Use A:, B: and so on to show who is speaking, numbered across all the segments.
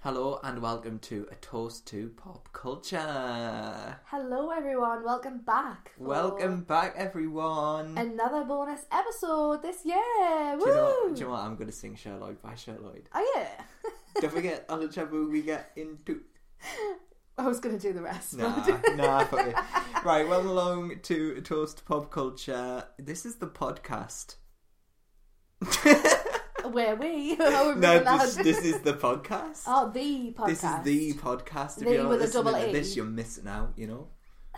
A: Hello and welcome to A Toast to Pop
B: Oh.
A: Culture.
B: Hello, everyone. Welcome back. for
A: Welcome back, everyone.
B: Another bonus episode this year. Woo!
A: do,
B: Oh,
A: you know what, do you know what? I'm going to sing Sherlock by Sherlock.
B: Are you?
A: Don't forget, on the trouble we get into.
B: I was going to do the rest.
A: Nah,
B: but-
A: nah, fuck it. Right, welcome along to A Toast to Pop Culture. This is the podcast.
B: Where we? How are we
A: no,
B: allowed?
A: this, this is the podcast.
B: Oh, the podcast.
A: This is the podcast. If
B: The
A: you're not
B: with a
A: listening
B: double
A: to
B: E.
A: this, you're missing out, you know?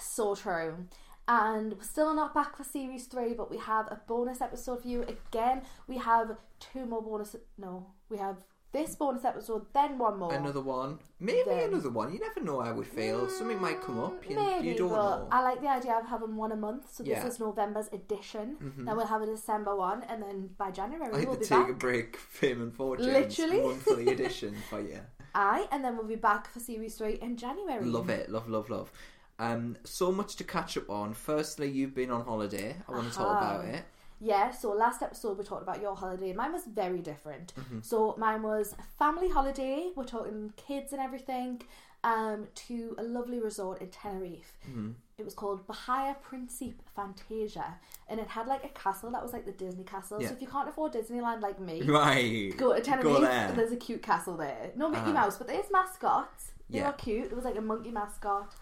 B: So true. And we're still not back for series three, but we have a bonus episode for you again. We have two more bonus. No, we have this bonus episode, then one more.
A: Another one. Maybe
B: Then-
A: another one. You never know how it feels. Something might come up. You,
B: Maybe,
A: you don't
B: but
A: know.
B: I like the idea of having one a month. So
A: Yeah. Mm-hmm.
B: this is November's edition. Then we'll have a December one, and then by January
A: I had
B: we'll
A: to
B: be
A: take
B: back.
A: a break, fame and fortune.
B: Literally.
A: monthly edition for you.
B: Aye, and then we'll be back for series three in January.
A: Love it, love, love, love. Um, so much to catch up on. Firstly, you've been on holiday. I want to talk
B: Aha.
A: about it.
B: Yeah, so last episode we talked about your holiday. Mine was very different.
A: Mm-hmm.
B: So mine was a family holiday. We're talking kids and everything. Um, to a lovely resort in Tenerife.
A: Mm-hmm.
B: It was called Bahia Principe Fantasia, and it had like a castle that was like the Disney castle.
A: Yeah.
B: So if you can't afford Disneyland like me,
A: Right.
B: go to Tenerife.
A: Go there.
B: There's a cute castle there. No Mickey
A: Uh-huh.
B: Mouse, but there's mascots. They
A: Yeah.
B: were cute. There was like a monkey mascot.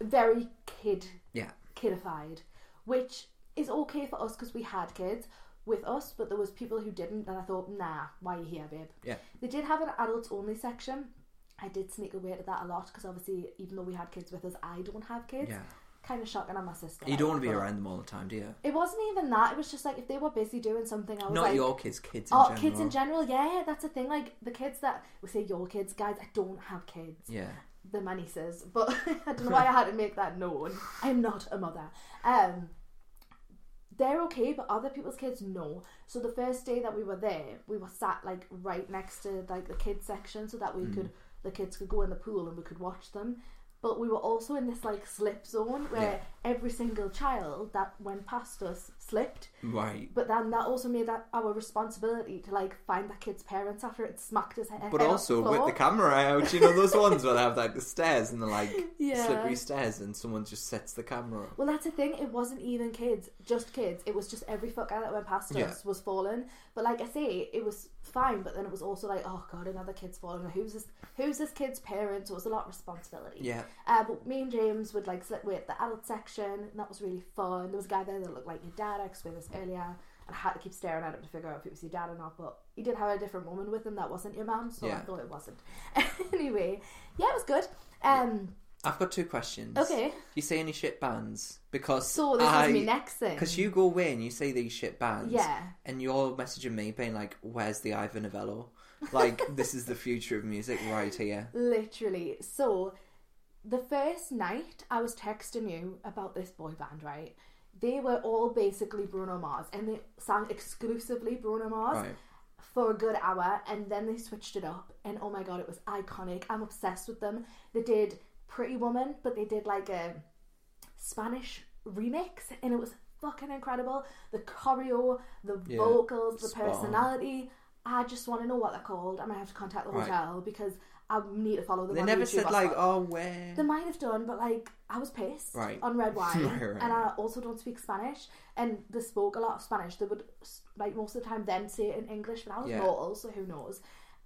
B: Very kid
A: Yeah.
B: kidified, which is okay for us because we had kids with us, but there was people who didn't, and I thought, nah, why are you here, babe?
A: Yeah.
B: They did have an adults only section. I did sneak away to that a lot because obviously, even though we had kids with us, I don't have kids.
A: Yeah.
B: Kind of shocking on my sister.
A: You don't want to be
B: but-
A: around them all the time, do you?
B: It wasn't even that. It was just like if they were busy doing something, I was
A: Not
B: like,
A: your kids, kids in
B: Oh,
A: general.
B: kids in general, yeah, that's the thing. Like the kids that we say your kids, guys, I don't have kids.
A: Yeah.
B: They're my nieces, but I don't know why I had to make that known. I am not a mother. Um, they're okay, but other people's kids, no. So the first day that we were there, we were sat like right next to like the kids section, so that
A: Mm.
B: we could the kids could go in the pool and we could watch them. But we were also in this like slip zone where
A: Yeah.
B: every single child that went past us slipped.
A: Right.
B: But then that also made that our responsibility to like find that kid's parents after it smacked his he- head.
A: But
B: off
A: also
B: the
A: with
B: floor.
A: the camera out, you know those ones where they have like the stairs and the like
B: Yeah.
A: slippery stairs, and someone just sets the camera up.
B: Well, that's the thing. It wasn't even kids, just kids. It was just every fucker that went past
A: Yeah.
B: us was falling. But like I say, it was fine. But then it was also like, oh god, another kid's falling. Who's this? Who's this kid's parents? It was a lot of responsibility.
A: Yeah.
B: Uh, but me and James would like slip with the adult section, and that was really fun. There was a guy there that looked like your dad. I explained this earlier, and I had to keep staring at him to figure out if it was your dad or not. But he did have a different woman with him that wasn't your mum, so
A: Yeah.
B: I thought it wasn't. anyway, yeah, it was good. Um,
A: I've got two questions.
B: Okay.
A: Do you say any shit bands? Because
B: so this
A: I,
B: is me next thing.
A: Because you go away and you say these shit bands.
B: Yeah.
A: And you're messaging me being like, where's the Ivan Novello? Like, this is the future of music right here.
B: Literally. So, the first night I was texting you about this boy band, right? They were all basically Bruno Mars and they sang exclusively Bruno Mars
A: Right.
B: for a good hour and then they switched it up and oh my god, it was iconic. I'm obsessed with them. They did Pretty Woman, but they did like a Spanish remix and it was fucking incredible. The choreo, the
A: Yeah,
B: vocals, the
A: spot on.
B: personality. I just want to know what they're called. I might have to contact the
A: Right.
B: hotel because I need to follow them.
A: They
B: on
A: never
B: YouTube
A: said,
B: or
A: like,
B: something.
A: oh, where?
B: They might have done, but like I was pissed
A: Right.
B: on red wine,
A: Right, right,
B: and I
A: right.
B: also don't speak Spanish. And they spoke a lot of Spanish. They would like most of the time then say it in English, but I was
A: Yeah.
B: mortal, so who knows?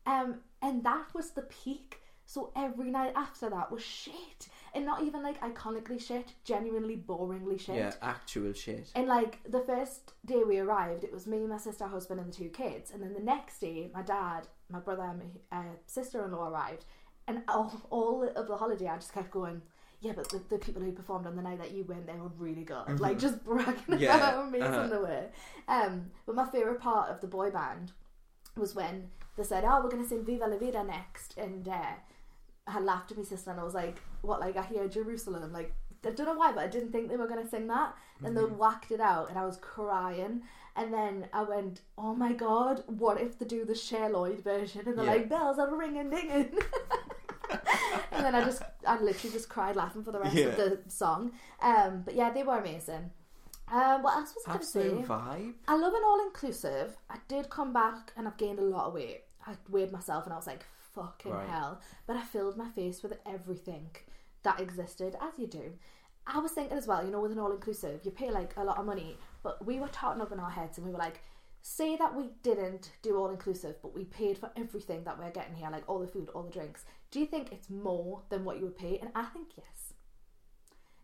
B: Um, and that was the peak. So every night after that was shit, and not even like iconically shit, genuinely boringly shit.
A: yeah, actual shit.
B: And like the first day we arrived, it was me, my sister, husband, and the two kids. And then the next day, my dad, my brother, and my uh, sister-in-law arrived. And all, all of the holiday, I just kept going, yeah, but the, the people who performed on the night that you went there were really good. Like just bragging
A: Mm-hmm. Yeah,
B: about how amazing
A: uh-huh.
B: they were. Um, but my favorite part of the boy band was when they said, "Oh, we're gonna sing Viva la Vida next," and uh, I laughed at my sister and I was like, "What? Like I hear Jerusalem? Like I don't know why, but I didn't think they were gonna sing that."
A: Mm-hmm.
B: And they whacked it out, and I was crying. And then I went, "Oh my god, what if they do the Cher Lloyd version?" And they're
A: Yeah.
B: like, "Bells are ringing, dinging." and then I just, I literally just cried laughing for the rest
A: Yeah.
B: of the song. Um, but yeah, they were amazing. Um, what else was I going to say?
A: Absolute vibe.
B: I love an all inclusive. I did come back and I've gained a lot of weight. I weighed myself and I was like, fucking
A: Right.
B: hell. But I filled my face with everything that existed, as you do. I was thinking as well, you know, with an all inclusive, you pay like a lot of money, but we were tarting up in our heads and we were like, say that we didn't do all inclusive, but we paid for everything that we're getting here, like all the food, all the drinks. Do you think it's more than what you would pay? And I think yes.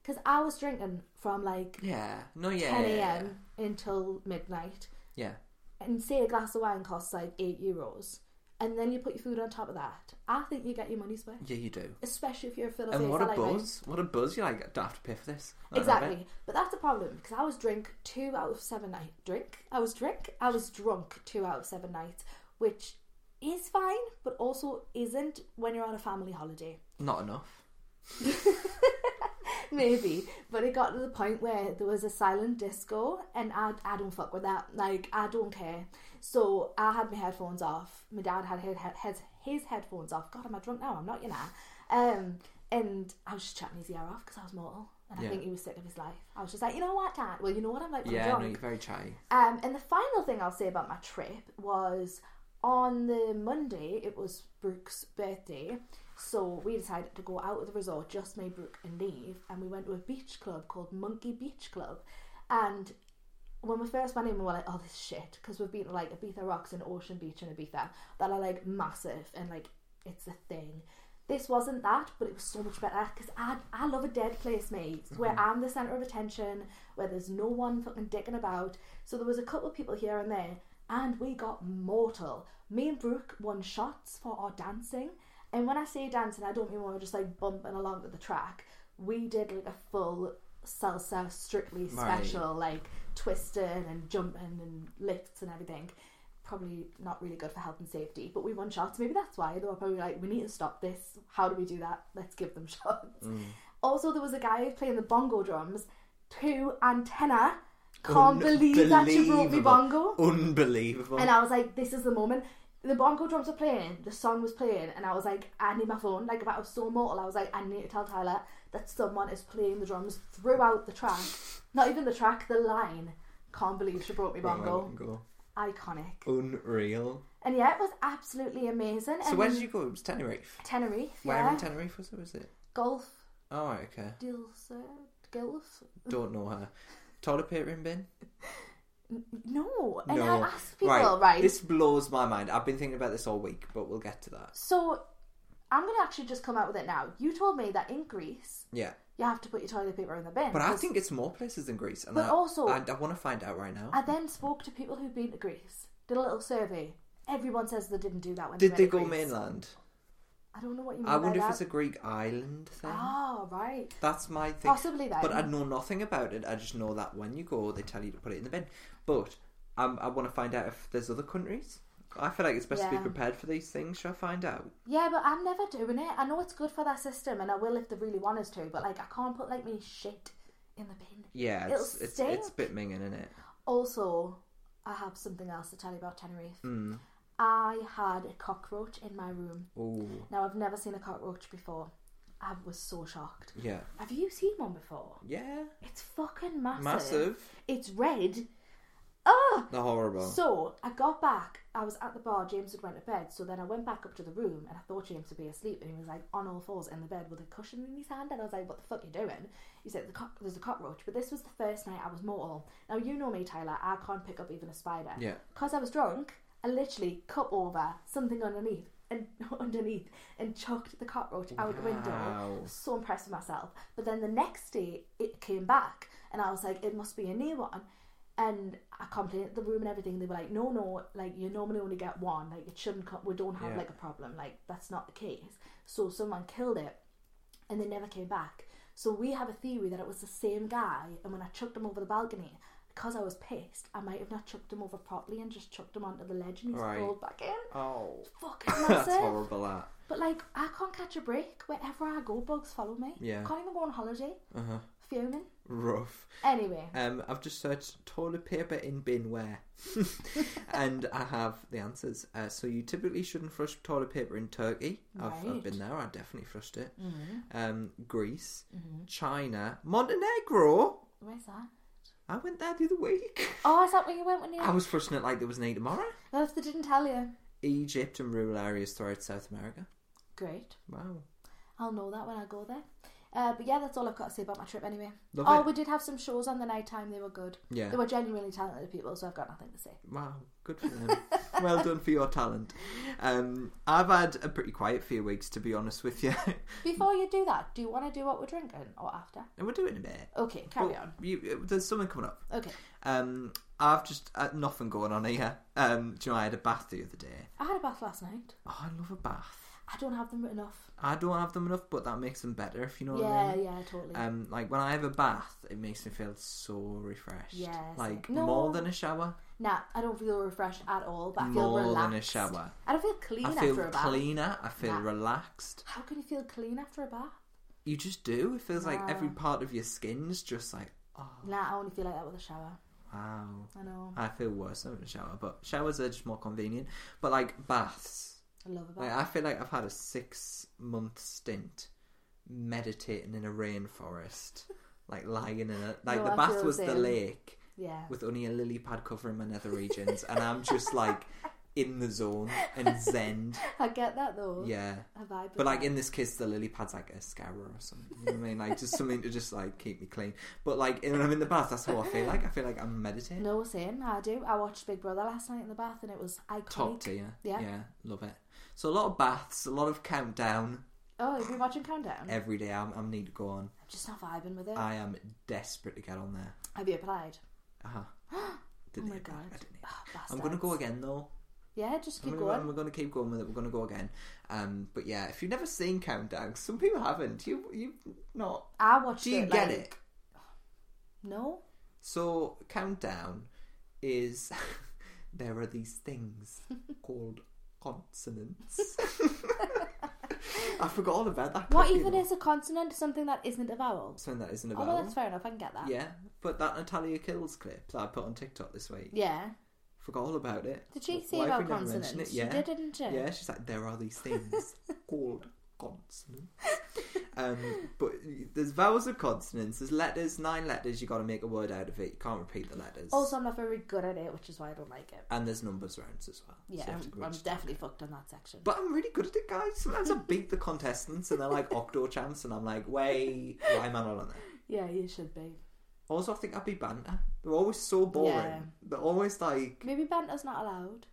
B: Because I was drinking from like
A: Yeah. No, yeah.
B: 10
A: yeah, yeah,
B: a.m. until midnight
A: Yeah.
B: and say a glass of wine costs like eight euros, and then you put your food on top of that, I think you get your money's worth.
A: Yeah, you do.
B: Especially if you're a Philippine.
A: And what a
B: I like this.
A: buzz. What a buzz. You're like, I don't have to pay for this. I love it.
B: Exactly, but that's the problem because I was drink two out of seven night drink. I was drink. I was drunk two out of seven nights, which is fine, but also isn't when you're on a family holiday.
A: Not enough.
B: Maybe, but it got to the point where there was a silent disco, and I, I don't fuck with that. Like, I don't care. So, I had my headphones off. My dad had his, his, his headphones off. God, am I drunk now? I'm not, you know. Um, and I was just chatting his ear off because I was mortal, and
A: Yeah.
B: I think he was sick of his life. I was just like, you know what, Dad? Well, you know what I'm like when I'm
A: Yeah,
B: drunk.
A: no, you're very chatty.
B: Um, and the final thing I'll say about my trip was on the Monday, it was Brooke's birthday. So we decided to go out of the resort, just me, Brooke, and Neve, and we went to a beach club called Monkey Beach Club. And when we first went in, we were like, oh, this is shit, because we've been to like Ibiza Rocks and Ocean Beach and Ibiza that are like massive and like it's a thing. This wasn't that, but it was so much better because I, I love a dead place, mate, where I'm the centre of attention, where there's no one fucking dicking about. So there was a couple of people here and there, and we got mortal. Me and Brooke won shots for our dancing. And when I say dancing, I don't mean we were just like bumping along to the track. We did like a full salsa, strictly
A: Right.
B: special all, like twisting and jumping and lifts and everything. Probably not really good for health and safety, but we won shots. Maybe that's why they were probably like, we need to stop this. How do we do that? Let's give them shots. Also, there was a guy playing the bongo drums, two antenna.
A: Oh,
B: Can't believe that you brought me
A: Unbelievable.
B: bongo.
A: Unbelievable.
B: And I was like, this is the moment. The bongo drums were playing, the song was playing, and I was like, I need my phone. Like, I was so mortal, I was like, I need to tell Tyler that someone is playing the drums throughout the track. Not even the track, the line. Can't believe she brought me bongo.
A: Bongo.
B: Iconic.
A: Unreal.
B: And yeah, it was absolutely amazing.
A: So
B: and
A: where did you go? It was Tenerife.
B: Tenerife.
A: Where
B: yeah.
A: in Tenerife was it? Was it?
B: Golf.
A: Oh, right, okay.
B: Dilser. Gilf.
A: Don't know her. Toilet papering bin?
B: No. And
A: no.
B: I asked people, right?
A: This blows my mind. I've been thinking about this all week, but we'll get to that.
B: So I'm going to actually just come out with it now. You told me that in Greece,
A: Yeah.
B: you have to put your toilet paper in the bin.
A: But I
B: 'cause-
A: think it's more places than Greece. And
B: But
A: I,
B: also-
A: I, I want to find out right now.
B: I then spoke to people who've been to Greece, did a little survey. Everyone says they didn't do that when
A: Did
B: went
A: they
B: to
A: go
B: Greece.
A: mainland?
B: I don't know what you mean.
A: I wonder
B: by
A: if
B: that.
A: it's a Greek island thing.
B: Oh, right.
A: That's my thing.
B: Possibly then.
A: But I know nothing about it. I just know that when you go, they tell you to put it in the bin. But um, I want to find out if there's other countries. I feel like it's best to be
B: Yeah.
A: prepared for these things. Shall I find out?
B: Yeah, but I'm never doing it. I know it's good for that system and I will if they really want us to, but like I can't put like me shit in the bin.
A: Yeah,
B: It'll
A: it's it's, it's a
B: stink.
A: bit minging, isn't it?
B: Also, I have something else to tell you about Tenerife.
A: Hmm.
B: I had a cockroach in my room.
A: Oh,
B: Now I've never seen a cockroach before. I was so shocked.
A: yeah,
B: Have you seen one before?
A: yeah,
B: It's fucking
A: massive.
B: It's red. Oh,
A: They're horrible.
B: So I got back. I was at the bar. James had went to bed. So then I went back up to the room, and I thought James would be asleep, and he was like on all fours in the bed with a cushion in his hand. And I was like, "What the fuck you doing?" He said, the cock "There's a cockroach." But this was the first night I was mortal. Now you know me, Tyler. I can't pick up even a spider.
A: Yeah.
B: Because I was drunk, I literally cut over something underneath and underneath and chucked the cockroach out the
A: Wow.
B: window. So impressed with myself. But then the next day it came back and I was like, it must be a new one. And I complained at the room and everything. They were like, no, no, like you normally only get one. Like it shouldn't come. We don't have
A: Yeah.
B: like a problem. Like that's not the case. So someone killed it and they never came back. So we have a theory that it was the same guy, and when I chucked him over the balcony, because I was pissed, I might have not chucked him over properly and just chucked him onto the ledge and he's
A: Right.
B: rolled back in.
A: Oh,
B: Fucking
A: that's
B: massive.
A: horrible. That.
B: but like, I can't catch a break. Wherever I go, bugs follow me.
A: Yeah.
B: Can't even go on holiday.
A: Uh huh.
B: Fuming.
A: Rough.
B: Anyway,
A: Um, I've just searched toilet paper in bin where, and I have the answers. Uh, so you typically shouldn't flush toilet paper in Turkey. I've, I've
B: Right.
A: been there. I definitely flushed it. Um, Greece, China, Montenegro.
B: where's that?
A: I went there the other week.
B: Oh, is that where you went when you?
A: I was flushing it like there was an tomorrow.
B: Well, if they didn't tell you,
A: Egypt and rural areas throughout South America.
B: Great.
A: Wow.
B: I'll know that when I go there. Uh, but yeah, that's all I've got to say about my trip anyway.
A: Love
B: oh,
A: it.
B: we did have some shows on the night time. They were good.
A: Yeah.
B: They were genuinely talented people, so I've got nothing to say.
A: Wow, good for them. well done for your talent. Um, I've had a pretty quiet few weeks, to be honest with you.
B: Before you do that, do you want to do what we're drinking or after?
A: and we're doing a bit.
B: Okay, carry
A: Well, You, uh, there's something coming up.
B: on. Okay.
A: Um, I've just uh, nothing going on here. Um, do you know I had a bath the other day?
B: I had a bath last night.
A: Oh, I love a bath.
B: I don't have them written off.
A: I don't have them enough, but that makes them better. If you know what I
B: yeah,
A: mean.
B: yeah, totally.
A: Um, like when I have a bath, it makes me feel so refreshed.
B: Yes.
A: Like
B: No.
A: more than a shower.
B: nah, I don't feel refreshed at all, but I feel
A: more
B: relaxed.
A: than a shower.
B: I don't feel clean
A: I feel
B: after a bath.
A: cleaner. I feel
B: Nah.
A: relaxed.
B: How can you feel clean after a bath?
A: You just do. It feels like
B: Wow.
A: every part of your skin's just like, oh
B: Nah, I only feel like that with a shower.
A: wow.
B: I know.
A: I feel worse in a shower, but showers are just more convenient. But like baths,
B: I love a bath.
A: like I feel like I've had a six month stint meditating in a rainforest, like lying in a like
B: No,
A: the
B: I feel
A: bath
B: the
A: was the
B: same.
A: lake
B: yeah.
A: with only a lily pad covering my nether regions, and I'm just like in the zone and zen.
B: I get that though.
A: Yeah.
B: I vibe with
A: But like
B: that.
A: in this case, the lily pad's like a scour or something. You know what I mean? Like just something to just like keep me clean. But like when I'm in the bath, that's how I feel like. I feel like I'm meditating.
B: No, same. I do. I watched Big Brother last night in the bath, and it was iconic.
A: Top tier.
B: Yeah.
A: Yeah. Love it. So a lot of baths, a lot of countdown
B: Oh, have you been watching Countdown?
A: every day. I'm, I'm need to go on.
B: I'm just not vibing with it.
A: I am desperate to get on there.
B: have you applied?
A: Uh-huh.
B: oh
A: Didn't
B: my
A: hear back.
B: god.
A: I didn't hear.
B: Oh,
A: I'm gonna
B: bastards.
A: go again though.
B: Yeah, just keep
A: I'm
B: going.
A: gonna, we're gonna keep going with it. We're gonna go again. Um, but yeah, if you've never seen Countdown, 'cause some people haven't. You you not.
B: I watched
A: Do you
B: it.
A: get
B: like-
A: it?
B: No.
A: So countdown is there are these things called consonants. I forgot all about that.
B: What
A: quickly,
B: even
A: though.
B: is a consonant? Something that isn't a vowel.
A: something that isn't a
B: Oh,
A: vowel?
B: well, that's fair enough. I can get that.
A: yeah, but that Natalia Kills clip that I put on TikTok this week.
B: Yeah.
A: Forgot all about it.
B: Did she
A: W-
B: say
A: why have
B: about
A: we never mentioned
B: consonants?
A: it? Yeah.
B: She did, didn't she?
A: Yeah, she's like, there are these things called consonants. Um, but there's vowels and consonants. There's letters, nine letters. You got to make a word out of it. You can't repeat the letters.
B: Also, I'm not very good at it, which is why I don't like it.
A: and there's numbers rounds as well.
B: Yeah,
A: So you have to
B: I'm,
A: go
B: I'm
A: into-
B: definitely fucked on that section.
A: But I'm really good at it, guys. Sometimes I beat the contestants and they're like octo champs, and I'm like, wait, why am I not on there?
B: yeah, you should be.
A: Also, I think I'd be banter. They're always so boring.
B: Yeah.
A: They're always like,
B: Maybe banter's not allowed.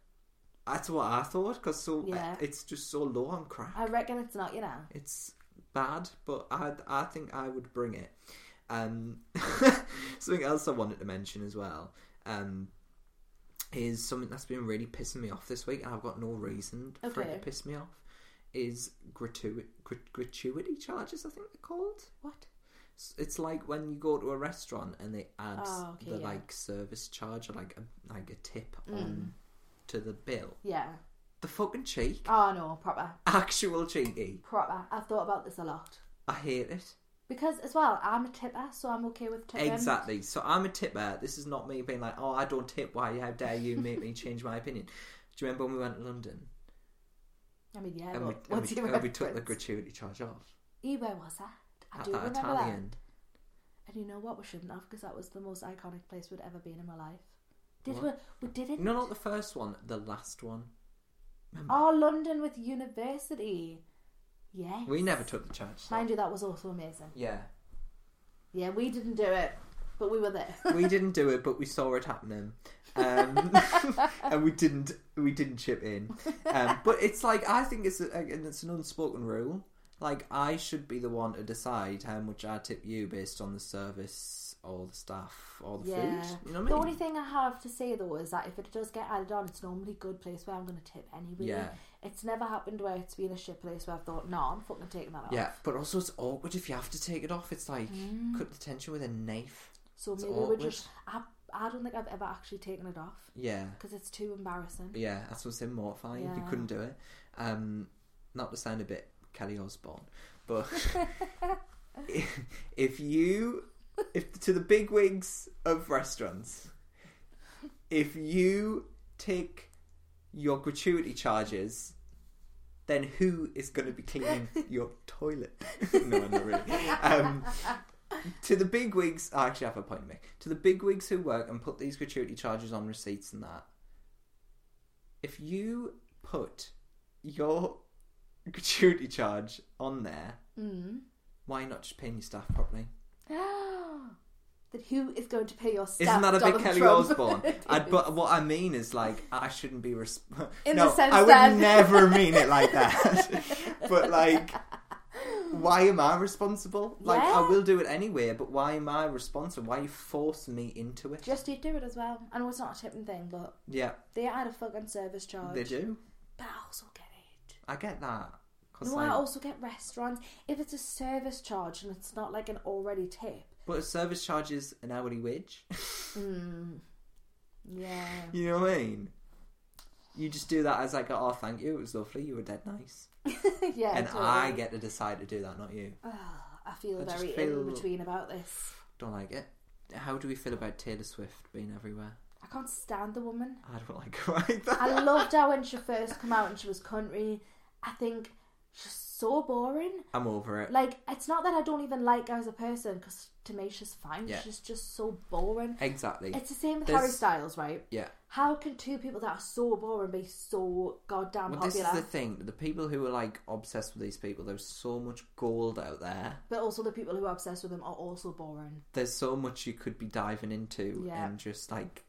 A: that's what I thought, because so,
B: Yeah.
A: it's just so low on crack.
B: I reckon it's not, you know.
A: It's bad, but I I think I would bring it. Um, something else I wanted to mention as well um, is something that's been really pissing me off this week, and I've got no reason for it
B: Okay.
A: to piss me off. Is gratuit grat- gratuity charges? I think they're called.
B: What?
A: S- It's like when you go to a restaurant and they add
B: Oh, okay,
A: the
B: yeah.
A: like service charge or like a like a tip
B: Mm.
A: on to the bill.
B: Yeah.
A: The fucking cheek,
B: Oh, no, proper.
A: actual cheeky.
B: Proper. I've thought about this a lot.
A: I hate it.
B: Because, as well, I'm a tipper, so I'm okay with tipping.
A: Exactly. So I'm a tipper. This is not me being like, oh, I don't tip. Why? How dare you make me change my opinion? Do you remember when we went to London
B: I mean, yeah,
A: and we,
B: but
A: and
B: what's
A: we,
B: your
A: and we took the
B: reference?
A: gratuity charge off
B: Eh, where was that? I
A: at
B: do
A: that
B: remember
A: Italian?
B: that. And you know what? We shouldn't have, because that was the most iconic place we'd ever been in my life. Did
A: What?
B: we? We didn't.
A: No, not the first one. The last one.
B: Oh, London with university. Yes.
A: We never took the charge. so-
B: Mind you, that was also amazing.
A: Yeah,
B: Yeah, we didn't do it, but we were there.
A: we didn't do it, but we saw it happening, um, and we didn't. We didn't chip in. Um, but it's like I think it's a, and it's an unspoken rule. Like I should be the one to decide how much I tip you based on the service or the staff or the
B: yeah.
A: food. You know
B: The
A: what I
B: only
A: mean?
B: thing I have to say though is that if it does get added on, it's normally a good place where I'm going to tip anyway.
A: Yeah,
B: It's never happened where it's been a shit place where I've thought, no, I'm fucking taking that off.
A: yeah. But also, it's awkward if you have to take it off. It's like
B: Mm.
A: cut the tension with a knife.
B: So
A: It's
B: maybe
A: awkward.
B: we just. I, I don't think I've ever actually taken it off
A: Yeah,
B: because it's too embarrassing.
A: yeah. That's what I'm saying. Mortifying. You
B: Yeah.
A: couldn't do it. Um, not to sound a bit Kelly Osbourne, but if, if you if to the big wigs of restaurants if you take your gratuity charges then who is going to be cleaning your toilet no I'm not really um, to the big wigs I actually have a point to make to the big wigs who work and put these gratuity charges on receipts and that if you put your gratuity charge on there,
B: Mm.
A: why not just paying your staff properly?
B: then who is going to pay your staff?
A: Isn't that a big
B: Donald
A: Kelly
B: Trump?
A: Osborne?
B: It
A: I'd,
B: is.
A: but what I mean is like I shouldn't be. Resp-
B: In
A: no,
B: the sense
A: I would
B: that-
A: never mean it like that. but like, why am I responsible? Like
B: Yeah.
A: I will do it anyway, but why am I responsible? Why you force me into it?
B: Just you do it as well. I know it's not a tipping thing, but
A: Yeah,
B: they add a fucking service charge.
A: they do.
B: But I also get it.
A: I get that. 'Cause,
B: No,
A: like-
B: I also get restaurants. If it's a service charge and it's not like an already tip.
A: but a service charge is an hourly wage.
B: Mm. Yeah.
A: you know what I mean? You just do that as like, oh, thank you, it was lovely, you were dead nice,
B: yeah.
A: and
B: totally.
A: I get to decide to do that, not you.
B: Ah, I feel
A: I just
B: very
A: feel-
B: in between about this.
A: Don't like it. How do we feel about Taylor Swift being everywhere?
B: I can't stand the woman.
A: I don't like her either.
B: I loved her when she first came out and she was country. I think she's so boring.
A: I'm over it.
B: Like, it's not that I don't even like her as a person, because to me she's fine.
A: Yeah.
B: She's just so boring.
A: Exactly.
B: It's the same with
A: There's-
B: Harry Styles, right?
A: yeah.
B: How can two people that are so boring be so goddamn
A: Well, this
B: popular?
A: is the thing. The people who are like obsessed with these people, there's so much gold out there.
B: But also the people who are obsessed with them are also boring.
A: There's so much you could be diving into
B: Yeah.
A: and just like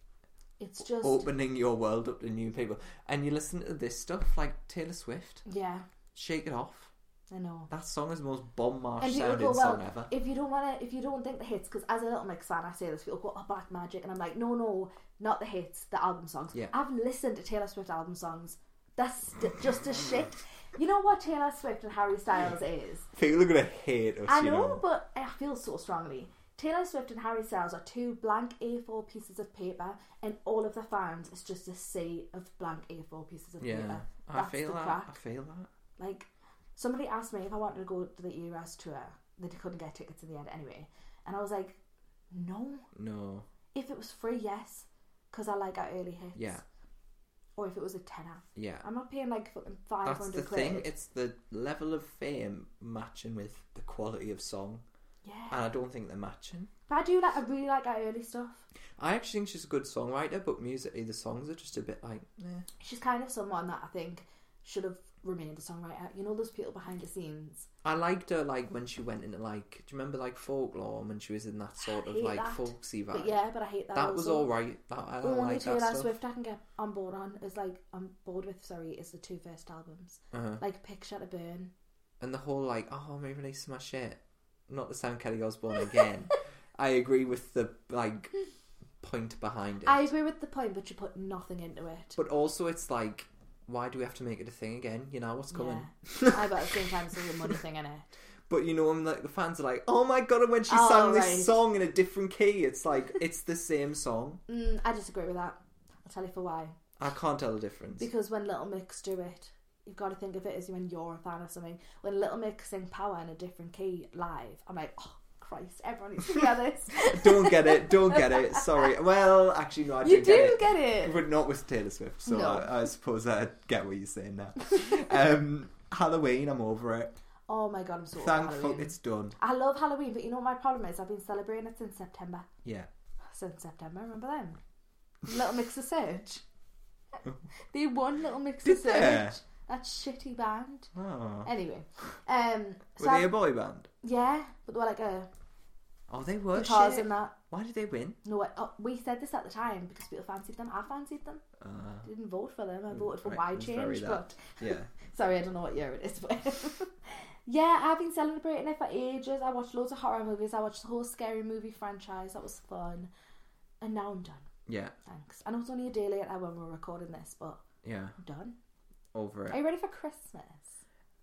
B: It's just
A: opening your world up to new people. And you listen to this stuff like Taylor Swift,
B: yeah,
A: Shake It Off.
B: I know.
A: That song is the most bomb marsh
B: And people
A: sounding
B: go,
A: song
B: well,
A: ever.
B: if you don't want to, if you don't think the hits, because as a little mix fan, I say this, people go, oh, Black Magic, and I'm like, no, no, not the hits, the album songs.
A: Yeah.
B: I've listened to Taylor Swift album songs. That's st- just as shit. You know what Taylor Swift and Harry Styles is?
A: People are gonna hate us.
B: I
A: you
B: know, but I feel so strongly. Taylor Swift and Harry Styles are two blank A4 pieces of paper, and all of the fans is just a sea of blank A4 pieces of
A: Yeah,
B: paper.
A: I
B: That's
A: feel
B: the
A: that.
B: crack.
A: I feel that.
B: Like somebody asked me if I wanted to go to the ERAS tour. They couldn't get tickets in the end anyway, and I was like, no.
A: No.
B: If it was free, yes, because I like our early hits.
A: Yeah.
B: Or if it was a tenner,
A: Yeah.
B: I'm not paying like fucking five
A: That's the
B: hundred quid.
A: thing. It's the level of fame matching with the quality of song,
B: yeah,
A: and I don't think they're matching.
B: but I do like. I really like our early stuff.
A: I actually think she's a good songwriter, but musically the songs are just a bit like, eh.
B: She's kind of someone that I think should have remained a songwriter. You know those people behind the scenes.
A: I liked her like when she went into like, do you remember like folklore when she was in that sort of
B: hate
A: like
B: that.
A: folksy vibe?
B: But yeah, but I hate that.
A: that
B: also.
A: was all right. That, I
B: The
A: don't
B: only
A: like
B: Taylor
A: that stuff.
B: Swift I can get on board on is like on board with. Sorry, is the two first albums,
A: Uh-huh.
B: like Picture to Burn.
A: And the whole like, oh, I'm re-releasing my shit. Not to sound Kelly Osbourne again. I agree with the like point behind it,
B: I agree with the point, but you put nothing into it.
A: but also it's like, why do we have to make it a thing again? You know what's coming.
B: Yeah. I but at the same time, there's a money thing in it.
A: But you know, I'm like the fans are like, "Oh my god!" And when she
B: Oh,
A: sang
B: right.
A: this song in a different key, it's like it's the same song.
B: Mm, I disagree with that. I'll tell you for why.
A: I can't tell the difference.
B: Because when Little Mix do it, you've got to think of it as when you're a fan of something. When Little Mix sing Power in a different key live, I'm like, oh Christ, everyone needs to hear this.
A: don't get it. Don't get it. Sorry. Well, actually, no, I do
B: you do
A: get it.
B: get it.
A: but not with Taylor Swift. So
B: No.
A: I, I suppose I get what you're saying now. um, Halloween, I'm over it.
B: Oh my god, I'm so over
A: Thank fuck
B: Halloween.
A: it's done.
B: I love Halloween, but you know what my problem is? I've been celebrating it since September.
A: Yeah.
B: Since September, remember them? Little Mix of Surge. they won Little Mix of
A: Did they?
B: Surge. That shitty band.
A: Oh.
B: Anyway, um, so
A: Were
B: I-
A: they a boy band?
B: yeah, but they were like a
A: Oh, they were.
B: guitars
A: Shit.
B: and that.
A: Why did they win?
B: No, I, oh, we said this at the time because people fancied them. I fancied them.
A: Uh,
B: I didn't vote for them. I voted for
A: Mm, right,
B: why
A: it was very
B: change.
A: that.
B: But
A: yeah.
B: sorry, I don't know what year it is. But yeah, I've been celebrating it for ages. I watched loads of horror movies. I watched the whole scary movie franchise. That was fun. And now I'm done.
A: Yeah.
B: Thanks. I know it's only a day later when we're recording this, but
A: Yeah.
B: I'm done.
A: Over it.
B: Are you ready for Christmas?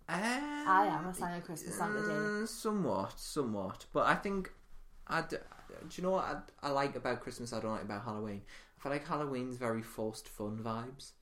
B: I
A: I
B: am. I sang a Christmas song today.
A: mm, somewhat, somewhat, but I think I. d- Do you know what I, I like about Christmas? I don't like about Halloween. I feel like Halloween's very forced fun vibes.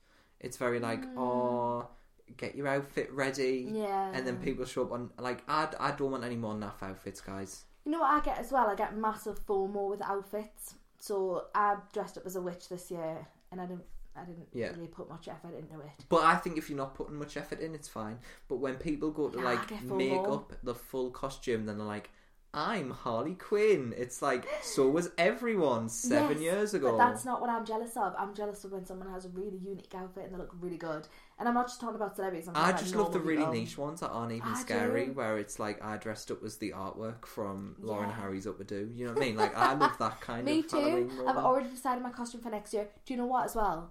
A: It's very like, oh, get your outfit ready,
B: Mm. Yeah.
A: and then people show up on like I. d- I don't want any more naff outfits, guys.
B: You know what I get as well? I get massive FOMO with outfits. So I dressed up as a witch this year, and I didn't, I didn't
A: Yeah.
B: really put much effort into it.
A: But I think if you're not putting much effort in, it's fine. But when people go to
B: Nah,
A: like
B: get full
A: make
B: on.
A: up the full costume, then they're like, I'm Harley Quinn. It's like, so was everyone seven
B: Yes,
A: years ago.
B: But that's not what I'm jealous of. I'm jealous of when someone has a really unique outfit and they look really good. And I'm not just talking about celebrities. I'm
A: I
B: talking
A: just
B: about
A: love the
B: normal
A: really
B: people.
A: niche ones that aren't even
B: um, I
A: scary,
B: do.
A: where it's like I dressed up as the artwork from Lauren
B: Yeah.
A: Harry's Up a Do. You know what I mean? Like I love that kind
B: Me
A: of Halloween
B: too. I've
A: moment.
B: already decided my costume for next year. Do you know what? As well,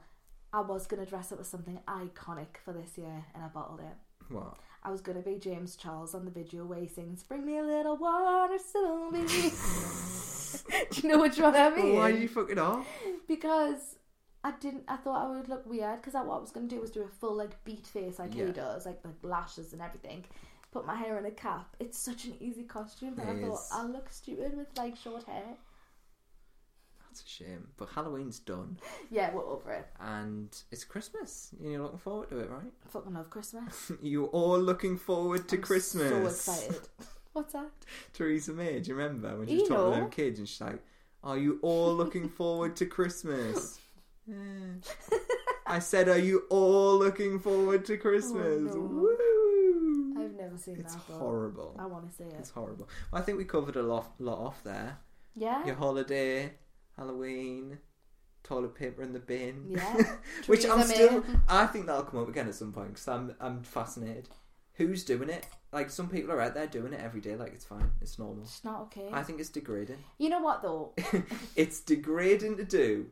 B: I was gonna dress up as something iconic for this year, and I bottled it.
A: What?
B: I was gonna be James Charles on the video where he sings "Bring me a little water, Sylvie." Do you know which one I mean?
A: Oh, Why are you fucking off?
B: Because I didn't. I thought I would look weird because I, what I was going to do was do a full like beat face like
A: Yeah.
B: he does, like like lashes and everything. Put my hair in a cap. It's such an easy costume, but I
A: It
B: thought
A: is.
B: I'll look stupid with like short hair.
A: That's a shame. But Halloween's done,
B: Yeah, we're over it.
A: and it's Christmas. and You're looking forward to it, right?
B: I fucking love Christmas.
A: You're all looking forward to
B: I'm
A: Christmas.
B: So excited. What's that?
A: Theresa May, do you remember when she was
B: You
A: talking to
B: know.
A: them kids and she's like, "Are you all looking forward to Christmas?" Yeah. I said, "Are you all looking forward to Christmas?"
B: Oh, no.
A: Woo!
B: I've never seen
A: It's
B: that. Oh, but
A: horrible.
B: I want to see it.
A: It's horrible. Well, I think we covered a lot, lot off there.
B: Yeah.
A: Your holiday, Halloween, toilet paper in the bin.
B: Yeah.
A: Which I'm
B: Theresa
A: still.
B: May.
A: I think that'll come up again at some point because I'm I'm fascinated. Who's doing it? Like some people are out there doing it every day. Like it's fine. It's normal.
B: It's not okay.
A: I think it's degrading.
B: You know what though?
A: it's degrading to do.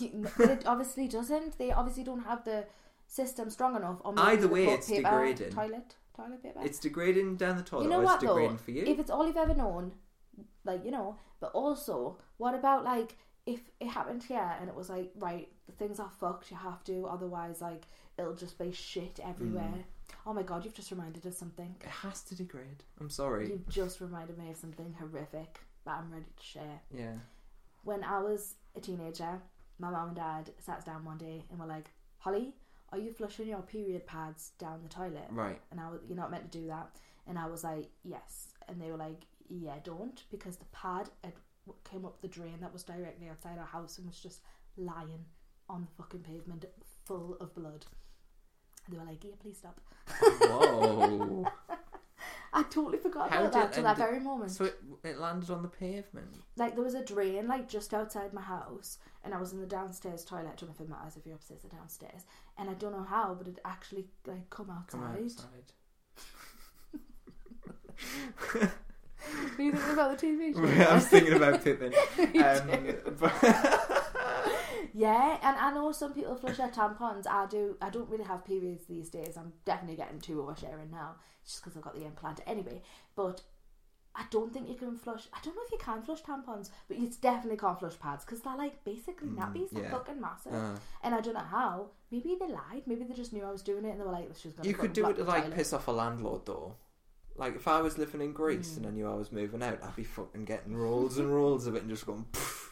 B: it obviously doesn't. They obviously don't have the system strong enough. Or maybe
A: Either
B: the
A: way,
B: toilet
A: it's
B: paper,
A: degrading.
B: Toilet, toilet paper.
A: It's degrading down the toilet.
B: you know
A: or
B: what
A: it's degrading
B: though?
A: for you.
B: If it's all you've ever known, like you know. But also, what about like if it happened here and it was like right, the things are fucked. You have to, otherwise, like it'll just be shit everywhere.
A: Mm.
B: Oh my god, you've just reminded us something.
A: it has to degrade. I'm sorry.
B: You've just reminded me of something horrific that I'm ready to share.
A: Yeah.
B: when I was a teenager, my mum and dad sat us down one day and were like, Holly, are you flushing your period pads down the toilet?
A: Right.
B: And I was, you're not meant to do that. And I was like, yes. And they were like, yeah, don't, because the pad had w- came up the drain that was directly outside our house and was just lying on the fucking pavement full of blood. And they were like, yeah, please stop.
A: Whoa.
B: I totally forgot
A: How
B: about
A: did-
B: that till that
A: and-
B: very moment.
A: so it, it landed on the pavement.
B: like there was a drain like just outside my house and I was in the downstairs toilet. I don't know if it matters if you're upstairs or downstairs. And I don't know how, but it actually like come outside.
A: Come outside.
B: Were you thinking about the TV show?
A: I was thinking about Pippin.
B: Me
A: Um,
B: too.
A: but-
B: yeah, and I know some people flush their tampons. I do. I don't really have periods these days. I'm definitely getting too oversharing now, just because I've got the implant anyway. But I don't think you can flush. I don't know if you can flush tampons, but you definitely can't flush pads because they're like basically nappies. They're
A: Mm, yeah.
B: fucking massive.
A: Uh,
B: And I don't know how. Maybe they lied. Maybe they just knew I was doing it and they were like, she's going to
A: you could do it to like piss off a landlord though. Like if I was living in Greece
B: Mm.
A: and I knew I was moving out, I'd be fucking getting rolls and rolls of it and just going pff,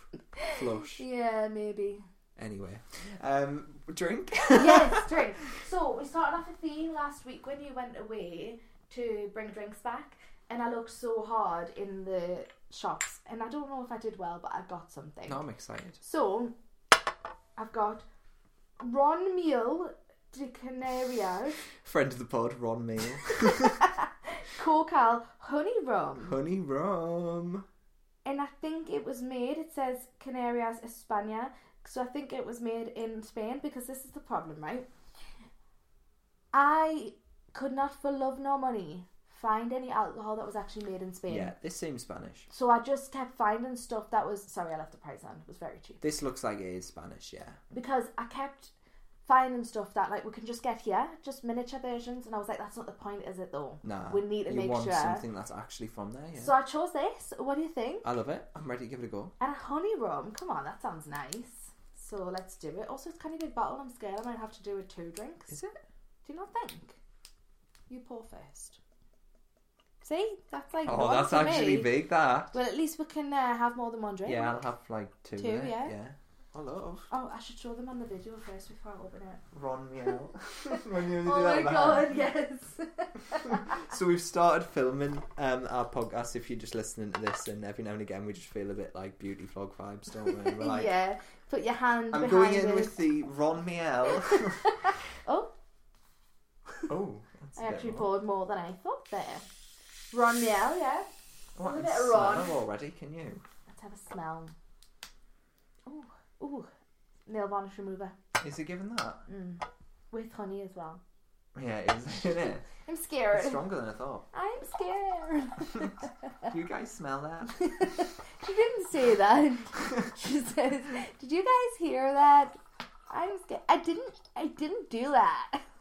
A: flush.
B: Yeah, maybe.
A: Anyway, um, drink.
B: yes, drink. So we started off a theme last week when you went away to bring drinks back. And I looked so hard in the shops. And I don't know if I did well, but I got something.
A: No, I'm excited.
B: So I've got Ron Meal de Canarias
A: Friend of the pod, Ron Meal.
B: Cocal Honey Rum.
A: Honey rum.
B: and I think it was made. It says Canarias España, so I think it was made in Spain because this is the problem, right? I could not, for love nor money, find any alcohol that was actually made in Spain.
A: Yeah, this seems Spanish.
B: So I just kept finding stuff that was. Sorry, I left the price on. It was very cheap
A: This looks like it is Spanish, yeah.
B: because I kept finding stuff that like we can just get here, just miniature versions, and I was like, that's not the point, is it? Though
A: Nah.
B: we need to
A: you
B: make
A: want
B: sure.
A: something that's actually from there, yeah.
B: So I chose this. What do you think?
A: I love it. I'm ready to give it a go.
B: And a honey rum. Come on, that sounds nice. So let's do it. Also, it's kind of a big bottle. I'm scared I might have to do with two drinks.
A: Is it?
B: Do you not think? You pour first. See, that's like
A: Oh,
B: one
A: that's
B: for
A: actually
B: me.
A: big, that.
B: Well, at least we can uh, have more than one drink.
A: Yeah, I'll have like two.
B: Two,
A: there,
B: yeah.
A: yeah. I love
B: Oh, I should show them on the video first before I open it.
A: Ron Meow. When you do
B: Oh
A: that
B: my
A: with a
B: god,
A: hand.
B: yes.
A: So we've started filming um, our podcast. If you're just listening to this, and every now and again we just feel a bit like beauty vlog vibes, don't we? We're like,
B: yeah. Put your hand
A: I'm
B: behind
A: going in
B: it.
A: with the Ron Miel.
B: Oh,
A: oh, that's a
B: I
A: bit
B: actually
A: more.
B: poured more than I thought there. Ron Miel, yeah.
A: Oh, I
B: Give
A: can
B: it a run.
A: smell already, can you?
B: Let's have a smell. Ooh, ooh, nail varnish remover
A: Is it giving that?
B: mm. with honey as well.
A: Yeah, it is, isn't it?
B: I'm
A: It's
B: scared.
A: stronger than I thought.
B: I'm scared.
A: Do you guys smell that?
B: She didn't say that. She says, "Did you guys hear that? I'm scared. I didn't. I didn't do that."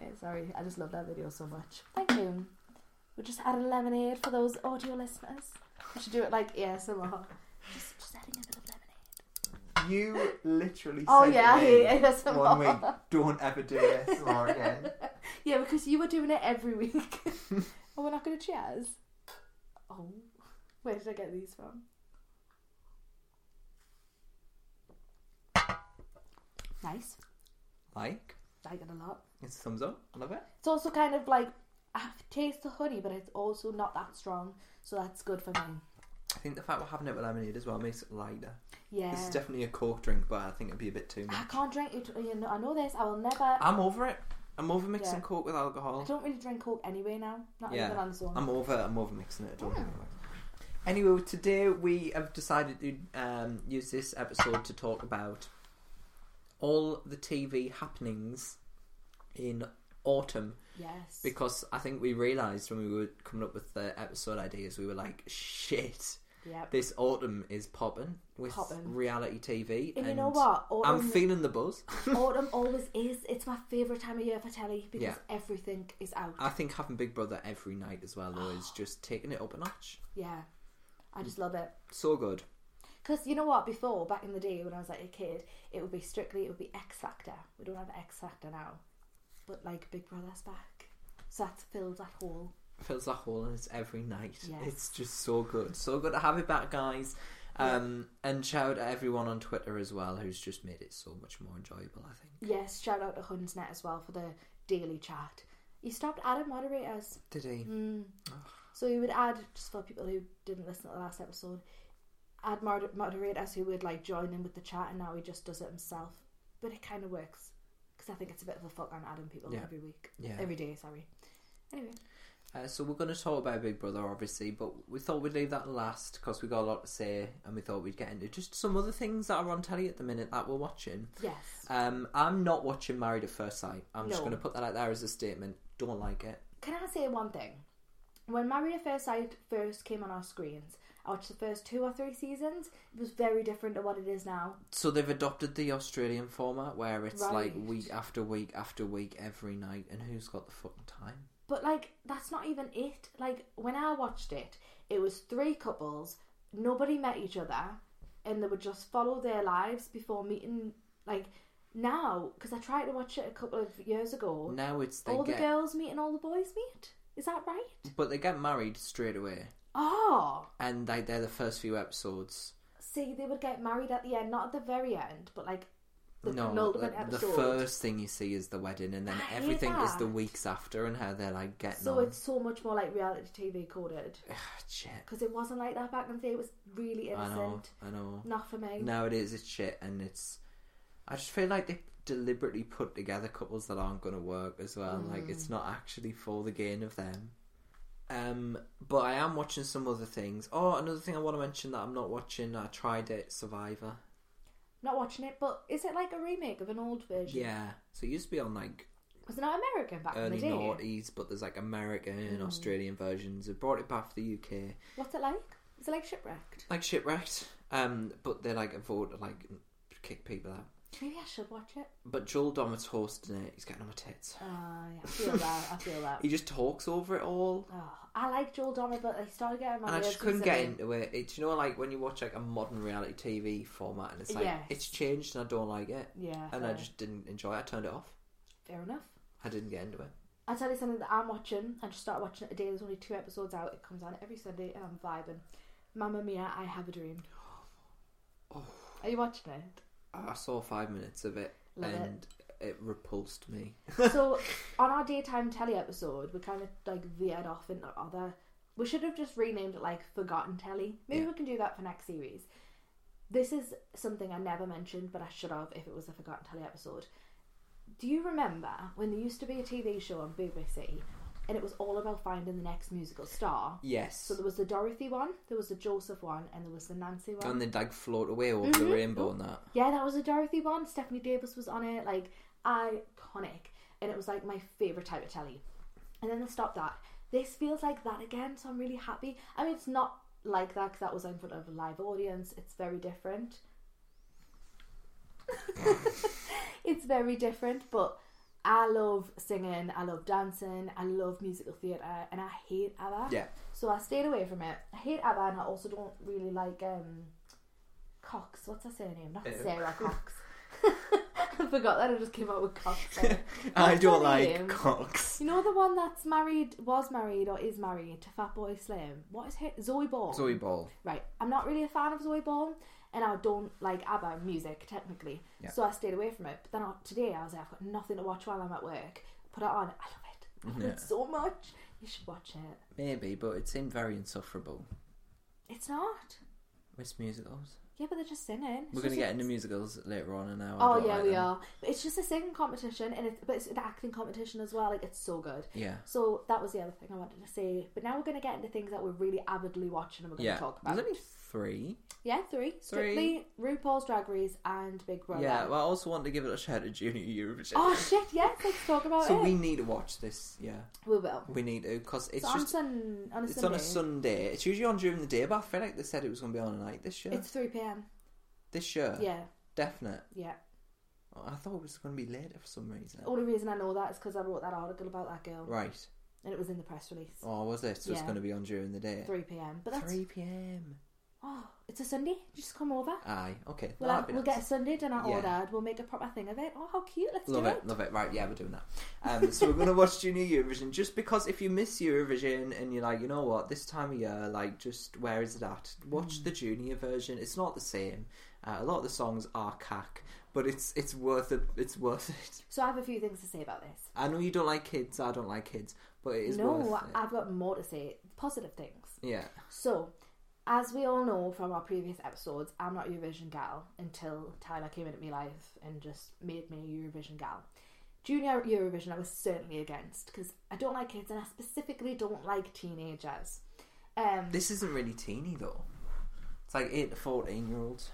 B: Yeah, sorry, I just love that video so much. Thank you. We just added lemonade for those audio listeners. We should do it like ASMR. Just, just adding a bit of lemonade.
A: You literally
B: Oh
A: said
B: yeah, I
A: to me
B: hate ASMR.
A: one week, don't ever do this more again.
B: Yeah, because you were doing it every week. oh, we're not going to cheers. Oh, where did I get these from? Nice.
A: Like,
B: Like it a lot.
A: it's a thumbs up. I love it.
B: It's also kind of like I taste the honey, but it's also not that strong, so that's good for me.
A: I think the fact we're having it with lemonade as well makes it lighter.
B: Yeah.
A: This is definitely a cork drink, but I think it'd be a bit too
B: I
A: much.
B: can't drink it. You know, I know this. I will never.
A: I'm over it. I'm over mixing
B: Yeah.
A: cork with
B: I
A: alcohol.
B: don't really drink Coke anyway now. Not
A: Yeah.
B: even on its own.
A: I'm over. I'm over mixing it. I don't
B: Yeah.
A: think I like it. Anyway, today we have decided to um, use this episode to talk about all the TV happenings in autumn
B: yes.
A: because I think we realised when we were coming up with the episode ideas, we were like, shit,
B: Yep.
A: this autumn is popping with
B: Poppin'.
A: reality TV.
B: And you know what?
A: I'm
B: Autumn-
A: feeling the buzz.
B: Autumn always is. It's my favourite time of year for telly because
A: Yeah. Ah.
B: everything is out.
A: I think having Big Brother every night as well though is just taking it up a notch.
B: yeah. I just love it.
A: So good.
B: Because you know what? Before, back in the day when I was like a kid, it would be strictly, it would be X Factor. We don't have X Factor now. But like Big Brother's back. So that's filled that hole.
A: Fills that hole and it's every night.
B: Yes.
A: It's just so good. So good to have it back, guys. Um, And shout out everyone on Twitter as well who's just made it so much more enjoyable, I think.
B: Yes, shout out to Hunsnet as well for the daily chat. He stopped adding moderators.
A: Did he?
B: Mm. So he would add, just for people who didn't listen to the last episode, add moder- moderators who would like join in with the chat, and now he just does it himself. But it kind of works because I think it's a bit of a fuck on adding people
A: Yeah.
B: every week,
A: Yeah.
B: every day. Sorry. Anyway,
A: Uh, so we're going to talk about Big Brother, obviously, but we thought we'd leave that last because we got a lot to say, and we thought we'd get into just some other things that are on telly at the minute that we're watching.
B: yes,
A: Um, I'm not watching Married at First Sight. I'm just
B: No.
A: going to put that out there as a statement. Don't like it.
B: can I say one thing? When Married at First Sight first came on our screens, I watched the first two or three seasons. It was very different to what it is now.
A: So they've adopted the Australian format where it's like
B: Right.
A: week after week after week every night, and who's got the fucking time?
B: But like that's not even it. Like when I watched it, it was three couples, nobody met each other, and they would just follow their lives before meeting. Like now, because I tried to watch it a couple of years ago,
A: Now it's they
B: all
A: get,
B: the girls meet and all the boys meet. Is that right?
A: but they get married straight away,
B: Oh,
A: and they, they're the first few episodes.
B: see, they would get married at the end, not at the very end, but like the
A: no,
B: penultimate
A: the, the
B: episode.
A: first thing you see is the wedding, and then
B: I hate
A: everything is the
B: that.
A: weeks after and how they're like getting
B: so
A: on.
B: it's so much more like reality TV coded
A: shit.
B: because it wasn't like that back in the day. It was really
A: I know,
B: innocent.
A: I know.
B: Not for me.
A: Now it is, it's shit, and it's. I just feel like they deliberately put together couples that aren't going to work as well. Like
B: Mm.
A: it's not actually for the gain of them. Um, but I am watching some other things. Oh, another thing I want to mention that I'm not watching. I tried it, Survivor.
B: not watching it, but is it like a remake of an old version?
A: Yeah, so it used to be on like
B: Was it not American back in
A: early
B: the day? Mm.
A: noughties, but there's like American and Australian versions. They brought it back to the UK.
B: What's it like? Is it like Shipwrecked?
A: like shipwrecked. Um, but they like a vote to, like kick people out.
B: Maybe I should watch it.
A: But Joel Domet's hosting it. He's getting on my tits.
B: Uh, yeah, I feel that. I feel that.
A: He just talks over it all,
B: Oh, I like Joel Donner, but I started getting my
A: and I
B: nerves
A: just couldn't get
B: recently.
A: into it. It's you know like when you watch like a modern reality TV format, and it's like
B: Yes. Uh-huh.
A: it's changed, and I don't like it,
B: Yeah,
A: and I
B: fair.
A: just didn't enjoy. it. I turned it off.
B: fair enough.
A: I didn't get into it.
B: I'll tell you something that I'm watching. I just started watching it today. There's only two episodes out. It comes on every Sunday, and I'm vibing. Mamma Mia, I have a dream.
A: Oh.
B: Are you watching it?
A: I saw five minutes of it,
B: Love it.
A: and it. repulsed me.
B: so on our daytime telly episode, we kind of like veered off into other. We should have just renamed it like Forgotten Telly. Maybe
A: Yeah.
B: we can do that for next series. This is something I never mentioned, but I should have if it was a Forgotten Telly episode. Do you remember when there used to be a TV show on BBC and it was all about finding the next musical star.
A: Yes.
B: So there was the Dorothy one, there was the Joseph one, and there was the Nancy one.
A: and then like float away over the
B: Mhm.
A: rainbow and that.
B: Yeah, that was a Dorothy one. Stephanie Davis was on it, like iconic, and it was like my favorite type of telly. And then they stopped that. This feels like that again, so I'm really happy. I mean, it's not like that because that was in front of a live audience. It's very different. it's very different, but I love singing. I love dancing. I love musical theatre, and I hate ABBA.
A: Yeah.
B: So I stayed away from it. I hate ABBA, and I also don't really like um, Cox. What's her surname? Not
A: Ew.
B: Sarah Cox. I forgot that I just came out with Cox. there.
A: I
B: What's
A: don't
B: her
A: like
B: name?
A: cocks.
B: You know the one that's married, was married, or is married to Fatboy Slim. What is her? Zoe Ball.
A: Zoe Ball.
B: Right. I'm not really a fan of Zoe Ball, and I don't like ABBA music technically,
A: Yeah.
B: so I stayed away from it. But then I, today I was like, I've got nothing to watch while I'm at work. Put it on. I love it. I love
A: Yeah.
B: it so much. You should watch it.
A: Maybe, but it seemed very insufferable.
B: It's not.
A: It's musicals.
B: Yeah, but they're just singing. It's
A: We're going to
B: just
A: get
B: a-
A: into musicals later on in our.
B: Oh yeah, we are. But it's just a singing competition, and it's but it's an acting competition as well. Like it's so good.
A: Yeah.
B: So that was the other thing I wanted to say. But now we're going to get into things that we're really avidly watching, and we're going to
A: Yeah.
B: talk
A: There's
B: about.
A: only three.
B: Yeah, three. Strictly RuPaul's Drag Race and Big Brother.
A: Yeah, well, I also want to give it a shout to Junior Eurovision.
B: Oh shit! Yes, let's talk about
A: so
B: it.
A: we need to watch this. Yeah,
B: We will.
A: we need to because it's
B: It's on,
A: just
B: sun, on a
A: it's
B: Sunday.
A: on a Sunday. It's usually on during the day, but I feel like they said it was going to be on at night this year.
B: It's 3 p.m.
A: this year,
B: Yeah,
A: definite.
B: yeah.
A: Oh, I thought it was going to be later for some reason.
B: Only reason I know that is because I wrote that article about that girl,
A: Right.
B: and it was in the press release.
A: Oh, was it? So it's
B: Yeah.
A: going to be on during the day.
B: 3 p.m. But that's
A: Three p.m.
B: oh, it's a Sunday. Just come over.
A: Aye. Okay.
B: Ah. We'll,
A: that'd
B: have,
A: be
B: we'll
A: nice.
B: get a Sunday dinner
A: Yeah.
B: ordered. We'll make a proper thing of it. Oh, how cute! Let's
A: Love
B: do
A: it,
B: it.
A: love it. Right, yeah, we're doing that. Um, so we're going to watch Junior Eurovision just because if you miss Eurovision and you're like, you know what, this time of year, like, just where is it at?
B: Mm.
A: Watch the Junior version. It's not the same. Uh, a lot of the songs are cack, but it's it's worth it. It's worth it.
B: So I have a few things to say about this.
A: I know you don't like kids. I don't like kids, but it is
B: no,
A: worth it.
B: I've got more to say. Positive things.
A: Yeah,
B: So, as we all know from our previous episodes, I'm not a Eurovision gal until Tyler came into my life and just made me a Eurovision gal. Junior Eurovision, I was certainly against because I don't like kids and I specifically don't like teenagers. Um,
A: this isn't really teeny though. It's like eight to fourteen year olds.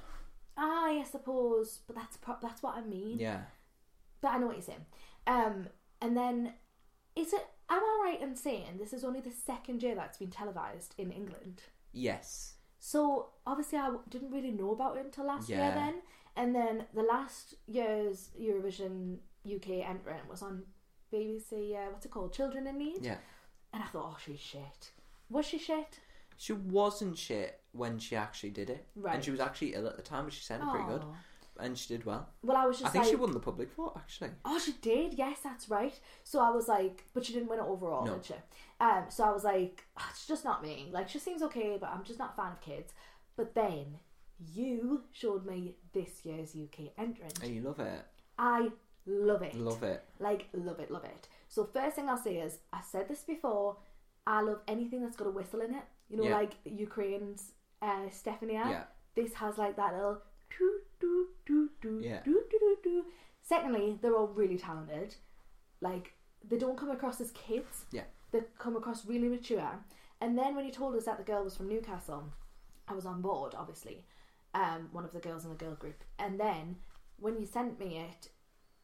B: aye, I suppose, but that's pro- that's what I mean.
A: Yeah,
B: But I know what you're saying. Um, and then, is it? Am I right in saying this is only the second year that's been televised in England?
A: yes,
B: So obviously, I w- didn't really know about it until last year.
A: Yeah.
B: Then, and then the last year's Eurovision UK entrant was on BBC. Uh, what's it called? Children in Need.
A: yeah.
B: And I thought, oh, she's shit. Was she shit?
A: She wasn't shit when she actually did it,
B: Right.
A: and she was actually ill at the time, but she sounded pretty good.
B: Aw.
A: and she did well.
B: Oh. Well, I was
A: I
B: just
A: think
B: like,
A: she won the public vote actually.
B: oh, she did. Yes, that's right. So I was like, but she didn't win it overall,
A: No.
B: did she? Um, so I was like, "Ah, it's just not me. Like she seems okay, but I'm just not a fan of kids. But then you showed me this year's UK entrant.
A: And you love it,
B: I love it.
A: love it.
B: Like, love it, love it. So, first thing I'll say is, I said this before, I love anything that's got a whistle in it. You know,
A: Yeah.
B: like Ukraine's uh, Stefania.
A: Yeah,
B: This has like that little doo doo doo doo
A: Yeah.
B: doo doo doo doo. Secondly, they're all really talented. Like, they don't come across as kids.
A: Yeah.
B: They come across really mature. And then when you told us that the girl was from Newcastle, I was on board, obviously. Um, one of the girls in the girl group. And then when you sent me it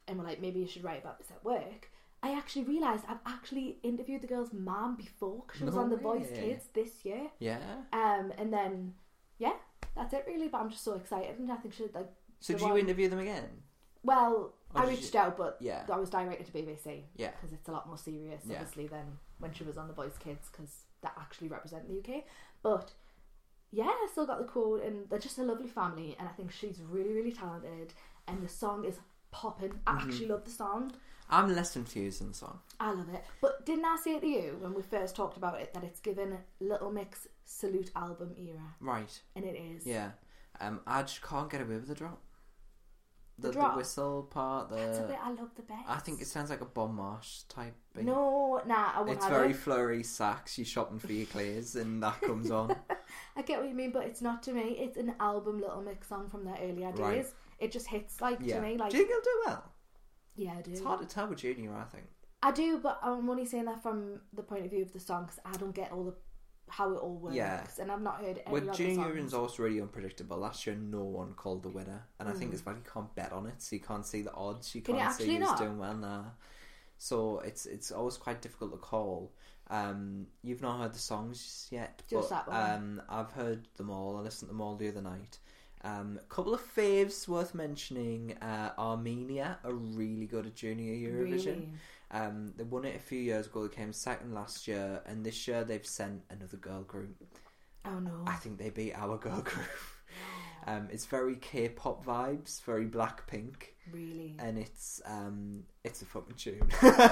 B: and were like, maybe you should write about this at work, I actually realised I've actually interviewed the girl's mom before 'cause she was
A: No
B: on The Voice
A: way.
B: Kids this year.
A: yeah.
B: Um, and then, yeah, that's it really. But I'm just so excited and I think she, like,
A: So
B: The
A: did you
B: one-
A: interview them again?
B: well,
A: Or
B: I
A: Oh, did
B: reached out, but
A: Yeah.
B: I was directed to BBC
A: Yeah,
B: because it's a lot more serious,
A: Yeah.
B: obviously, than when she was on The Voice Kids because that actually represent the UK. But yeah, I still got the quote, and they're just a lovely family, and I think she's really, really talented, and the song is popping. I
A: Mm-hmm.
B: actually love the song.
A: I'm less confused on the song.
B: I love it. But didn't I say it to you when we first talked about it that it's given Little Mix Salute album era?
A: Right.
B: And it is.
A: Yeah. Um, I just can't get away with the drop. The, the,
B: drop?
A: whistle part.
B: That's a
A: The
B: bit I love the best.
A: I think it sounds like a bomb marsh type. Thing.
B: No, nah, I won't
A: It's
B: have
A: very
B: it.
A: flurry sacks. You're shopping for your clothes, and that comes on.
B: I get what you mean, but it's not to me. It's an album Little Mix song from their earlier days.
A: Right.
B: It just hits like
A: Yeah.
B: to me, like
A: do you think it'll do well?
B: yeah, I do.
A: It's hard to tell with Junior. I think
B: I do, but I'm only saying that from the point of view of the song because I don't get all the how it all works,
A: Yeah.
B: and I've not heard any
A: Well,
B: other
A: Junior
B: songs.
A: is also really unpredictable. Last year, no one called the winner, and I think it's why you can't bet on it, so you can't see the odds. You
B: Hmm. Can
A: can't
B: you
A: see
B: actually
A: who's
B: not?
A: doing well now. So it's it's always quite difficult to call. Um, you've not heard the songs yet,
B: Just
A: but
B: that one.
A: um, I've heard them all. I listened to them all the other night. Um, a couple of faves worth mentioning. Uh, Armenia are really good at Junior Eurovision.
B: Really.
A: Um, they won it a few years ago. They came second last year, and this year they've sent another girl group.
B: Oh no.
A: I think they beat our girl group. Um, it's very K-pop vibes, very Blackpink,
B: Really.
A: and it's um, it's a fucking tune.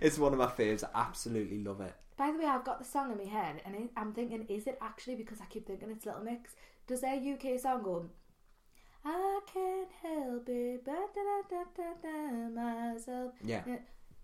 A: it's one of my faves. I absolutely love it.
B: By the way, I've got the song in my head, and I- I'm thinking, is it actually because I keep thinking it's Little Mix? Does their UK song go? I can't help it, but da da da da da myself.
A: Yeah.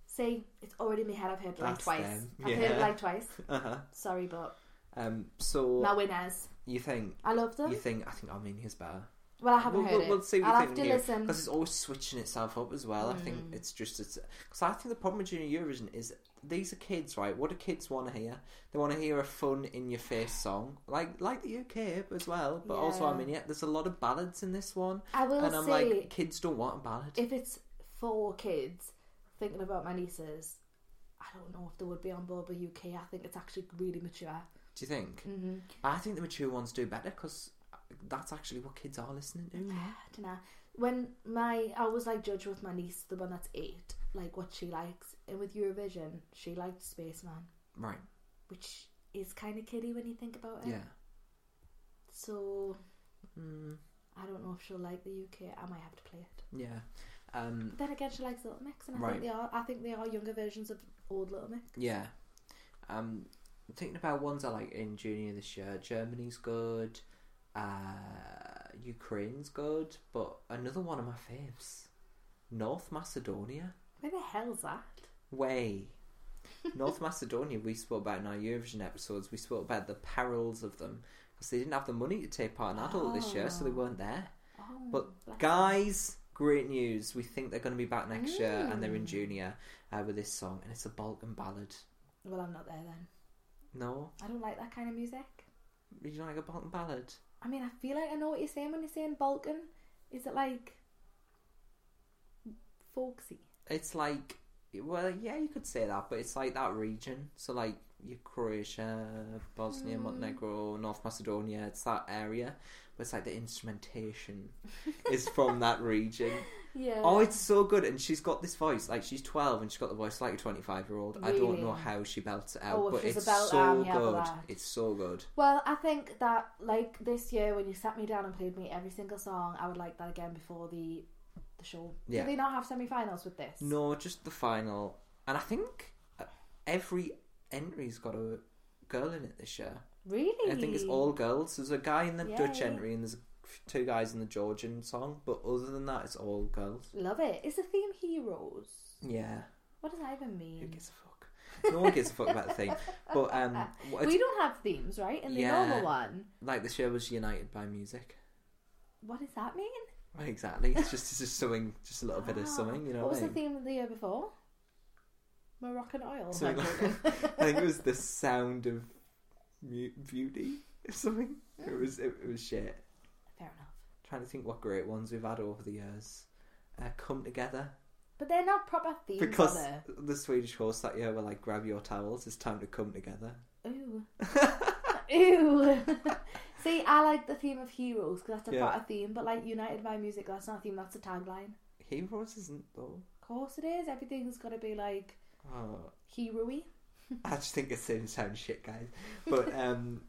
B: See, it's already in my head. I've heard it like
A: That's
B: twice.
A: them,
B: I've heard it
A: yeah.
B: like twice.
A: Uh-huh.
B: Sorry, but
A: Um, so
B: my winners.
A: you think
B: I love them.
A: you think I think Armenia's better.
B: Well, I haven't
A: we'll,
B: heard
A: we'll,
B: it.
A: we'll see what
B: I'll
A: you
B: have
A: think
B: to
A: here.
B: listen.
A: Because it's always switching itself up as well. I think it's just it's because I think the problem with Junior Eurovision is these are kids, right? What do kids want to hear? They want to hear a fun, in your face song, like like the UK as well, but also
B: Yeah.
A: Armenia. There's a lot of ballads in this one,
B: I will
A: and I'm
B: say,
A: like, kids don't want a ballad.
B: if it's for kids, thinking about my nieces, I don't know if they would be on board with UK. I think it's actually really mature.
A: do you think?
B: Mm-hmm.
A: I think the mature ones do better because that's actually what kids are listening to.
B: I don't know. When my I was like judged with my niece, the one that's eight, like what she likes, and with Eurovision, she liked Spaceman,
A: Right?
B: which is kind of kiddie when you think about it.
A: Yeah.
B: So
A: Mm,
B: I don't know if she'll like the UK. I might have to play it.
A: yeah. Um,
B: But then again, she likes Little Mix, and I
A: Right.
B: think they are. I think they are younger versions of old Little Mix.
A: Yeah. Um, thinking about ones I like in junior this year. Germany's good. Uh, Ukraine's good. But another one of my faves, North Macedonia.
B: Where the hell's that?
A: Way. North Macedonia, we spoke about in our Eurovision episodes, we spoke about the perils of them. Because they didn't have the money to take part in adult this year, so they
B: Oh.
A: weren't there.
B: Oh,
A: But
B: bless
A: Guys, great news. We think they're going to be back next year, and they're in junior uh, with this song. And it's a Balkan ballad.
B: her. Well, I'm not there then.
A: No?
B: I don't like that kind of music.
A: You don't like a Balkan ballad?
B: I mean, I feel like I know what you're saying when you're saying Balkan. Is it like folksy?
A: It's like, well, yeah, you could say that, but it's like that region. So like your Croatia,
B: Mm.
A: Bosnia, Montenegro, North Macedonia. It's that area, but it's like the instrumentation is from that region.
B: Yeah.
A: Oh, it's so good, and she's got this voice. Like she's twelve, and she's got the voice like a twenty-five-year-old. I don't
B: Really?
A: know how she belts it out,
B: Oh, if
A: but
B: she's a
A: it's
B: belt,
A: so
B: um, yeah,
A: good.
B: but-
A: It's so good.
B: Well, I think that like this year when you sat me down and played me every single song, I would like that again before the the show.
A: Yeah.
B: Do they not have semi-finals with this?
A: No, just the final, and I think uh, every entry's got a girl in it this year.
B: Really?
A: I think it's all girls. There's a guy in the Dutch
B: Yay.
A: entry and there's two guys in the Georgian song, but other than that, it's all girls.
B: Love it. Is the theme heroes?
A: Yeah.
B: What does that even
A: Who
B: mean?
A: gives a fuck? No one gives a fuck about the thing. But, um, what-
B: We don't have themes, right? In the
A: Yeah.
B: normal one.
A: like, the show was united by music.
B: What does that mean?
A: Right, exactly. It's just, it's just something, just a little bit of
B: Ah.
A: something, you know
B: What
A: what,
B: was
A: I
B: the
A: mean?
B: theme of the year before? Moroccan oil.
A: Something
B: No, I'm
A: like-
B: joking.
A: I think it was the sound of mu- beauty or something.
B: Mm.
A: It was, it, it was shit.
B: Fair enough.
A: trying to think what great ones we've had over the years. Uh, come together.
B: But they're not proper themes,
A: Because
B: are there?
A: the Swedish horse that year were like, grab your towels, it's time to come together.
B: Ooh. Ooh. See, I like the theme of heroes because that's a
A: Yeah.
B: proper theme, but like United by Music, that's not a theme, that's a tagline.
A: Heroes isn't though.
B: Of course it is. Everything's got to be like
A: Oh,
B: hero y.
A: I just think it's in sound shit, guys. But um,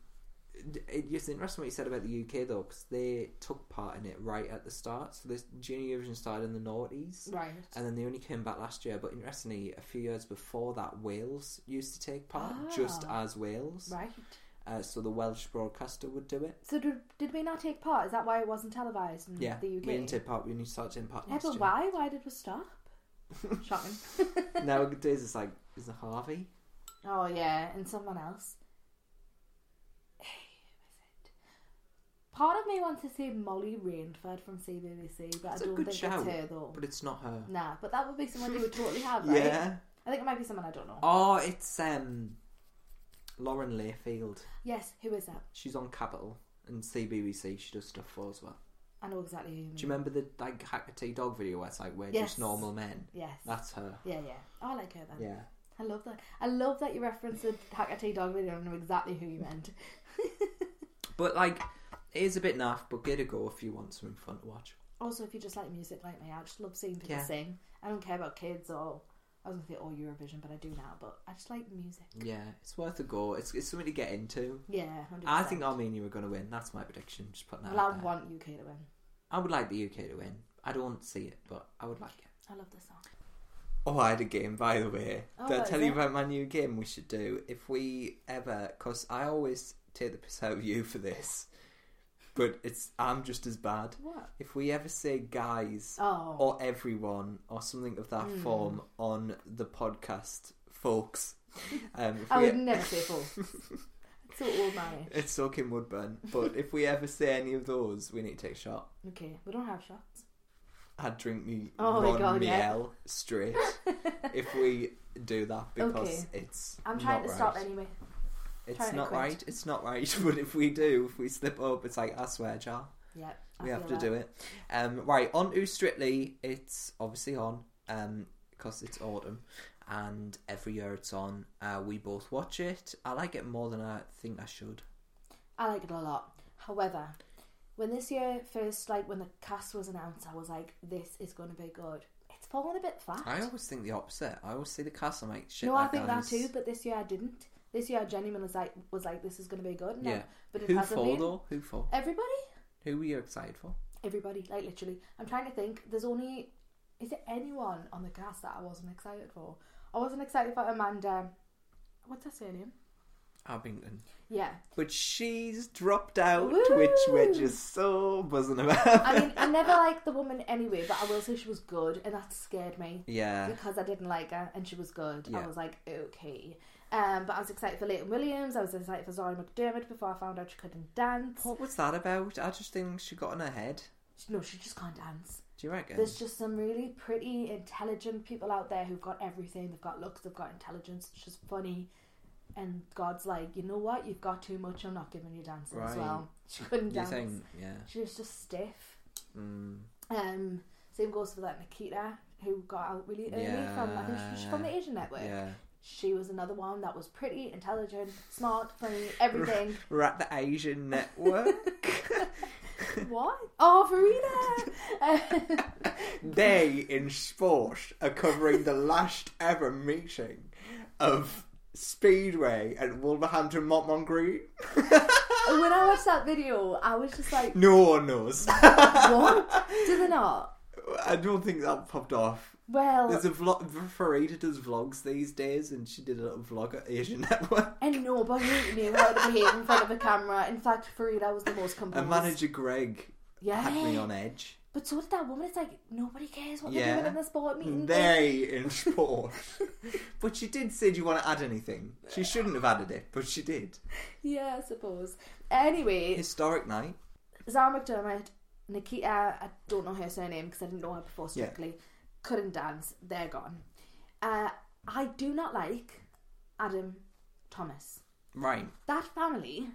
A: it- it's interesting what you said about the UK though, because they took part in it right at the start. So this Junior Eurovision started in the noughties.
B: Right.
A: And then they only came back last year, but interestingly, a few years before that, Wales used to take part just
B: Ah.
A: as Wales.
B: Right.
A: Uh, so the Welsh broadcaster would do it.
B: So did, did we not take part? Is that why it wasn't televised in
A: Yeah,
B: Mm, the UK?
A: we didn't take part. We only started taking part
B: Yeah,
A: last
B: but
A: year.
B: why? Why did we stop? Shocking.
A: Nowadays, it's like is it Harvey?
B: Oh yeah, and someone else. Part of me wants to say Molly Rainford from CBBC, but
A: That's
B: I
A: a
B: don't
A: good
B: think
A: shout,
B: it's her though.
A: but it's not her.
B: Nah, but that would be someone you would totally have, right?
A: Yeah,
B: I think it might be someone I don't know.
A: Oh, it's um, Lauren Layfield.
B: Yes, who is that?
A: She's on Capital and CBBC. She does stuff for as well.
B: I know exactly who you mean.
A: Do you remember the like Hackatee dog video where it's like we're
B: Mm. Yes.
A: just normal men?
B: Yes.
A: That's her.
B: Yeah, yeah. Oh, I like her then.
A: Ah. Yeah.
B: I love that. I love that you referenced the Hackatee dog video and I know exactly who you meant.
A: But like, it is a bit naff. But get a go if you want something fun to watch.
B: Also, if you just like music like me, I just love seeing people
A: Yeah.
B: sing. I don't care about kids or I was gonna say all Eurovision, but I do now. But I just like music.
A: Yeah, it's worth a go. It's it's something to get into.
B: Yeah, 100%.
A: I think Armenia are going to win. That's my prediction. Just putting that
B: Well,
A: out
B: I
A: there.
B: want UK to win.
A: I would like the UK to win. I don't see it, but I would like it.
B: I love this song.
A: Oh, I had a game, by the way.
B: Oh,
A: Did I
B: what
A: tell
B: is
A: you
B: it?
A: about my new game we should do? If we ever, because I always take the piss out of you for this, but it's I'm just as bad.
B: What?
A: If we ever say guys
B: Oh, Hmm.
A: or everyone or something of that form on the podcast, folks, um, if
B: I
A: we-
B: would never say false. it's so old man.
A: it's so Kim Woodburn. But if we ever say any of those, we need to take a shot.
B: Okay, we don't have shots.
A: I drink me
B: Oh my
A: Ron
B: God,
A: Miel
B: yeah.
A: straight if we do that because it's
B: I'm
A: not
B: trying to
A: right.
B: stop anyway. trying
A: It's
B: to
A: not
B: quit.
A: right. It's not right. But if we do, if we slip up, it's like I swear jar.
B: Yep. I
A: We have
B: feel
A: to
B: that.
A: do it. Um, right on to Strictly. It's obviously on um, because it's autumn, and every year it's on. Uh, we both watch it. I like it more than I think I should.
B: I like it a lot. However, when this year first, like when the cast was announced, I was like, "This is going to be good." It's fallen a bit flat.
A: I always think the opposite. I always see the cast. I'm like, shit.
B: no, I
A: that
B: think that
A: guy's-
B: too, but this year I didn't. This year I genuinely was like, was like "This is going to be good." And
A: Yeah.
B: then- but it
A: Who
B: hasn't
A: for
B: been.
A: though? Who for?
B: Everybody,
A: Who were you excited for?
B: everybody, like literally. I'm trying to think. There's only is there anyone on the cast that I wasn't excited for? I wasn't excited for Amanda. What's her surname?
A: Abington.
B: Yeah,
A: But she's dropped out,
B: Woo!
A: which we're just so buzzing about.
B: I mean, I never liked the woman anyway, but I will say she was good, and that scared me.
A: yeah.
B: because I didn't like her and she was good.
A: Yeah.
B: I was like, okay. Um, but I was excited for Leighton Williams. I was excited for Zara McDermott before I found out she couldn't dance.
A: What was that about? I just think she got in her head.
B: She- No, she just can't dance.
A: Do you reckon?
B: There's just some really pretty, intelligent people out there who've got everything. They've got looks, they've got intelligence. It's just funny. And God's like, you know what? You've got too much. I'm not giving you dancing as
A: Right.
B: well. She couldn't
A: you
B: dance.
A: think? Yeah.
B: She was just stiff.
A: Mm.
B: Um, same goes for that Nikita who got out really early from I think she- she's from the Asian Network.
A: Yeah.
B: She was another one that was pretty intelligent, smart, funny, everything.
A: We're at the Asian network.
B: what? Oh, Farida! Um,
A: they in sport are covering the last ever meeting of Speedway at Wolverhampton Motman Green.
B: when I watched that video, I was just like,
A: No one knows.
B: what? Do they not?
A: I don't think that popped off.
B: Well,
A: There's a vlog. Farida does vlogs these days, and she did a little vlog at Asian Network.
B: and nobody knew how to behave in front of a camera. In fact, Farida was the most composed.
A: And manager Greg
B: yeah.
A: had me on edge.
B: But so did that woman. It's like, nobody cares what
A: Yeah. Mm,
B: they're doing in this board meeting.
A: They in sport. but she did say, "Do you want to add anything?" She shouldn't have added it, but she did.
B: Yeah, I suppose. Anyway,
A: Historic night.
B: Zara McDermott, Nikita, I don't know her surname because I didn't know her before
A: Yeah.
B: strictly, couldn't dance. They're gone. Uh, I do not like Adam Thomas.
A: Right.
B: That family,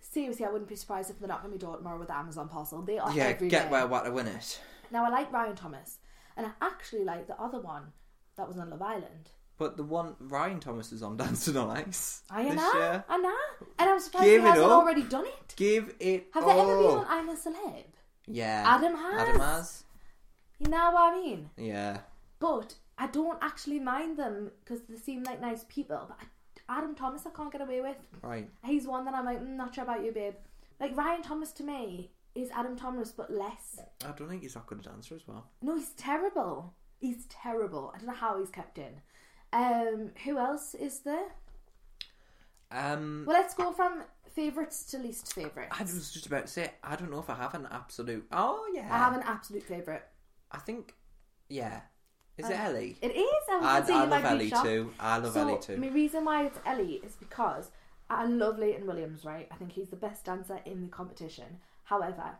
B: seriously, I wouldn't be surprised if they're not going to be door tomorrow with an Amazon parcel. They are
A: Yeah.
B: everywhere.
A: Get where what to win it.
B: Now, I like Ryan Thomas, and I actually like the other one that was on Love Island.
A: But the one Ryan Thomas was on Dancing on Ice
B: I
A: this
B: know,
A: year.
B: I know, and I'm surprised
A: Give
B: he
A: it
B: hasn't
A: up. Oh.
B: already done it.
A: Give it.
B: Have
A: all.
B: they ever been on I'm a Celeb?
A: Yeah.
B: Adam has.
A: Adam has.
B: You know what I mean?
A: Yeah.
B: But I don't actually mind them because they seem like nice people. But I, Adam Thomas, I can't get away with.
A: Right.
B: He's one that I'm like, mm, not sure about you, babe. Like Ryan Thomas to me is Adam Thomas, but less.
A: I don't think he's that good a dancer as well.
B: No, he's terrible. He's terrible. I don't know how he's kept in. Um, who else is there?
A: Um.
B: Well, let's go from favourites to least favourite.
A: I was just about to say, I don't know if I have an absolute. Oh yeah,
B: I have an absolute favourite.
A: I think, yeah. Is it Ellie?
B: It is. I was
A: I,
B: gonna say
A: I
B: you might
A: love
B: be
A: Ellie
B: shocked.
A: too. I love E Ellie
B: My
A: too.
B: reason why it's Ellie is because I love Leighton Williams, right? I think he's the best dancer in the competition. However,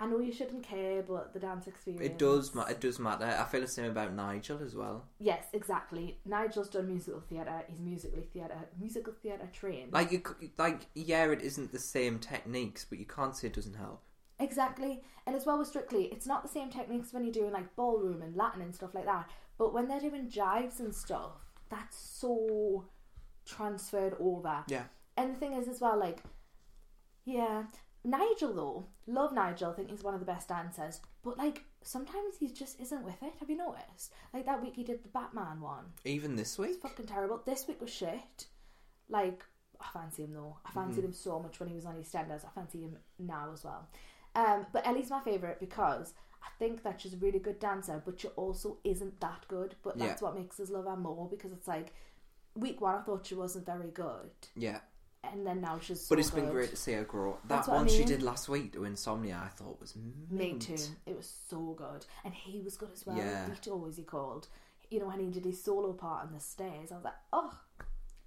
B: I know you shouldn't care, but the dance experience.
A: It does. ma- It does matter. I feel the same about Nigel as well.
B: Yes, exactly. Nigel's done musical theatre. He's musically theatre, musical theatre trained.
A: Like you, c- like yeah, it isn't the same techniques, but you can't say it doesn't help.
B: Exactly. And as well with Strictly, it's not the same techniques when you're doing like ballroom and Latin and stuff like that. But when they're doing jives and stuff, that's so transferred over.
A: Yeah.
B: And the thing is, as well, like, yeah, Nigel though, love Nigel, think he's one of the best dancers. But like, sometimes he just isn't with it. Have you noticed? Like that week he did the Batman one.
A: Even this week,
B: It's fucking terrible. This week was shit. Like, I fancy him though. I fancied
A: Mm-hmm.
B: him so much when he was on EastEnders. I fancy him now as well. Um, but Ellie's my favourite because I think that she's a really good dancer, but she also isn't that good. But that's what makes us love her more because it's like week one I thought she wasn't very good,
A: yeah.
B: and then now she's. So
A: But it's been
B: good.
A: great to see her grow. That
B: That's what I
A: one she
B: mean.
A: did last week to Insomnia, I thought was
B: Me
A: mint.
B: too. It was so good, and he was good as well.
A: Yeah.
B: Vito, was he called? You know, when he did his solo part on the stairs, I was like, oh,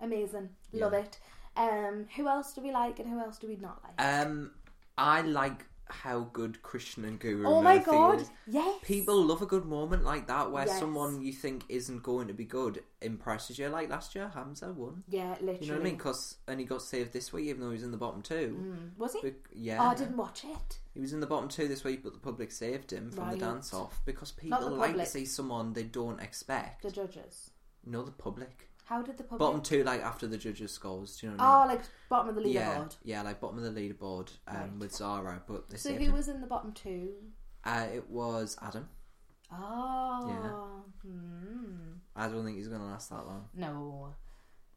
B: amazing, love
A: Yeah.
B: it. Um, who else do we like, and who else do we not like?
A: Um, I like how good Christian and Guru.
B: oh my
A: Murthy
B: god,
A: is.
B: yes.
A: People love a good moment like that where
B: Yes.
A: someone you think isn't going to be good impresses you. Like last year, Hamza won.
B: Yeah, literally.
A: You know what I mean? Cause and he got saved this week, even though he was in the bottom two.
B: Mm, was he?
A: Bec-
B: Oh,
A: yeah,
B: I didn't watch it.
A: he was in the bottom two this week, but the public saved him from
B: Right.
A: the dance off because people
B: Not the
A: like to
B: public.
A: see someone they don't expect.
B: The judges.
A: No, the public.
B: How did the public?
A: Bottom two, like after the judges' scores. Do you know what I mean?
B: oh, like bottom of the leaderboard.
A: yeah, yeah, like bottom of the leaderboard um,
B: Right.
A: with Zara, but they
B: So
A: saved
B: who
A: him.
B: was in the bottom two?
A: Uh, it was Adam.
B: Oh, hmm.
A: I don't think he's going to last that long.
B: No.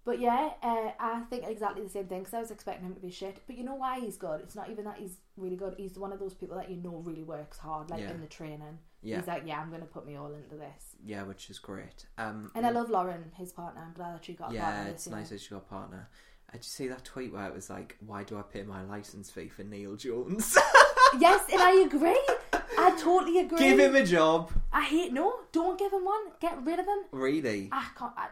B: But yeah, uh, I think exactly the same thing because I was expecting him to be shit. But you know why he's good? It's not even that he's really good. He's one of those people that you know really works hard, like
A: Yeah.
B: in the training.
A: Yeah,
B: He's like, yeah, I'm going to put me all into this.
A: yeah, which is great. Um,
B: And I love Lauren, his partner. I'm glad that she got a
A: yeah,
B: partner
A: it's
B: this year.
A: nice that you got a partner. Uh, did you see that tweet where it was like, "Why do I pay my license fee for Neil Jones?
B: Yes, and I agree. I totally agree.
A: Give him a job,
B: I hate, no, don't give him one. Get rid of him.
A: really?
B: I can't, I,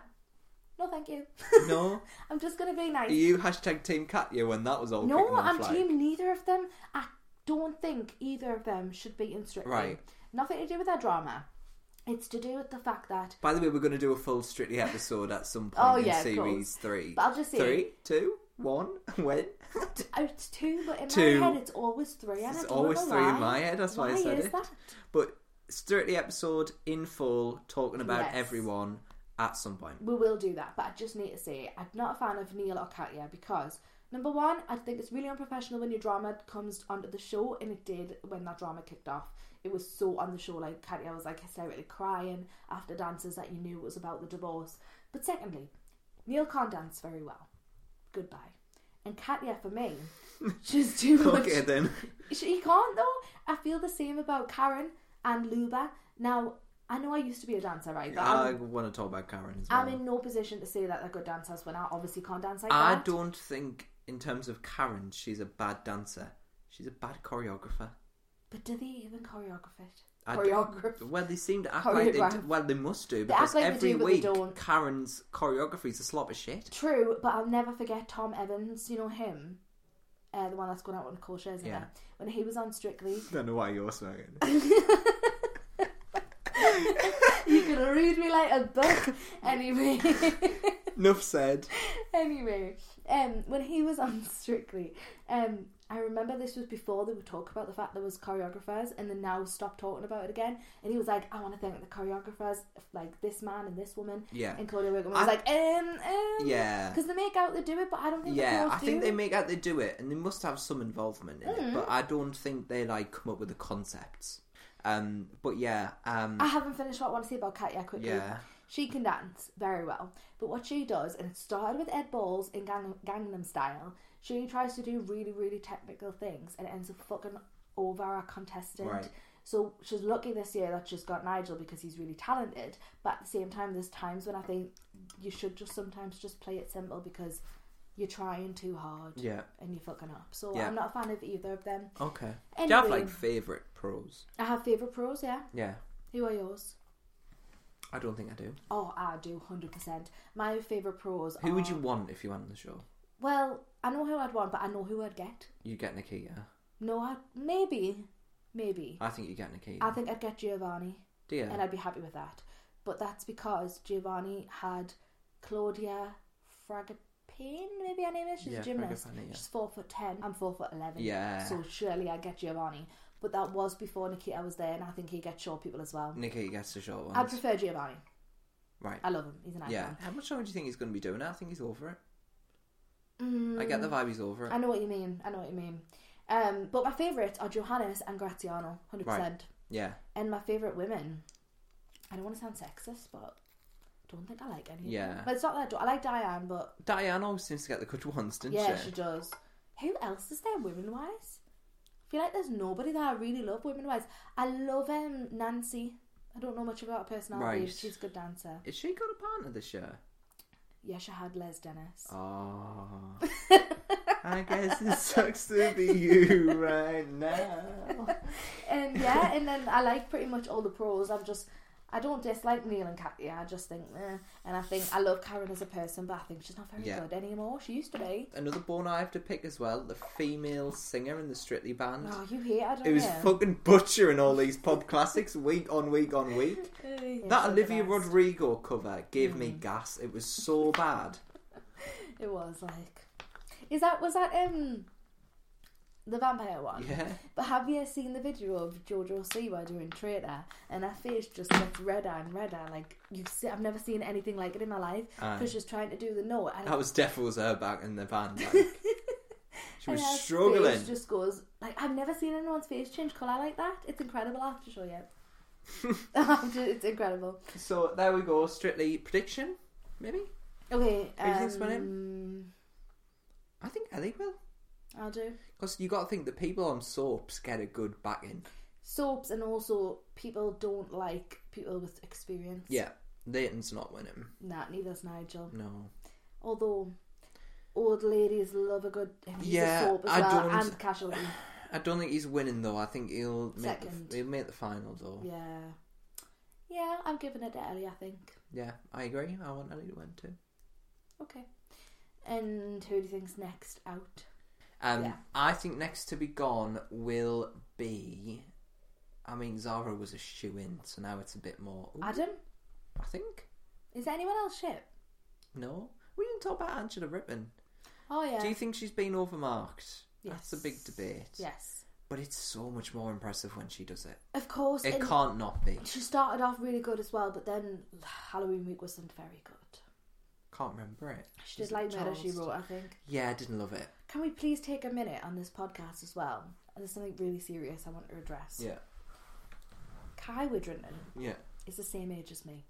B: no, thank you.
A: no,
B: I'm just going to be
A: are
B: nice.
A: you hashtag Team Katya when that was all?
B: No,
A: kicking off,
B: I'm
A: like?
B: team neither of them. I don't think either of them should be in Strictly.
A: Right.
B: Nothing to do with their drama. It's to do with the fact that.
A: By the way, we're going to do a full Strictly episode at some point
B: Oh,
A: in
B: yeah, of
A: series three.
B: But I'll just say
A: Three, two, one. When?
B: it's two, but in
A: Two.
B: my head it's always three. And I
A: It's
B: don't
A: always
B: know
A: three
B: why.
A: in my head. That's why, I said
B: is
A: it.
B: that?
A: But Strictly episode in full, talking about
B: Yes.
A: everyone at some point.
B: We will do that, but I just need to say I'm not a fan of Neil or Katya because number one, I think it's really unprofessional when your drama comes onto the show, and it did when that drama kicked off. It was so on the show, like Katya was like hysterically crying after dances that you knew was about the divorce. But secondly, Neil can't dance very well. Goodbye. And Katya, for me, she's too much.
A: Okay then.
B: She can't though. I feel the same about Karen and Luba. Now, I know I used to be a dancer, right? But I'm-
A: I want to talk about Karen as well.
B: I'm in no position to say that they're good dancers when I obviously can't dance like
A: I
B: that.
A: don't think, in terms of Karen, she's a bad dancer. She's a bad choreographer.
B: But do they even choreograph it?
A: I d-
B: choreograph?
A: Well, they seem to act like they d-
B: Choreograph.
A: well they must do because
B: like they
A: every
B: do, but they
A: week
B: don't.
A: Karen's choreography is a slop of shit.
B: True, but I'll never forget Tom Evans. You know him, uh, the one that's going out on Nicole Scherzinger.
A: Yeah.
B: When he was on Strictly,
A: Don't know why you're smoking.
B: you could read me like a book. anyway,
A: Enough said.
B: anyway, um, when he was on Strictly, um, I remember this was before they would talk about the fact there was choreographers, and then now stop talking about it again. And he was like, "I want to thank the choreographers, like this man and this woman."
A: Yeah.
B: And Claudia Wiggum was
A: I-
B: like, um, um.
A: Yeah.
B: Because they make out they do it, but I don't think
A: Yeah,
B: the girls
A: I think
B: do. Mm.
A: they make out they do it, and they must have some involvement in it. But I don't think they like come up with the concepts. Um, but yeah, um,
B: I haven't finished what I want to say about Katya quickly.
A: yeah,
B: She can dance very well, but what she does, and it started with Ed Balls in Gang- Gangnam Style, she tries to do really, really technical things and ends up fucking over our contestant.
A: Right.
B: So she's lucky this year that she's got Nigel because he's really talented, but at the same time, there's times when I think you should just sometimes just play it simple because you're trying too hard
A: yeah.
B: and you're fucking up. So
A: Yeah.
B: I'm not a fan of either of them.
A: Okay. Do you have
B: Anyway.
A: like favorite pros?
B: I have favourite pros, yeah.
A: Yeah,
B: Who are yours?
A: I don't think I do.
B: Oh, I do, 100%. My favourite pros
A: Who
B: are...
A: would you want if you went on the show?
B: Well, I know who I'd want, but I know who I'd get.
A: You get Nikita.
B: No, I... Maybe. Maybe.
A: I think you're getting a key.
B: I think I'd get Giovanni,
A: Do you?
B: and I'd be happy with that. But that's because Giovanni had Claudia Fragapane, maybe her name is. She's
A: yeah,
B: a gymnast.
A: Frangipani, yeah.
B: She's four foot ten. I'm four foot eleven.
A: Yeah.
B: So surely I get Giovanni. But that was before Nikita was there, and I think he gets short people as well.
A: Nikki gets the short ones.
B: I prefer Giovanni.
A: Right.
B: I love him. He's an icon.
A: Yeah. How much longer do you think he's going to be doing it? I think he's over it.
B: Mm,
A: I get the vibe he's over it.
B: I know what you mean. I know what you mean. Um, but my favourites are Johannes and Graziano, hundred percent.
A: Yeah.
B: And my favourite women. I don't want to sound sexist, but I don't think I like any. of them.
A: Yeah.
B: But it's not that I, don't- I like Diane, but
A: Diane always seems to get the good ones, doesn't
B: yeah,
A: she?
B: she does. Who else is there women wise? I feel like there's nobody that I really love women wise. I love um Nancy. I don't know much about her personality.
A: Right.
B: She's a good dancer.
A: Is she got a partner this year?
B: Yeah, she had Les Dennis.
A: Oh. I guess it sucks to be you right now.
B: and yeah, and then I like pretty much all the pros. I'm just, I don't dislike Neil and Katya. I just think, eh. and I think I love Karen as a person, but I think she's not very
A: Yeah.
B: good anymore. She used to be.
A: Another born I have to pick as well the female singer in the Strictly band.
B: Oh, you hate? I don't
A: Mm. It was
B: know.
A: fucking butchering all these pop classics week on week on week.
B: Yeah,
A: That
B: she's the
A: Olivia
B: best. Mm.
A: Rodrigo cover gave me gas. It was so bad.
B: It was like, is that was that um, the vampire one?
A: Yeah.
B: But have you seen the video of Jojo Siwa doing traitor? And her face just gets redder and redder. Like you, see, I've never seen anything like it in my life.
A: Aye.
B: Because she's trying to do the note, and
A: That was definitely was her back in the band. Like. She was
B: And her
A: struggling.
B: Face just goes like I've never seen anyone's face change color like that. It's incredible. I have to show you. I have to- it's incredible.
A: So there we go. Strictly prediction, maybe.
B: Okay.
A: do you think's
B: Um,
A: I think Ellie will,
B: I'll do
A: because you got to think the people on soaps get a good backing.
B: soaps, and also people don't like people with experience.
A: Yeah, Leighton's not winning.
B: Nah, neither's Nigel.
A: No.
B: Although old ladies love a good. He's
A: Yeah,
B: a soap as
A: I
B: well,
A: don't-
B: And casualty.
A: I don't think he's winning though. I think he'll make
B: Second.
A: the, he'll make the final though. Yeah.
B: yeah. Yeah, I'm giving it to Ellie. I think.
A: I agree. I want Ellie to win too.
B: Okay. And who do you think's next out?
A: Um,
B: Yeah.
A: I think next to be gone will be. I mean, Zara was a shoe in, so now it's a bit more. Ooh,
B: Adam.
A: I think
B: Is there anyone else shit?
A: no. We didn't talk about Angela Rippon.
B: Oh yeah.
A: Do you think she's been overmarked? That's a
B: Yes.
A: big debate.
B: Yes.
A: But it's so much more impressive when she does it.
B: Of course.
A: It
B: and
A: can't not be.
B: she started off really good as well, but then Halloween week wasn't very good.
A: Can't remember it.
B: She did
A: Is it
B: like murder she
A: Charles?
B: wrote, I think.
A: Yeah, I didn't love it.
B: Can we please take a minute on this podcast as well? There's something really serious I want to address.
A: Yeah,
B: Kai Widrington
A: yeah,
B: is the same age as me.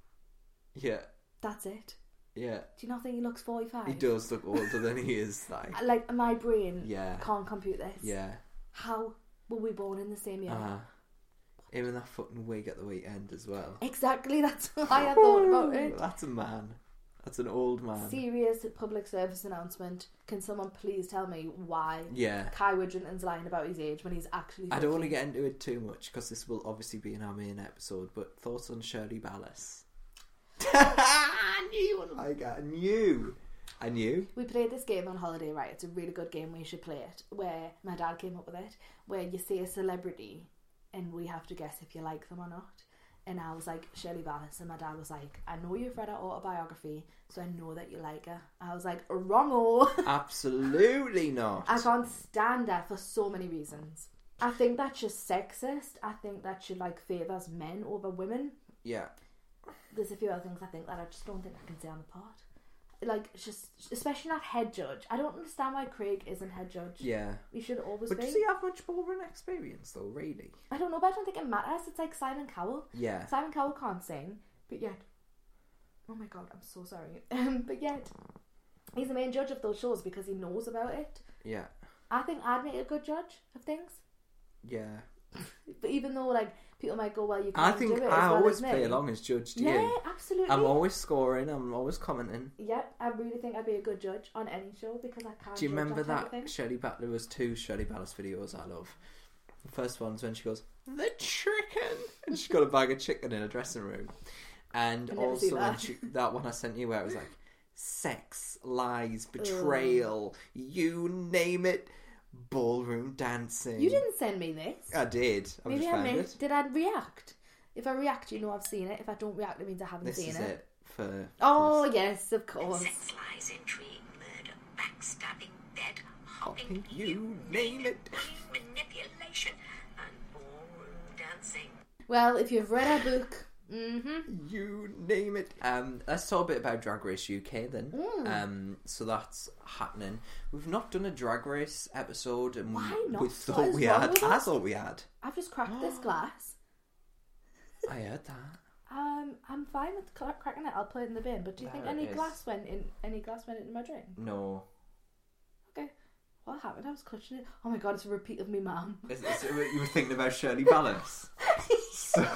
A: yeah,
B: That's it.
A: yeah.
B: Do you not think he looks 45?
A: He does look older than he is. Like,
B: Like, my brain
A: yeah,
B: can't compute this.
A: yeah.
B: How were we born in the same year?
A: Uh, him and that fucking wig at the weekend as well.
B: Exactly, that's why I thought about it.
A: That's a man. That's an old man.
B: Serious public service announcement. Can someone please tell me why
A: yeah.
B: Kai Widrington's lying about his age when he's actually.
A: I don't want to
B: 50.
A: get into it too much because this will obviously be in our main episode. But thoughts on Shirley Ballas? I knew you would like it. I knew. I knew.
B: We played this game on holiday, right? It's a really good game. We should play it. Where my dad came up with it, where you see a celebrity, and we have to guess if you like them or not. And I was like Shirley Vallis, and my dad was like, "I know you've read her autobiography, so I know that you like her." I was like, "Wrongo!
A: Absolutely not.
B: I can't stand her for so many reasons. I think that she's sexist. I think that she like favors men over women.
A: Yeah.
B: there's a few other things I think that I just don't think I can say on the pod. Like it's just, especially not head judge. I don't understand why Craig isn't head judge.
A: Yeah.
B: He should always
A: But
B: be.
A: does he have much boring experience though, really?
B: I don't know, but I don't think it matters. It's like Simon Cowell.
A: Yeah.
B: Simon Cowell can't sing, but yet, oh my god, I'm so sorry. Um, but yet, he's the main judge of those shows because he knows about it.
A: Yeah.
B: I think I'd make a good judge of things.
A: Yeah.
B: But even though like people might go, well, you
A: I
B: can't
A: think
B: do it.
A: I
B: as well
A: always
B: as me.
A: play along as judge, do
B: Yeah,
A: you?
B: absolutely.
A: I'm always scoring, I'm always commenting.
B: Yep, I really think I'd be a good judge on any show because I can't.
A: Do you
B: judge
A: remember
B: type of
A: that
B: thing.
A: Shirley Ba- There was two Shirley Ballas videos I love. The first one's when she goes, The chicken! And she got a bag of chicken in a dressing room. And
B: I've never
A: also
B: seen
A: When
B: that.
A: she, that one I sent you where it was like sex, lies, betrayal, you name it. ballroom dancing.
B: You didn't send me this.
A: I did. I
B: Maybe
A: just
B: I
A: found
B: made,
A: it.
B: did I react? If I react, you know I've seen it. If I don't react, it means I haven't
A: This
B: seen
A: is
B: it.
A: it, for
B: Oh yes, of course.
C: Sex, lies, intrigue, murder, backstabbing, bed, hopping,
A: hopping. You name it.
C: manipulation, and ballroom dancing.
B: Well, if you've read our book, mm-hmm.
A: You name it. Um, let's talk a bit about Drag Race UK then.
B: Mm.
A: Um, so that's happening. We've not done a Drag Race episode, and
B: Why
A: we-
B: not?
A: we
B: What
A: thought
B: is
A: we
B: wrong
A: had.
B: with
A: I
B: us?
A: thought we had.
B: I've just cracked this glass.
A: I heard that.
B: Um, I'm fine with cra- cracking it. I'll put it in the bin. But do you think
A: There it
B: any
A: is.
B: glass went in? Any glass went into my drink?
A: No,
B: Okay. What happened? I was clutching it. Oh my god, it's a repeat of me, mum.
A: Is- is it what you were thinking about Shirley Ballas. So-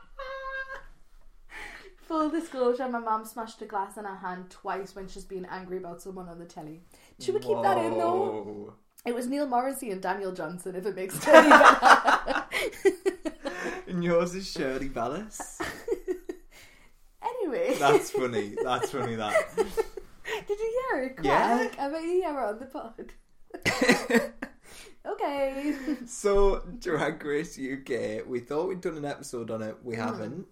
B: Full disclosure, my mum smashed a glass in her hand twice when she's been angry about someone on the telly. Should we keep that in though?
A: Whoa.
B: It was Neil Morrissey and Daniel Johnson, if it makes it any better.
A: And yours is Shirley Ballas.
B: anyway.
A: That's funny. That's funny. That.
B: Did you hear it?
A: Yeah.
B: Crack? I bet you hear it on the pod. Okay.
A: so Drag Race UK, we thought we'd done an episode on it.
B: Hmm.
A: We haven't,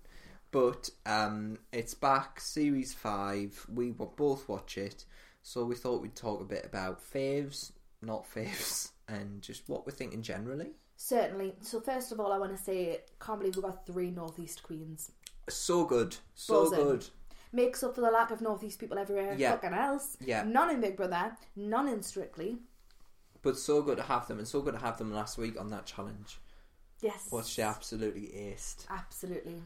A: but um, it's back, series five. We will both watch it, so we thought we'd talk a bit about faves, not faves, and just what we're thinking generally.
B: Certainly. So first of all, I want to say, can't believe we got three Northeast Queens.
A: So good, so
B: Buzzing.
A: good.
B: Makes up for the lack of Northeast people everywhere.
A: Yeah.
B: Fucking else.
A: Yeah.
B: None in Big Brother. None in Strictly.
A: But so good to have them, and so good to have them last week on that challenge,
B: Yes.
A: which they absolutely aced.
B: Absolutely.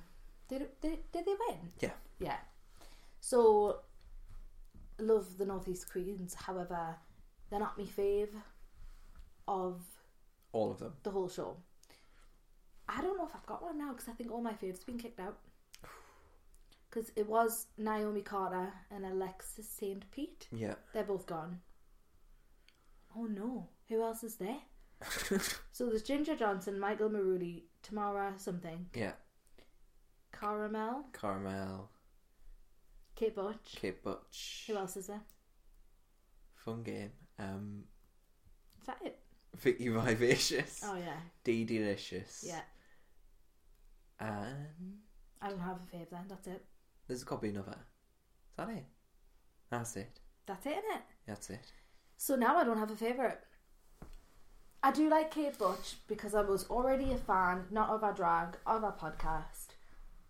B: Did, did, did they win?
A: Yeah,
B: Yeah. So, love the Northeast Queens. However, they're not my fave of
A: all of them.
B: the whole show. I don't know if I've got one now because I think all my faves have been kicked out. Because it was Naomi Carter and Alexis St. Pete.
A: Yeah.
B: They're both gone. Oh no. Who else is there? So there's Ginger Johnson, Michael Marudi, Tamara something,
A: yeah,
B: Caramel,
A: Carmel,
B: Kate Butch.
A: Kate Butch,
B: Who else is there?
A: fun game. Um,
B: Is that it?
A: Vicky Vivacious,
B: Oh yeah.
A: Dee Delicious,
B: Yeah.
A: and
B: I don't have a fave then. That's it.
A: there's got to be another. Is that it? That's it.
B: That's it, innit?
A: That's it.
B: So now I don't have a favourite. I do like Kate Butch because I was already a fan, not of our drag, of our podcast.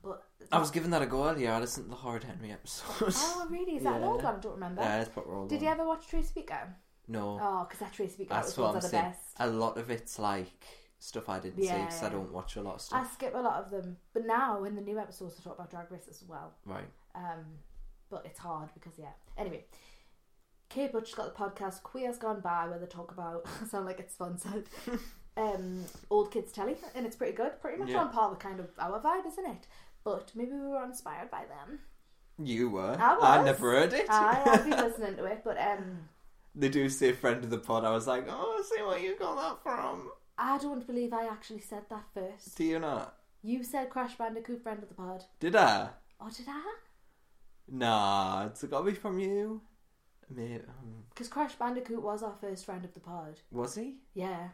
B: But
A: I was giving that a go earlier. I listened to the Horrid Henry episode.
B: oh really? Is that an old
A: Yeah.
B: one? I don't remember.
A: yeah, that's what we're all
B: Did you
A: on.
B: ever watch Trace Speaker?
A: No,
B: Oh, because that Trace Speaker
A: that's
B: was
A: what
B: one
A: I'm
B: of the
A: saying.
B: best.
A: A lot of it's like stuff I didn't see 'cause because I
B: Yeah.
A: don't watch a lot of stuff.
B: I skip a lot of them, but now in the new episodes, I talk about Drag Race as well.
A: Right.
B: Um, but it's hard because yeah. Anyway, Kate Butch has got the podcast Queer's Gone By where they talk about sound like it's sponsored. um, old kids telly and it's pretty good. Pretty much
A: Yeah.
B: on par with kind of our vibe, isn't it? But maybe we were inspired by them.
A: You were.
B: I was.
A: never heard it.
B: I uh, have been listening to it, but um,
A: they do say friend of the pod. I was like, oh, I see where you got that from.
B: I don't believe I actually said that first.
A: Do you not?
B: You said Crash Bandicoot friend of the pod,
A: Did I?
B: or did I?
A: Nah, it's got to be from you. Maybe. um,
B: Because Crash Bandicoot was our first friend of the pod.
A: Was he?
B: Yeah.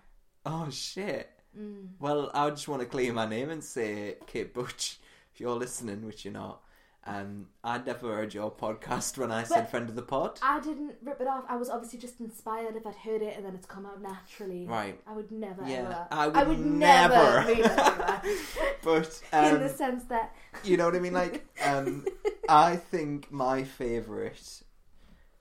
A: Oh shit.
B: Mm.
A: Well, I just want to clear my name and say, Kate Butch, if you're listening, which you're not, um, I never heard your podcast when I said
B: But-
A: friend of the pod.
B: I didn't rip it off. I was obviously just inspired if I'd heard it and then it's come out naturally.
A: Right.
B: I would never
A: Yeah,
B: ever.
A: I would never.
B: mean to do that.
A: But
B: In the
A: um,
B: sense that
A: you know what I mean. Like, um, I think my favourite.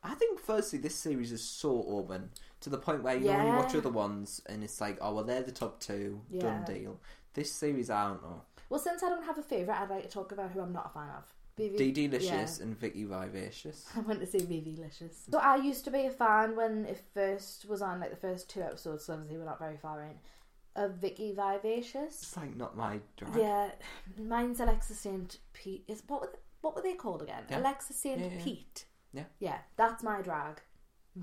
A: I think firstly, this series is so open to the point where you know when you watch
B: Yeah.
A: other ones and it's like, oh well, they're the top two,
B: Yeah.
A: done deal. This series, I don't know.
B: Well, since I don't have a favourite, I'd like to talk about who I'm not a fan of. BV
A: DD
B: Yeah.
A: Licious and Vicky Vivacious.
B: I went to see BV Licious. So I used to be a fan when it first was on, like the first two episodes, so obviously we're not very far in, of Vicky Vivacious.
A: It's like not my drag.
B: Yeah, mine's Alexis St. Pete. Is what were they, what were they called again?
A: Yeah.
B: Alexis St.
A: Yeah, yeah.
B: Pete.
A: Yeah.
B: Yeah, that's my drag.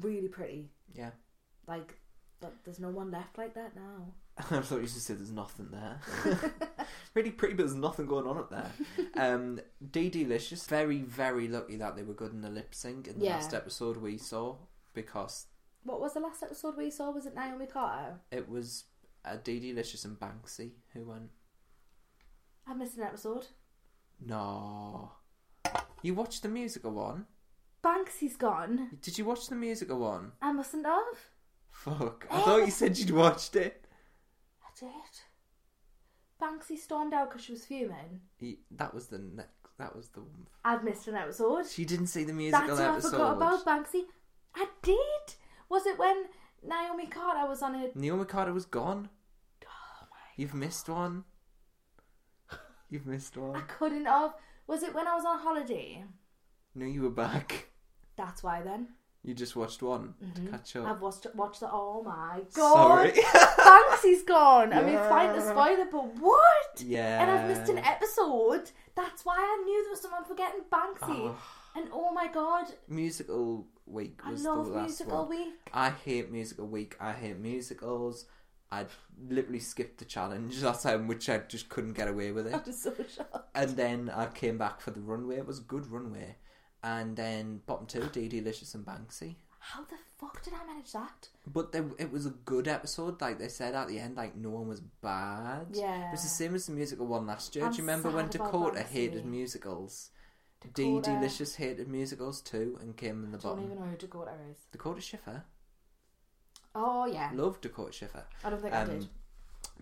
B: Really pretty.
A: yeah.
B: Like, but there's no one left like that now.
A: I thought you just said there's nothing there. really pretty, but there's nothing going on up there. Um, Dee Delicious, very, very lucky that they were good in the lip sync in the
B: Yeah.
A: last episode we saw because
B: What was the last episode we saw? Was it Naomi Carter?
A: It was uh, Dee Dee Licious and Banksy who went,
B: I missed an episode.
A: no. You watched the musical one?
B: Banksy's gone.
A: Did you watch the musical one?
B: I mustn't have.
A: Fuck. I thought you said you'd watched it.
B: I did. Banksy stormed out because she was fuming.
A: He, that was the next. That was the one.
B: I've missed an episode.
A: She didn't see the
B: That's
A: musical
B: what I
A: episode.
B: forgot about Banksy. I did. Was it when Naomi Carter was on it?
A: Neil Mikado was gone.
B: Oh my!
A: You've missed one. You've missed
B: I
A: one.
B: couldn't have. Was it when I was on holiday?
A: Knew you were back.
B: That's why then.
A: You just watched one
B: Mm-hmm.
A: to catch up.
B: I've watched watched the. Oh my
A: Sorry.
B: god! Banksy's gone. I mean, fight the
A: Yeah.
B: spoiler, but what?
A: yeah.
B: And I've missed an episode. That's why I knew there was someone forgetting Banksy.
A: Oh.
B: And oh my god,
A: Musical week
B: I
A: was
B: love
A: the last
B: musical
A: one.
B: week.
A: I hate musical week. I hate musicals. I literally skipped the challenge last time, which I just couldn't get away with it.
B: I'm so shocked.
A: And then I came back for the runway. It was a good runway. And then bottom two, Dee Dee Licious and Banksy.
B: How the fuck did I manage that?
A: But there, it was a good episode. Like they said at the end, like no one was bad.
B: Yeah.
A: It was the same as the musical one last year.
B: I'm
A: Do you remember when
B: sad about
A: Dakota
B: Banksy.
A: hated musicals? Dee Dee
B: Dakota-
A: Licious hated musicals too and came in the
B: Don't
A: bottom.
B: even know who Dakota is.
A: Dakota Schiffer.
B: Oh yeah,
A: Loved Dakota Schiffer.
B: I don't think I
A: Um,
B: did.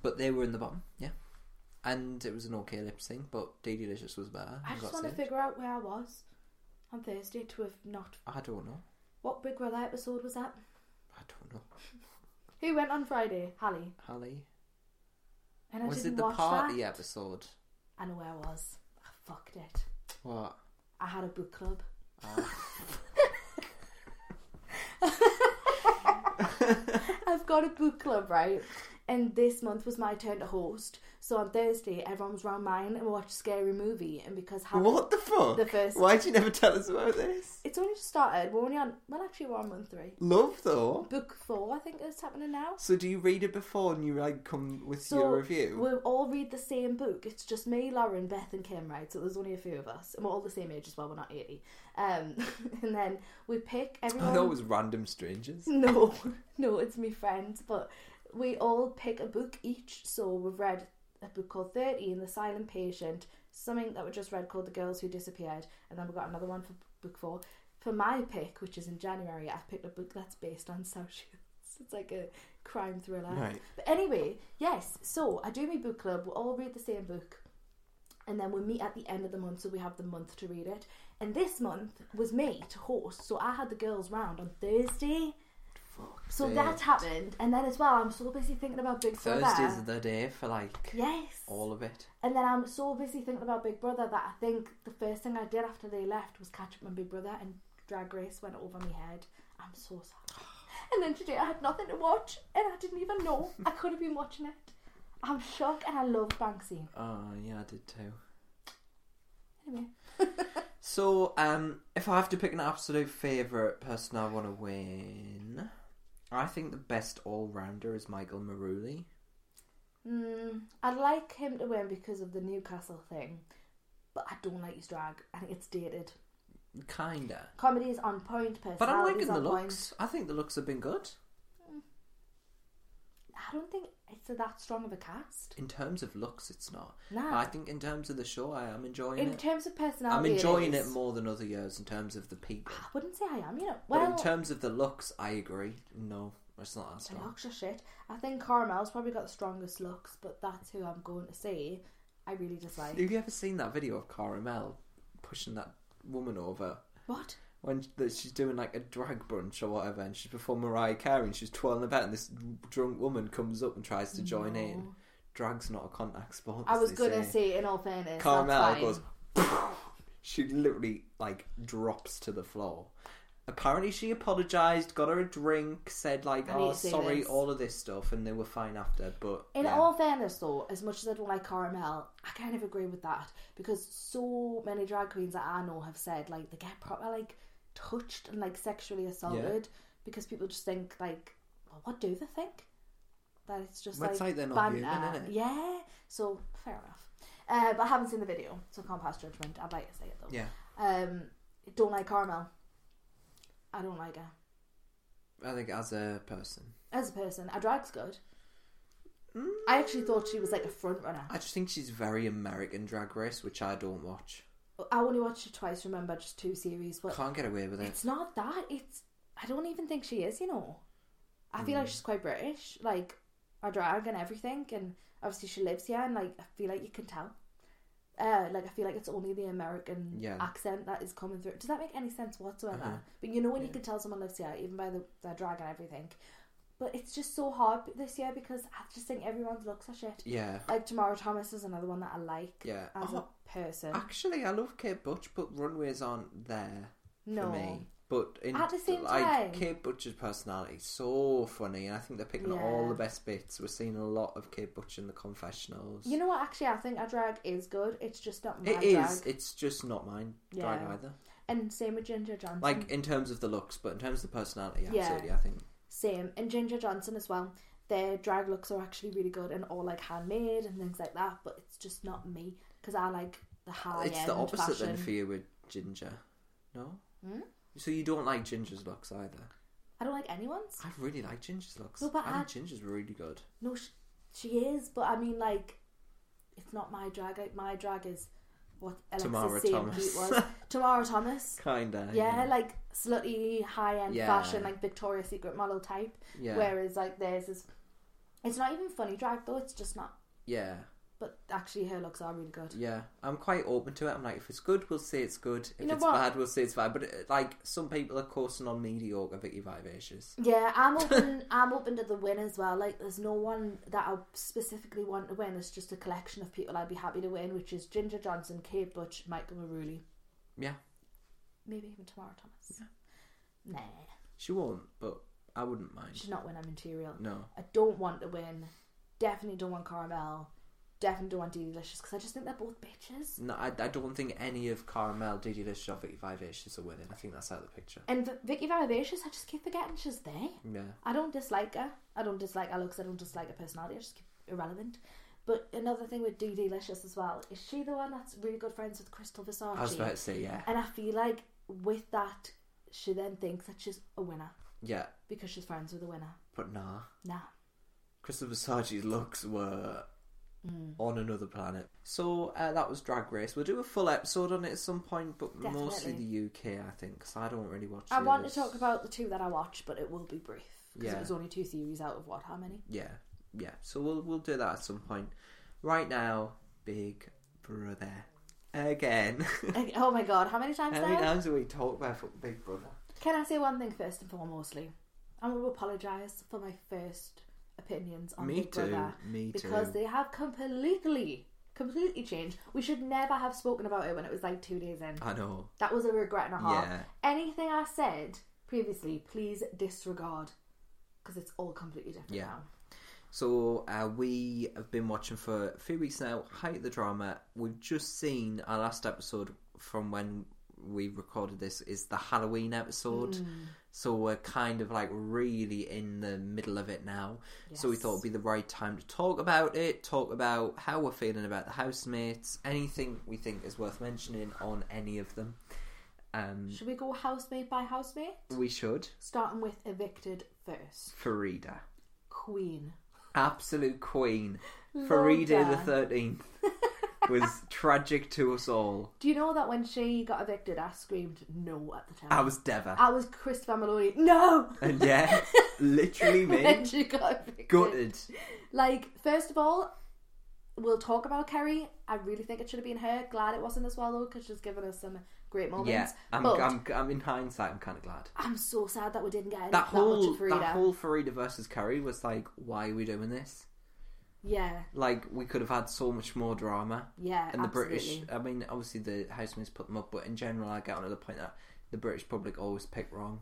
A: but they were in the bottom, yeah. And it was an okay lip sync, but Dee Dee Licious was better.
B: I
A: and got
B: just want to
A: saved.
B: figure out where I was on Thursday to have not.
A: I don't know.
B: What Big Brother episode was that?
A: I don't know.
B: Who went on Friday? Hallie.
A: Hallie.
B: And I
A: was
B: didn't
A: it the
B: watch
A: party
B: that.
A: episode?
B: I know where I was. I fucked it.
A: What?
B: I had a book club. I've got a book club, right? And this month was my turn to host. So on Thursday, everyone was round mine and we watched Scary Movie. And because Hallie,
A: What the fuck?
B: The first-
A: Why'd you never tell us about this?
B: it's only just started. We're only on. Well, actually, we're on month three.
A: Love though.
B: Book four, I think, is happening now.
A: So do you read it before and you like come with your review?
B: We'll all read the same book. It's just me, Lauren, Beth, and Kim, right? So there's only a few of us, and we're all the same age as well. We're not eighty. Um, and then we pick everyone.
A: I thought it was random strangers.
B: No, no, it's me friends, but we all pick a book each. So we've read a book called 13, The Silent Patient, something that we just read called The Girls Who Disappeared, and then we got another one for book four. For my pick, which is in January, I picked a book that's based on South Shields. It's like a crime thriller.
A: Right.
B: But anyway, yes, so I do my book club, we all read the same book, and then we meet at the end of the month, so we have the month to read it. And this month was me to host, so I had the girls round on Thursday. So
A: sake.
B: that happened, and then as well, I'm so busy thinking about Big
A: Thursday's
B: Brother.
A: the day for like
B: Yes.
A: all of it.
B: And then I'm so busy thinking about Big Brother that I think the first thing I did after they left was catch up on Big Brother, and Drag Race went over my head. I'm so sad. And then today I had nothing to watch, and I didn't even know I could have been watching it. I'm shocked, and I love Banksy.
A: Oh yeah, I did too.
B: Anyway,
A: So, um, if I have to pick an absolute favourite person I want to win, I think the best all rounder is Michael Maruli.
B: mm, I'd like him to win because of the Newcastle thing, but I don't like his drag. I think it's dated.
A: Kinda.
B: Comedy is on point,
A: But I'm
B: personality
A: liking
B: is
A: the
B: on point.
A: looks. I think the looks have been good.
B: I don't think it's that strong of a cast.
A: In terms of looks, it's not.
B: Nah.
A: I think in terms of the show, I am enjoying
B: In
A: it.
B: terms of
A: I'm
B: personality,
A: enjoying
B: it,
A: it
B: is.
A: more than other years in terms of the people.
B: I wouldn't say I am, you know.
A: but
B: Well,
A: in terms of the looks, I agree. No, it's not that
B: the
A: strong.
B: looks are shit. I think Carmel's probably got the strongest looks, but that's who I'm going to see. I really dislike.
A: Have you ever seen that video of Cara Mel pushing that woman over?
B: what?
A: when sh- that she's doing like a drag brunch or whatever, and she's before Mariah Carey, and she's twirling about, and this drunk woman comes up and tries to join in. Drag's not a contact sport.
B: I
A: as
B: was
A: they
B: gonna
A: say.
B: say, in all fairness, that's
A: Carmel
B: fine.
A: goes. she literally like drops to the floor. Apparently, she apologized, got her a drink, said like,
B: I need
A: "Oh,
B: to see
A: sorry,"
B: this.
A: all of this stuff, and they were fine after. But
B: In
A: yeah.
B: all fairness, though, as much as I don't like Caramel, I kind of agree with that because so many drag queens that I know have said like they get proper like touched and like sexually assaulted because people just think like, well, what do they think? That it's just
A: Well,
B: like,
A: it's like they're not human,
B: banter.
A: innit?
B: Yeah. So fair enough. Uh, but I haven't seen the video, so I can't pass judgment. I'd like to say it though.
A: yeah,
B: Um, don't like Caramel. I don't like her.
A: I think as a person,
B: As a person, a drag's good.
A: Mm.
B: I actually thought she was like a front runner.
A: I just think she's very American Drag Race, which I don't watch.
B: I only watched it twice. Remember, just two series. But
A: Can't get away with it.
B: it's not that. It's I don't even think she is. You know, I feel
A: Mm.
B: like she's quite British, like a drag and everything. And obviously, she lives here, and like I feel like you can tell. Uh, like I feel like it's only the American
A: Yeah.
B: accent that is coming through. Does that make any sense whatsoever?
A: Uh-huh.
B: But you know when you
A: Yeah.
B: can tell someone lives here, even by the, their drag and everything. But it's just so hard this year because I just think everyone's looks are shit.
A: Yeah,
B: Like Tamara Thomas is another one that I like
A: yeah.
B: as
A: Oh,
B: a person.
A: actually, I love Kate Butch, but runways aren't there
B: no,
A: for me. But in,
B: At the same
A: like,
B: time-
A: Kate Butch's personality is so funny, and I think they're picking up all
B: Yeah.
A: the best bits. We're seeing a lot of Kate Butch in the confessionals.
B: you know what? Actually, I think a drag is good. It's just not my
A: it
B: drag.
A: is. It's just not mine drag
B: Yeah.
A: either.
B: And same with Ginger Johnson.
A: Like in terms of the looks, but in terms of the personality,
B: Yeah.
A: absolutely. I think
B: same. And Ginger Johnson as well. Their drag looks are actually really good and all like handmade and things like that. But it's just not me because I like Oh, the high
A: it's
B: end
A: the opposite
B: fashion.
A: then for you with Ginger. No.
B: Hmm?
A: So you don't like Ginger's looks either.
B: I don't like anyone's.
A: I really like Ginger's looks.
B: No,
A: I
B: but
A: think
B: I-
A: Ginger's really good.
B: No, she, she is. But I mean, like, it's not my drag. Like, my drag is what
A: Tamara
B: Alexis St. Pete
A: Thomas.
B: was. Tamara Thomas.
A: Kinda.
B: Yeah, like slutty high end
A: Yeah.
B: fashion, like Victoria's Secret model type.
A: Yeah.
B: Whereas like theirs is, it's not even funny drag though. It's just not.
A: Yeah.
B: But actually, her looks are really good.
A: Yeah. I'm quite open to it. I'm like, if it's good, we'll say it's good. If
B: You know
A: it's
B: what?
A: bad, we'll say it's bad. But uh, like, some people are coursing on mediocre Vicky Vivacious.
B: Yeah, I'm open. I'm open to the win as well. Like, there's no one that I specifically want to win. It's just a collection of people I'd be happy to win, which is Ginger Johnson, Kate Butch, Michael Maruli,
A: Yeah.
B: maybe even Tamara Thomas. Nah,
A: She won't, but I wouldn't mind.
B: she's not win. I'm material.
A: No.
B: I don't want to win. Definitely don't want Caramel. Definitely don't want Dee Delicious because I just think they're both bitches.
A: No, I, I don't think any of Caramel, Dee Dee Lish, or Vicky Vivacious are winning. I think that's out of the picture.
B: And V- Vicky Vivacious, I just keep forgetting she's there.
A: Yeah.
B: I don't dislike her. I don't dislike her looks. I don't dislike her personality. I just keep irrelevant. But another thing with Dee Delicious as well is she the one that's really good friends with Crystal Versace?
A: I was about to say, yeah.
B: And I feel like with that, she then thinks that she's a winner
A: Yeah.
B: because she's friends with a winner.
A: But nah.
B: Nah.
A: Christopher Sarge's looks were
B: Hmm.
A: on another planet. So uh, that was Drag Race. We'll do a full episode on it at some point, but mostly the UK, I think, because I don't really watch.
B: I
A: the
B: want to
A: others.
B: talk about the two that I watched, but it will be brief because
A: Yeah.
B: it was only two series out of what? How many?
A: Yeah, yeah. So we'll we'll do that at some point. Right now, Big Brother again.
B: Like, oh my god, how many times
A: How
B: now?
A: many times do we talk about fucking Big Brother?
B: Can I say one thing first and foremostly? I want to apologise for my first opinions on
A: Me
B: Big
A: too,
B: Brother
A: me
B: because
A: too.
B: they have completely, completely changed. We should never have spoken about it when it was like two days in.
A: I know.
B: That was a regret and a half.
A: Yeah.
B: Anything I said previously, please disregard because it's all completely different
A: Yeah.
B: now.
A: So uh, we have been watching for a few weeks now. Hate the drama. We've just seen our last episode from when we recorded this is the Halloween episode. So we're kind of like really in the middle of it now. So we
B: Yes.
A: thought it'd be the right time to talk about it, talk about how we're feeling about the housemates, anything we think is worth mentioning on any of them. Um,
B: Should we go housemate by housemate?
A: we should.
B: Starting with evicted first.
A: Farida.
B: Queen.
A: absolute queen. Farida the
B: her.
A: Thirteenth was tragic to us all.
B: Do you know that when she got evicted, I screamed no at the time?
A: I was Deva,
B: I was Christopher Maloney. No,
A: and yeah, literally me
B: and she got evicted.
A: gutted.
B: Like, first of all, we'll talk about Kerry. I really think it should have been her. Glad it wasn't as well though, because she's given us some great moments.
A: Yeah, I'm,
B: but
A: I'm, I'm in hindsight, I'm kind of glad.
B: I'm so sad that we didn't get
A: That
B: much
A: whole
B: of Frida.
A: that whole Farida versus Curry was like, why are we doing this?
B: yeah,
A: Like we could have had so much more drama.
B: yeah,
A: and the
B: absolutely.
A: British. I mean, obviously the housemates put them up, but in general, I get on to the point that the British public always pick wrong.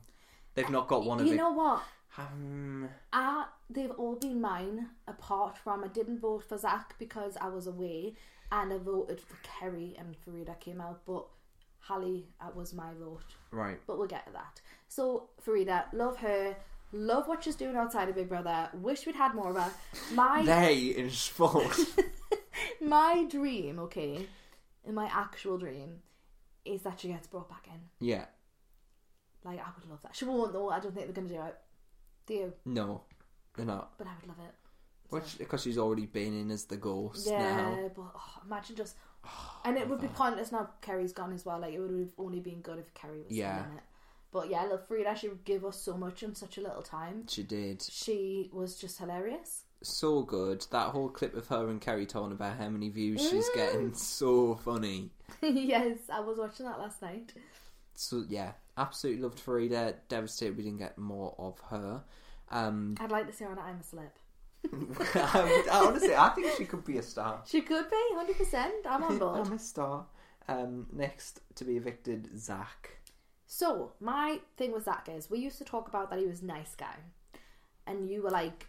A: They've not got one of
B: You
A: it.
B: know what?
A: Um,
B: I, they've all been mine, apart from I didn't vote for Zach because I was away, and I voted for Kerry and Farida came out, but Hallie uh, was my vote.
A: right.
B: but we'll get to that. So Farida, love her, love what she's doing outside of Big Brother. Wish we'd had more of her. My
A: They in sport.
B: my dream, okay, and my actual dream is that she gets brought back in.
A: yeah.
B: Like I would love that. She won't though. I don't think they're gonna do it. Do you?
A: No, they're not.
B: But I would love it.
A: Which because she's already been in as the ghost
B: yeah,
A: now. Oh,
B: but oh, imagine just. and it would be pointless now Kerry's gone as well. Like, it would have only been good if Kerry was
A: Yeah.
B: still in it. But yeah, little Frida, she gave us so much in such a little time.
A: She did
B: She was just hilarious.
A: so good. That whole clip of her and Kerry talking about how many views she's
B: Mm.
A: getting so funny.
B: yes, I was watching that last night.
A: So yeah, absolutely loved Farida. Devastated we didn't get more of her. Um,
B: I'd like to see her on I'm a Slip.
A: I would- honestly, I think she could be a star.
B: She could be, 100%. I'm on board.
A: I'm a star. Um, next to be evicted, Zach.
B: So my thing with Zach is we used to talk about that he was nice guy, and you were like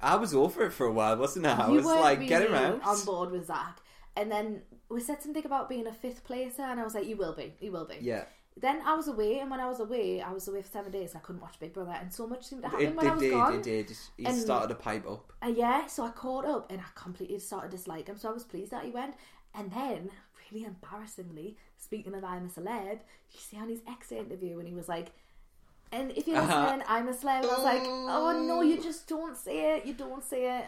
A: I was over it for a while, wasn't I? I
B: you
A: was
B: weren't
A: like,
B: really
A: get him out.
B: on board with Zach. And then we said something about being a fifth placer, and I was like, you will be, you will be.
A: Yeah,
B: Then I was away, and when I was away, I was away for seven days, and I couldn't watch Big Brother, and so much seemed to happen
A: it,
B: when I
A: it
B: was
A: did.
B: gone.
A: It did. He
B: And-
A: started a pipe up.
B: Uh, yeah, so I caught up and I completely started to dislike him, so I was pleased that he went. And then, really embarrassingly, speaking of I'm a Celeb, you see on his ex interview when he was like, and if you're
A: Uh-huh.
B: listening, I'm a celeb. I was like, oh no, you just don't say it. You don't say it.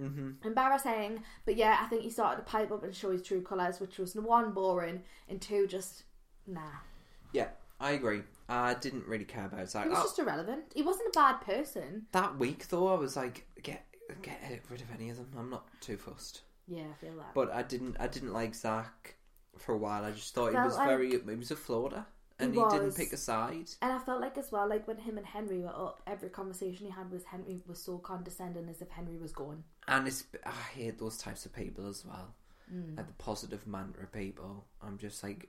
A: Mm-hmm.
B: Embarrassing. But yeah, I think he started to pipe up and show his true colours, which was one, boring, and two, just nah.
A: Yeah, I agree. I didn't really care about Zach.
B: He was
A: Oh,
B: just irrelevant. He wasn't a bad person.
A: That week though, I was like, get get rid of any of them. I'm not too fussed.
B: Yeah, I feel that.
A: But I didn't. I didn't like Zach for a while. I just thought he
B: Felt
A: was
B: like-
A: very. He was a floater, and he,
B: He
A: didn't
B: was.
A: pick a side.
B: And I felt like as well, like when him and Henry were up, every conversation he had with Henry was so condescending as if Henry was gone.
A: And it's I hate those types of people as well.
B: Hmm.
A: Like the positive mantra people. I'm just like,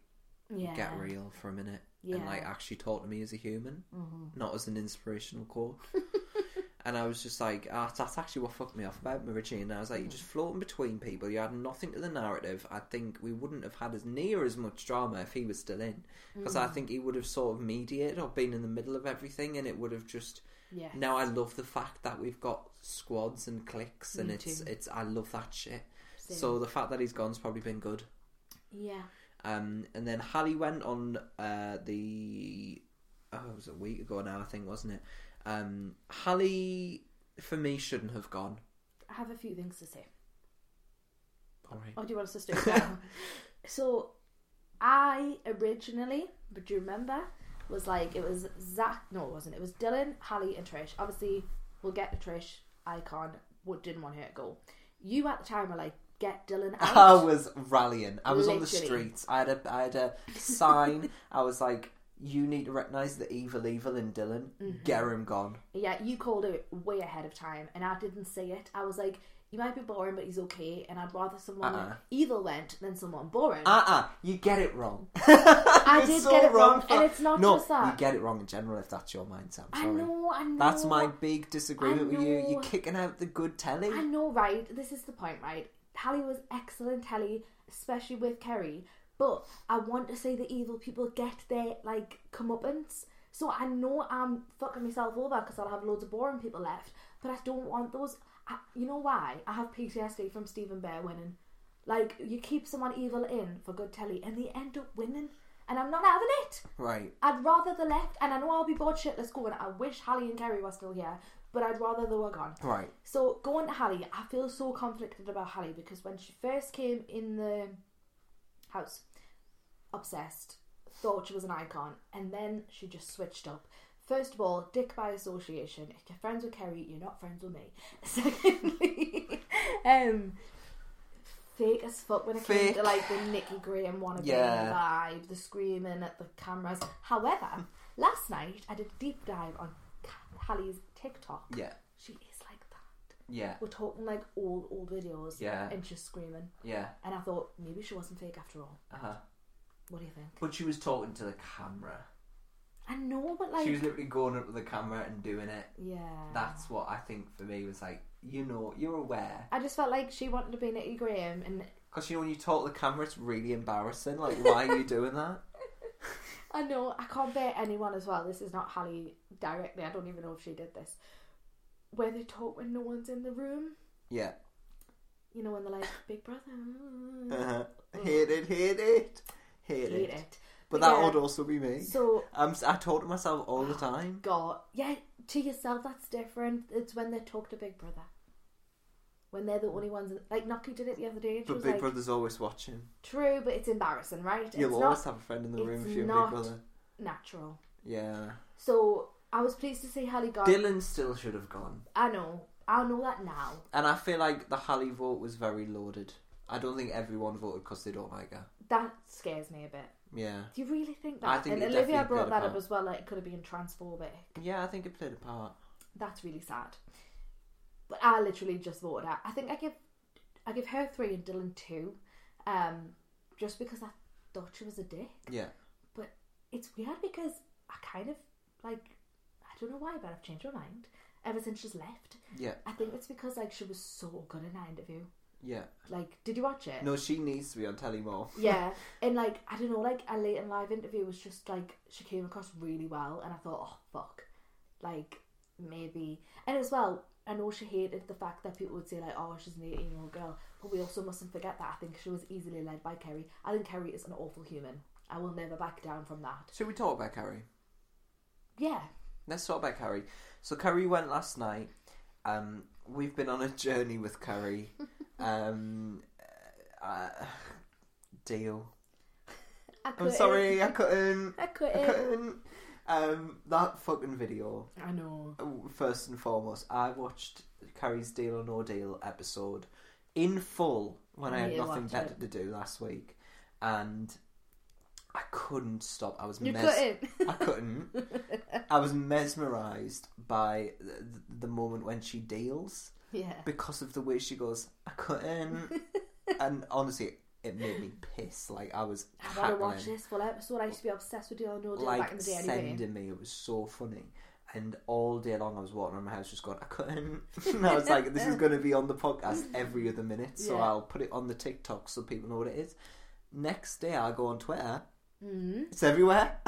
B: Yeah.
A: get real for a minute, and
B: Yeah. Mm-hmm.
A: like actually talk to me as a human, not as an inspirational quote. and I was just like, ah, that's actually what fucked me off about Meridian. And I was like, you're
B: Mm.
A: just floating between people. You add nothing to the narrative. I think we wouldn't have had as near as much drama if he was still in, because
B: Mm.
A: I think he would have sort of mediated or been in the middle of everything, and it would have just.
B: Yeah.
A: Now I love the fact that we've got squads and cliques, and
B: Me
A: it's
B: too.
A: it's I love that shit.
B: Same.
A: So the fact that he's gone's probably been good.
B: Yeah.
A: Um, and then Hallie went on uh, the oh, it was a week ago now, I think, wasn't it? Um, Hallie for me shouldn't have gone.
B: I have a few things to say.
A: All right.
B: Oh, do you want us to stay down? so, I originally, but do you remember, was like, it was Zach, no, it wasn't. It was Dylan, Hallie, and Trish. Obviously, we'll get to Trish, icon, what didn't want her to go. You at the time were like, get Dylan out.
A: I was rallying. I was on the
B: Literally.
A: streets. I had a I had a sign. I was like, "You need to recognize the evil, evil in Dylan.
B: Mm-hmm.
A: Get him gone."
B: Yeah, you called it way ahead of time, and I didn't see it. I was like, "You might be boring, but he's okay." And I'd rather someone
A: Uh-uh.
B: evil went than someone boring.
A: Uh uh you get it wrong.
B: I
A: You're
B: did
A: so
B: get it wrong,
A: for-
B: and it's not
A: no,
B: just that.
A: You get it wrong in general if that's your mindset. I'm
B: I
A: sorry.
B: know, I know.
A: That's my big disagreement with you.
B: know.
A: You're kicking out the good telly.
B: I know, right? This is the point, right? Hallie was excellent, Hallie, especially with Kerry. But I want to see the evil people get their like comeuppance. So I know I'm fucking myself over because I'll have loads of boring people left. But I don't want those. I, you know why? I have PTSD from Stephen Bear winning. Like you keep someone evil in for good telly, and they end up winning. And I'm not having it.
A: Right.
B: I'd rather the left, and I know I'll be bored shitless going. I wish Hallie and Kerry were still here, but I'd rather they were gone.
A: Right.
B: So going to Hallie, I feel so conflicted about Hallie because when she first came in the house, obsessed, thought she was an icon, and then she just switched up. First of all, dick by association. If you're friends with Kerry, you're not friends with me. Secondly, um, fake as fuck when it came
A: Fake.
B: to like the Nicky Graham wannabe
A: Yeah.
B: vibe, the screaming at the cameras. However, last night I did a deep dive on Ca- Hallie's TikTok.
A: Yeah.
B: She is like that.
A: Yeah.
B: We're talking like old, old videos.
A: Yeah.
B: And she's screaming.
A: Yeah.
B: And I thought, maybe she wasn't fake after all.
A: Uh-huh.
B: What do you think?
A: But she was talking to the camera.
B: I know, but like.
A: She was literally going up to the camera and doing it.
B: yeah.
A: That's what I think for me was like, you know, you're aware.
B: I just felt like she wanted to be Nicky Graham, and
A: Because, you know, when you talk to the camera, it's really embarrassing. Like, why are you doing that?
B: I know I can't bear anyone as well. This is not Hallie directly. I don't even know if she did this. Where they talk when no one's in the room,
A: Yeah.
B: you know, when they're like Big Brother,
A: Uh-huh. Hate it, hate it, hate,
B: Mm. hate
A: it.
B: it.
A: But that
B: yeah,
A: would also be me.
B: so
A: I'm, si talk to myself all the time.
B: God, yeah, to yourself, that's different. It's when they talk to Big Brother. When they're the only ones, like Noki did it the other day. and She
A: But
B: was
A: Big
B: like,
A: Brother's always watching.
B: True, but it's embarrassing, right?
A: You'll
B: it's
A: always
B: not
A: have a friend in the room
B: it's
A: if you're
B: not-
A: Big Brother.
B: natural.
A: Yeah.
B: So I was pleased to see Hallie got.
A: Dylan still should have gone.
B: I know, I know that now.
A: And I feel like the Hallie vote was very lauded. I don't think everyone voted because they don't like her.
B: That scares me a bit.
A: Yeah.
B: Do you really think that?
A: I think
B: and
A: it
B: Olivia
A: definitely played
B: brought
A: a
B: that up
A: part.
B: as well. Like it could have been transphobic.
A: Yeah, I think it played a part.
B: That's really sad. But I literally just voted out. I think I give I give her three and Dylan two, um, just because I thought she was a dick.
A: Yeah.
B: But it's weird because I kind of like I don't know why, but I've changed my mind ever since she's left.
A: Yeah.
B: I think it's because like she was so good in that interview.
A: Yeah.
B: Like, did you watch it?
A: No, she needs to be on telly more.
B: Yeah, and like I don't know, like a late and live interview was just like she came across really well, and I thought, oh fuck, like maybe, and as well, I know she hated the fact that people would say like, oh, she's an eighteen-year-old girl, but we also mustn't forget that I think she was easily led by Kerry. I think Kerry is an awful human. I will never back down from that.
A: Should we talk about Carrie?
B: Yeah,
A: Let's talk about Carrie. So Carrie went last night. Um, we've been on a journey with Carrie. um, uh, deal.
B: I
A: I'm sorry, I couldn't.
B: I
A: I
B: couldn't.
A: couldn't. Um, that fucking video.
B: I know.
A: First and foremost, I watched Carrie's Deal or No Deal episode in full when I
B: I
A: had
B: need to
A: nothing
B: watch
A: better
B: it.
A: to do last week, and I couldn't stop. I was
B: You
A: mes-
B: couldn't.
A: I couldn't. I was mesmerized by the, the moment when she deals
B: yeah.
A: because of the way she goes. I couldn't, and honestly, it made me piss. Like I was.
B: I want to watch
A: cackling
B: this full episode. I used to be obsessed with Dylan O'Deal back
A: like
B: in the day anyway.
A: sending me. It was so funny. And all day long, I was walking around my house just going, I couldn't. and I was like, this is going to be on the podcast every other minute, so
B: Yeah.
A: I'll put it on the TikTok so people know what it is. Next day, I go on Twitter.
B: Mm.
A: It's everywhere.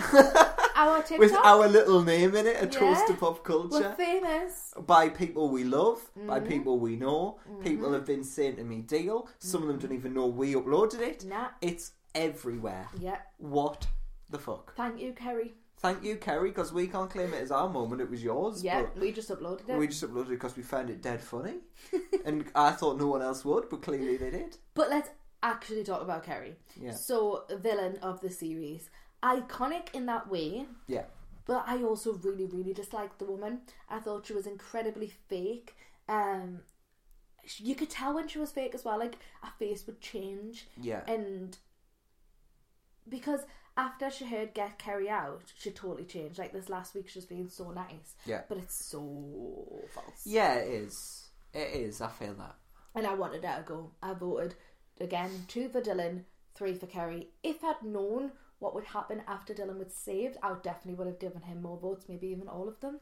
B: Our TikTok.
A: With our little name in it, A Toast to
B: Yeah.
A: Pop
B: We're
A: Culture.
B: famous.
A: by people we love, by
B: Mhm.
A: people we know.
B: Mm-hmm.
A: People have been saying to me, deal. Some of them don't even know we uploaded it.
B: Nah.
A: It's everywhere.
B: Yeah.
A: What the fuck?
B: Thank you, Kerry.
A: Thank you, Kerry, because we can't claim it as our moment. It was yours.
B: Yeah,
A: but
B: we just uploaded it.
A: we just uploaded it because we found it dead funny, and I thought no one else would, but clearly they did.
B: But let's actually talk about Kerry.
A: Yeah.
B: So, villain of the series. Iconic in that way,
A: Yeah,
B: but I also really, really disliked the woman. I thought she was incredibly fake. Um, sh- you could tell when she was fake as well. Like her face would change,
A: yeah,
B: and because after she heard "Get Kerry Out," she totally changed. Like this last week, she's being so nice,
A: yeah,
B: but it's so false.
A: yeah. It is. It is. I feel that.
B: And I wanted her to go. I voted again two for Dylan, three for Kerry. If I'd known what would happen after Dylan was saved, I would definitely would have given him more votes, maybe even all of them.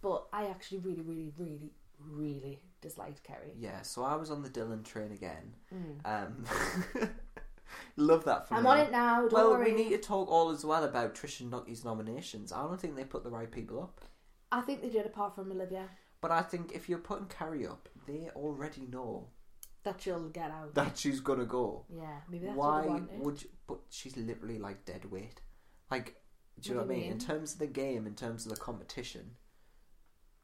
B: But I actually really, really, really, really disliked Kerry.
A: Yeah. So I was on the Dylan train again. Um, love that. For
B: Mm. I'm
A: me.
B: on it now. Don't
A: well,
B: worry.
A: we need to talk all as well about Trish and Notty's nominations. I don't think they put the right people up.
B: I think they did apart from Olivia
A: But I think if you're putting Carrie up, they already know
B: that she'll get out.
A: that she's gonna go.
B: yeah, maybe that's what they
A: why
B: wanted.
A: would you, but she's literally like dead weight like do you know
B: What do
A: what
B: you
A: i mean in
B: mean?
A: terms of the game in terms of the competition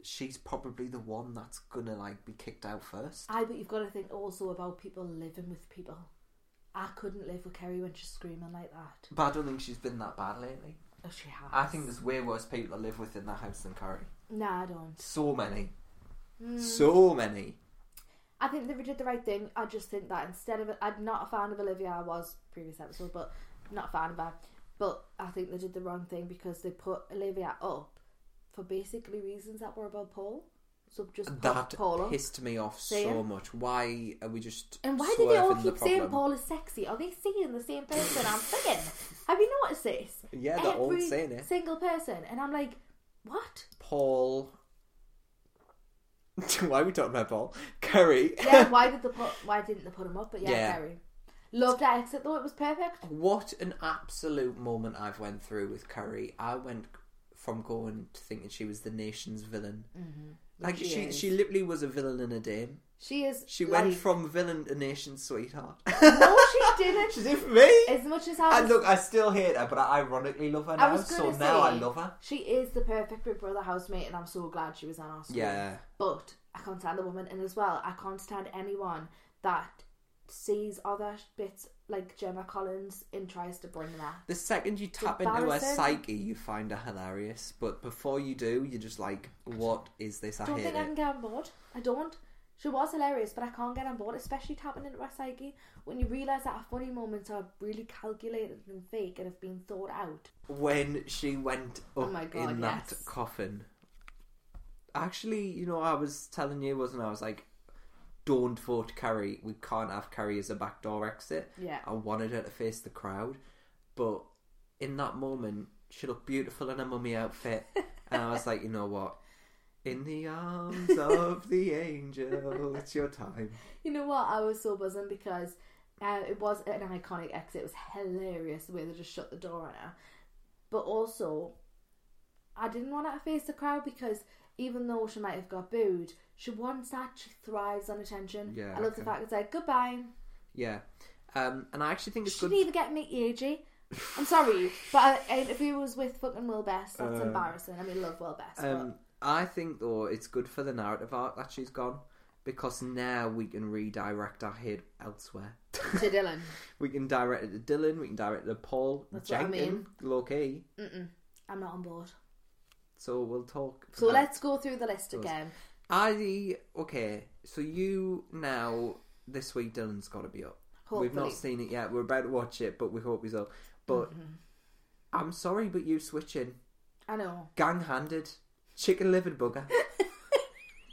A: she's probably the one that's gonna like be kicked out first
B: I but you've got to think also about people living with people. I couldn't live with Kerry when she's screaming like that.
A: but i don't think she's been that bad lately
B: Oh, she has.
A: i think there's way worse people that live within that house than carrie
B: Nah, I don't.
A: so many
B: Hmm.
A: so many
B: I think they did the right thing. I just think that instead of I'm not a fan of Olivia. I was previous episode, but not a fan of her. But I think they did the wrong thing because they put Olivia up for basically reasons that were about Paul. So just put
A: that
B: Paul up.
A: pissed me off so
B: Same.
A: much why are we just
B: and why do they all
A: swerving the
B: keep saying
A: problem?
B: Paul is sexy? Are they seeing the same person I'm seeing? Have you noticed this?
A: Yeah, they're all
B: Every
A: saying eh? it.
B: Single person, and I'm like, what?
A: paul why are we talking about paul Carrie.
B: Yeah, why did they put? Why didn't they put him up? But yeah,
A: Yeah.
B: Kerry. Loved that exit though. It was perfect.
A: What an absolute moment I've went through with Curry. I went from going to thinking she was the nation's villain.
B: Mm-hmm.
A: Like
B: she
A: she, she,
B: is.
A: literally was a villain in a dame.
B: She is.
A: She went
B: like-
A: from villain to nation's sweetheart.
B: No, she didn't.
A: She's in for me.
B: As much as I
A: And
B: was,
A: look, I still hate her, but I ironically love her
B: I
A: now.
B: was
A: So
B: gonna
A: now I
B: say-
A: love her.
B: she is the perfect Big Brother housemate, and I'm so glad she was on our school.
A: Yeah,
B: But I can't stand the woman, and as well, I can't stand anyone that sees other bits like Gemma Collins and tries to bring that.
A: the second you tap into her
B: embarrassing.
A: psyche, you find her hilarious. But before you do, you're just like, "What is this? I
B: don't
A: hate
B: think
A: it."
B: I can get on board. I don't. She was hilarious, but I can't get on board, especially tapping into my psyche when you realise that our funny moments are really calculated and fake and have been thought out.
A: when she went up
B: Oh my God,
A: in that
B: yes.
A: coffin. Actually, you know, I was telling you, wasn't I? I was like, don't vote Carrie. We can't have Carrie as a backdoor exit.
B: Yeah.
A: I wanted her to face the crowd, but in that moment, she looked beautiful in her mummy outfit, and I was like, you know what? In the arms of the angel, it's your time.
B: You know what? I was so buzzing because uh, it was an iconic exit. It was hilarious the way they just shut the door on her. But also, I didn't want her to face the crowd because even though she might have got booed, she wants that. She thrives on attention.
A: Yeah,
B: I love the
A: okay.
B: fact it's like, goodbye.
A: Yeah, um, and I actually think it's
B: She
A: good.
B: didn't even get Mick Yeji. I'm sorry, but I, I, if he was with fucking Will Best, that's
A: Uh,
B: embarrassing. I mean, love Will Best.
A: Um, I think though it's good for the narrative arc that she's gone because now we can redirect our head elsewhere.
B: but to Dylan,
A: we can direct it to Dylan. We can direct it to Paul.
B: That's what I
A: Jenkin,
B: mean.
A: low key.
B: Mm-mm, I'm not on board.
A: So we'll talk. for
B: So
A: that.
B: let's go through the list
A: Those.
B: again.
A: I okay. So you now this week Dylan's got to be up.
B: Hopefully,
A: We've not seen it yet. We're about to watch it, but we hope he's up. But
B: Mm-hmm.
A: I'm sorry, but you switching
B: I know.
A: gang-handed chicken livered bugger.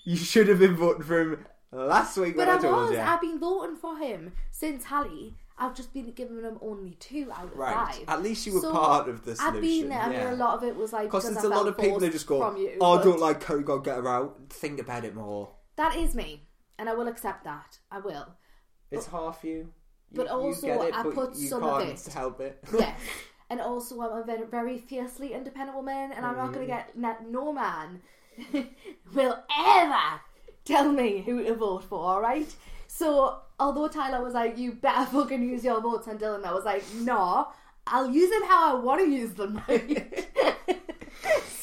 A: you should have been voting for him last week
B: But
A: when I,
B: I
A: told
B: was.
A: you.
B: I've been voting for him since Hallie. I've just been giving him only two out of
A: Right.
B: five.
A: At least you were
B: So,
A: part of the solution.
B: I've been there. I mean,
A: yeah.
B: a lot of it was like
A: Because
B: because
A: there's
B: I
A: a lot
B: felt
A: of people that
B: forced
A: just go,
B: from you,
A: "Oh, I
B: but-
A: don't like Kerry. Got get her out. Think about it more."
B: That is me, and I will accept that. I will.
A: It's half you. You-
B: but
A: you
B: also
A: get it,
B: I
A: but
B: put
A: you
B: some of
A: can't
B: it.
A: help it.
B: yes. And also, I'm a very, very fiercely independent woman, and I'm not going to get no, no man will ever tell me who to vote for. All right. So, although Tyler was like, "You better fucking use your votes," and Dylan, I was like, "No, I'll use them how I want to use them." mate."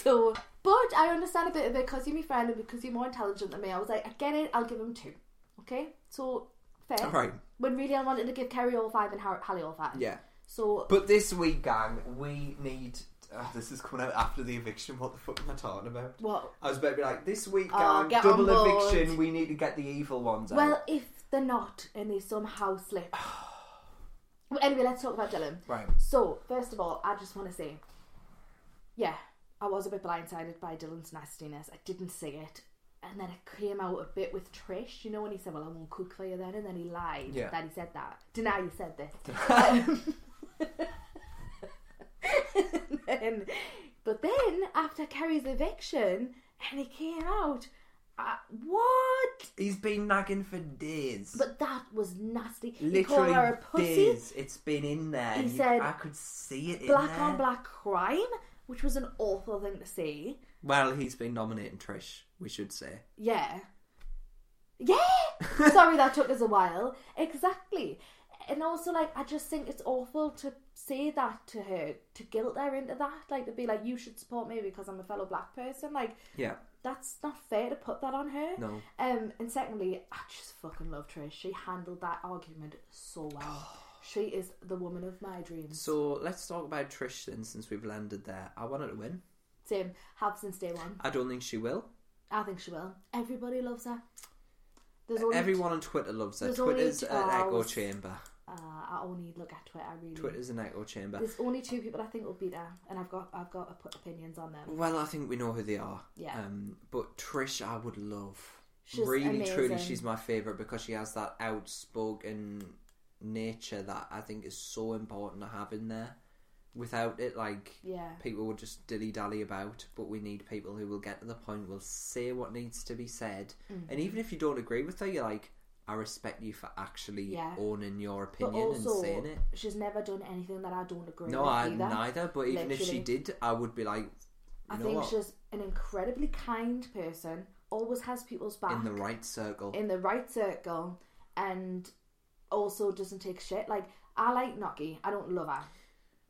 B: so, but I understand a bit of it because you're my friend and because you're more intelligent than me. I was like, "I get it. I'll give him two. Okay. So fair.
A: All right.
B: When really I wanted to give Kerry all five and Har- Hallie all five.
A: Yeah.
B: So
A: But this week, gang, we need. Uh, this is coming out after the eviction. What the fuck am I talking about?
B: what?
A: I was about to be like, this week,
B: Oh,
A: gang,
B: get on
A: double
B: board.
A: eviction. We need to get the evil ones out.
B: Well, if they're not and they somehow slip. Well, anyway, let's talk about Dylan.
A: right.
B: So, first of all, I just want to say, yeah, I was a bit blindsided by Dylan's nastiness. I didn't see it. And then it came out a bit with Trish, you know, when he said, Well, I won't cook for you then. And then he lied
A: Yeah.
B: that he said that. Deny you said this. and then, but then, after Kerry's eviction, and he came out, I, what?
A: He's been nagging for days.
B: But that was nasty. he called
A: Literally
B: her a pussy.
A: days. It's been in there.
B: He
A: You-
B: said,
A: I could see it. in
B: Black
A: there.
B: on black crime, which was an awful thing to say.
A: Well, he's been nominating Trish. We should say.
B: Yeah. Yeah! Sorry that took us a while. Exactly. And also, like, I just think it's awful to say that to her, to guilt her into that. Like, to be like, you should support me because I'm a fellow black person. Like,
A: Yeah.
B: that's not fair to put that on her.
A: No.
B: Um, and secondly, I just fucking love Trish. She handled that argument so well. she is the woman of my dreams.
A: So let's talk about Trish then, since we've landed there. I want her to win.
B: Same. Have since day one.
A: I don't think she will.
B: I think she will. Everybody loves her. There's only
A: Everyone on Twitter loves her.
B: there's only
A: Twitter's
B: two-
A: an
B: oh, I
A: echo
B: was-
A: chamber.
B: Uh, I only look at Twitter. Really,
A: Twitter's an echo chamber.
B: there's only two people I think will be there, and I've got I've got to put opinions on them.
A: Well, I think we know who they are.
B: Yeah.
A: Um, but Trish, I would love.
B: She's
A: really, truly,
B: amazing.
A: she's my favourite because she has that outspoken nature that I think is so important to have in there. Without it, like,
B: Yeah.
A: people will just dilly dally about, but we need people who will get to the point, will say what needs to be said.
B: Mm.
A: And even if you don't agree with her, you're like, I respect you for actually
B: Yeah.
A: owning your
B: But
A: opinion and
B: also,
A: saying it.
B: she's never done anything that I don't agree
A: No,
B: with
A: I
B: either.
A: neither. But even if she
B: Literally.
A: did, I would be like,
B: I
A: know
B: think
A: what?
B: she's an incredibly kind person, always has people's back
A: in the right circle.
B: in the right circle, and also doesn't take shit. Like, I like Noki, I don't love her.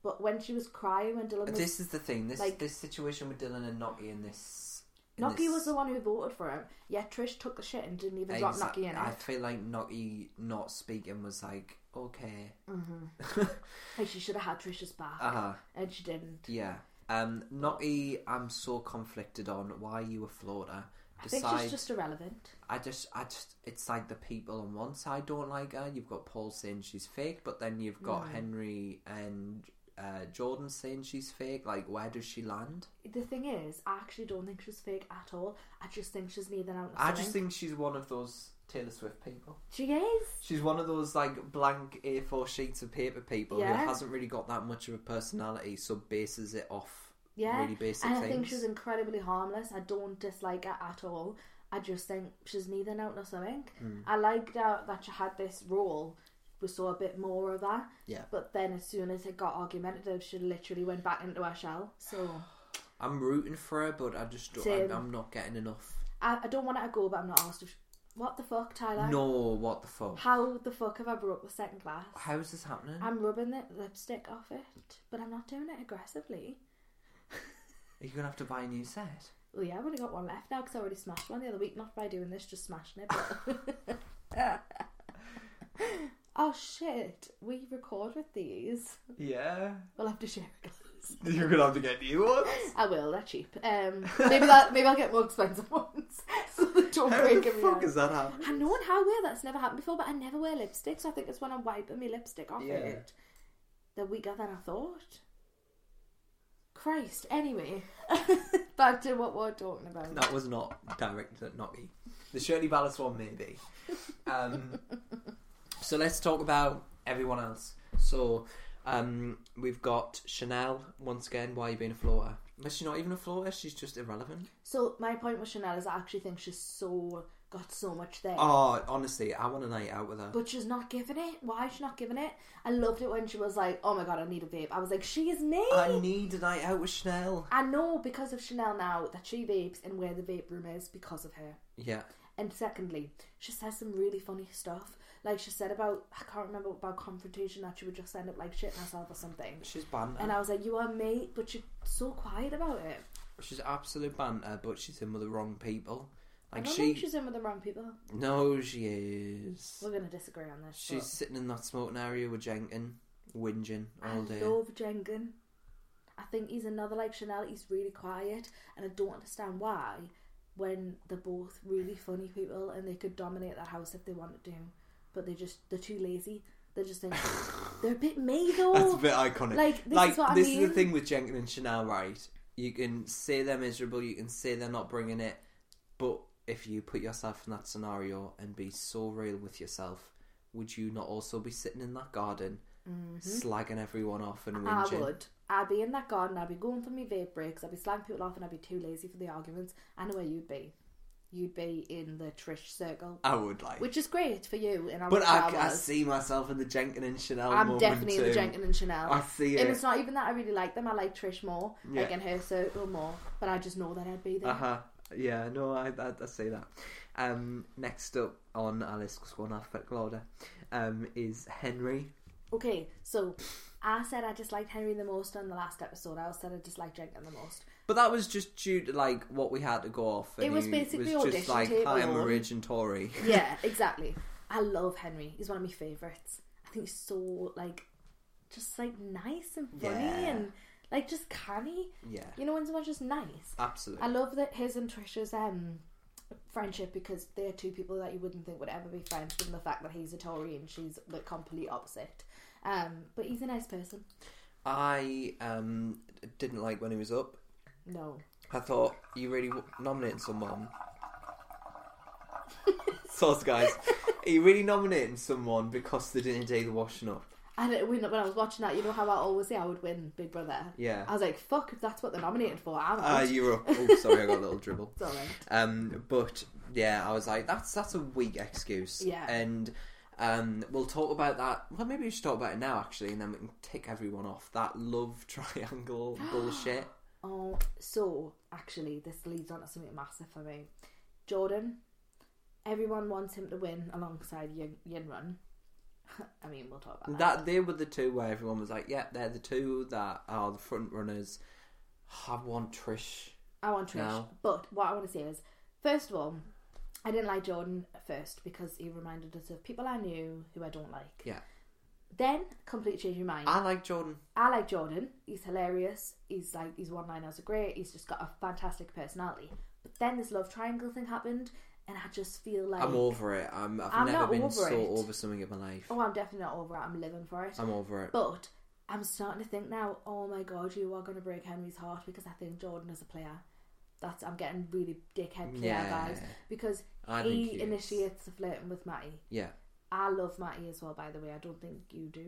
B: But when she was crying, when Dylan was.
A: this is the thing. This
B: like-
A: this situation with Dylan and Nocky in this. in
B: Noki
A: this-
B: was the one who voted for him, yet Trish took the shit and didn't even drop
A: Exa-
B: Noki in
A: I
B: it.
A: feel like Nocky not speaking was like okay.
B: Mm-hmm. Like, she should have had Trish's back,
A: uh huh.
B: and she didn't.
A: Yeah. Um, Nocky, I'm so conflicted on why are you a Florida.
B: I think
A: Decide.
B: she's just irrelevant.
A: I just, I just, it's like the people on one side don't like her. You've got Paul saying she's fake, but then you've
B: Mm.
A: got Henry and uh, Jordan saying she's fake. Like, where does she land?
B: The thing is, I actually don't think she's fake at all. I just think she's neither out. nor
A: I just
B: in.
A: think she's one of those Taylor Swift people.
B: she is.
A: She's one of those like blank A4 sheets of paper people
B: Yeah.
A: who hasn't really got that much of a personality, so bases it off
B: Yeah,
A: really basic
B: and I
A: things.
B: think she's incredibly harmless. I don't dislike her at all. I just think she's neither out nor something.
A: Hmm.
B: I liked out that she had this role. We saw a bit more of that.
A: Yeah.
B: But then as soon as it got argumentative, she literally went back into her shell. So
A: I'm rooting for her, but I just don't,
B: Same.
A: I'm, I'm not getting enough.
B: I, I don't want her to go, but I'm not asked if. She, what the fuck, Tyler?
A: No, what the fuck?
B: How the fuck have I broke the second glass?
A: How is this happening?
B: I'm rubbing the lipstick off it, but I'm not doing it aggressively.
A: Are you gonna have to buy a new set?
B: Well, yeah, I've only got one left now because I already smashed one the other week. Not by doing this, just smashing it. But... oh shit, we record with these.
A: Yeah,
B: We'll have to share a glass.
A: you're gonna have to get new ones.
B: I will. They're cheap. Um, maybe that maybe I'll get more expensive ones. so they don't
A: How
B: break
A: the
B: every
A: fuck
B: hour.
A: is that happening?
B: I know and how weird that's never happened before, but I never wear lipstick, so I think it's when I'm wiping my lipstick off
A: Yeah.
B: it. They're weaker than I thought. Christ. Anyway, back to what we're talking about.
A: That was not directed at Noggy. The Shirley Ballas one, maybe. Um, so let's talk about everyone else. So um, we've got Chanel once again. Why are you being a floater? Is she not even a floater? She's just irrelevant.
B: So my point with Chanel is I actually think she's so got so much there.
A: Oh, honestly, I want a night out with her.
B: But she's not giving it. Why is she not giving it? I loved it when she was like, "Oh my god, I need a vape." I was like, "She is me."
A: I need a night out with Chanel.
B: I know because of Chanel now that she vapes and where the vape room is because of her.
A: Yeah.
B: And secondly, she says some really funny stuff. Like she said about I can't remember about confrontation that she would just end up like shitting herself or something.
A: She's banter.
B: And I was like, "You are me," but you're so quiet about it.
A: she's absolute banter, but she's in with the wrong people.
B: I
A: Like
B: don't
A: she,
B: think she's in with the wrong people.
A: no, she is.
B: We're gonna disagree on this.
A: She's sitting in that smoking area with Jenkin, whinging
B: I
A: all day.
B: love Jengen. I think he's another like Chanel. He's really quiet, and I don't understand why. When they're both really funny people and they could dominate that house if they wanted to, but they just they're too lazy. They just think they're a bit me
A: That's a
B: though.
A: bit iconic.
B: Like, this is what I
A: this is
B: mean.
A: the thing with Jenkin and Chanel, right? You can say they're miserable, you can say they're not bringing it, but if you put yourself in that scenario and be so real with yourself, would you not also be sitting in that garden, slagging everyone off and
B: Mm-hmm. I
A: whinging?
B: would. I'd be in that garden. I'd be going for my vape breaks. I'd be slagging people off, and I'd be too lazy for the arguments. I know where you'd be. You'd be in the Trish circle,
A: I would like.
B: which is great for you. And I'm
A: but
B: glad
A: I, I
B: was.
A: see myself in the Jenkin and Chanel
B: I'm
A: moment
B: definitely in
A: too.
B: the Jenkin and Chanel.
A: I see
B: And
A: it.
B: it's not even that I really like them. I like Trish more, like
A: Yeah.
B: in her circle more. But I just know that I'd be there.
A: Uh huh. Yeah, no, I, I, I see that. Um, next up on our list, 'cause we're in alphabetical order, um, is Henry.
B: Okay, so I said I disliked Henry the most on the last episode. I said I disliked Jenkin the most.
A: But that was just due to like what we had to go off. And
B: It was
A: he
B: basically
A: was just
B: audition
A: like,
B: tape
A: "Hi, I'm a
B: alone."
A: Ridge and Tory.
B: Yeah, exactly. I love Henry. He's one of my favourites. I think he's so like, just like nice and funny
A: Yeah.
B: and like just canny.
A: Yeah,
B: You know, when someone's just nice.
A: absolutely.
B: I love that his and Trisha's um friendship because they're two people that you wouldn't think would ever be friends from the fact that he's a Tory and she's the complete opposite. Um, but he's a nice person.
A: I um didn't like when he was up.
B: No.
A: I thought you really w- nominating someone. Sauce guys, are you really nominating someone because they didn't do the washing up?
B: I don't, when, when I was watching that, you know how I always say I would win Big Brother?
A: Yeah.
B: I was like, fuck, if that's what they're nominated for, I'm
A: Ah,
B: out.
A: you're up. Oh, sorry, I got a little dribble.
B: It's all right.
A: Um, but yeah, I was like, that's that's a weak excuse.
B: Yeah.
A: And um, we'll talk about that. Well, maybe we should talk about it now, actually, and then we can tick everyone off that love triangle bullshit.
B: Oh, so actually, this leads on to something massive for me. Jordan, everyone wants him to win alongside Yin, Yin Run. I mean, we'll talk about that.
A: That they were the two where everyone was like, "Yep, they're the two that are the front runners." I want Trish.
B: I want Trish,
A: No.
B: but what I want to say is, first of all, I didn't like Jordan at first because he reminded us of people I knew who I don't like.
A: Yeah,
B: Then, complete change of mind.
A: I like Jordan.
B: I like Jordan. He's hilarious. He's like his one liners are great. He's just got a fantastic personality. But then this love triangle thing happened, and I just feel like
A: I'm over it. I'm, I've
B: I'm
A: never
B: not
A: been
B: over
A: so
B: it.
A: over something in my life.
B: oh, I'm definitely not over it. I'm living for it.
A: I'm over it.
B: But I'm starting to think now. Oh my god, you are going to break Henry's heart because I think Jordan is a player. That's I'm getting really dickhead player
A: Yeah.
B: vibes because
A: I think
B: he
A: he is.
B: initiates the flirting with Matty.
A: yeah,
B: I love Matty as well, by the way. I don't think you do.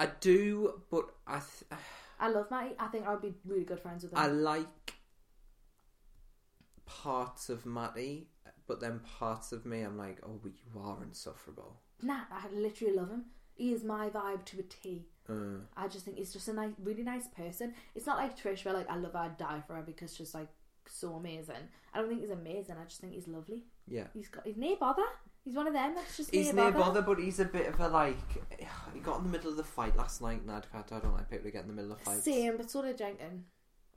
A: I do, but I th-
B: I love Matty. I think I'd be really good friends with him.
A: I like parts of Matty, but then parts of me, I'm like, oh, but you are insufferable.
B: Nah, I literally love him. He is my vibe to a T.
A: Uh,
B: I just think he's just a nice, really nice person. It's not like Trish, where like I love her, I'd die for her because she's like so amazing. I don't think he's amazing. I just think he's lovely.
A: yeah.
B: He's got he's near bother. He's one of them. That's just
A: He's
B: near
A: near
B: bother.
A: bother, but he's a bit of a like. He got in the middle of the fight last night, and I'd, I don't like people who get in the middle of fights.
B: Same, but so did Jenkins.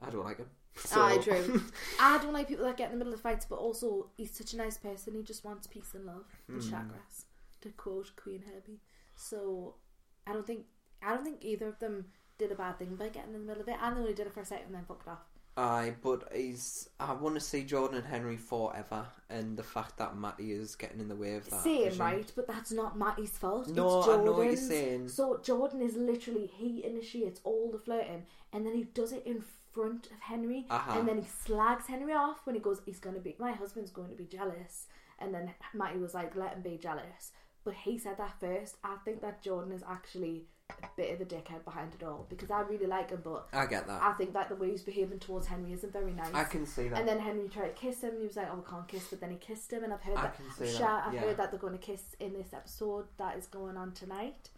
A: I don't like him.
B: Aye,
A: So-
B: true. I don't like people that get in the middle of fights, but also he's such a nice person. He just wants peace and love and
A: Mm.
B: chakras, to quote Queen Herbie. So I don't think I don't think either of them did a bad thing by getting in the middle of it. I know they did it for a second and then fucked off.
A: Aye, but he's. I want to see Jordan and Henry forever, and the fact that Matty is getting in the way of that.
B: Same,
A: vision.
B: right? But that's not Matty's fault.
A: No,
B: it's
A: I know
B: Jordan's.
A: what you're saying.
B: So Jordan is literally he initiates all the flirting, and then he does it in front of Henry,
A: Uh-huh.
B: and then he slags Henry off when he goes, "He's going to be my husband's going to be jealous," and then Matty was like, "Let him be jealous." But he said that first. I think that Jordan is actually a bit of a dickhead behind it all because I really like him, but
A: I get that.
B: I think that the way he's behaving towards Henry isn't very nice.
A: I, can see that.
B: And then Henry tried to kiss him, and he was like, "Oh, we can't kiss." But then he kissed him, and I've heard
A: I
B: that.
A: can see
B: Sha-
A: that,
B: I've
A: yeah.
B: heard that they're going to kiss in this episode that is going on tonight,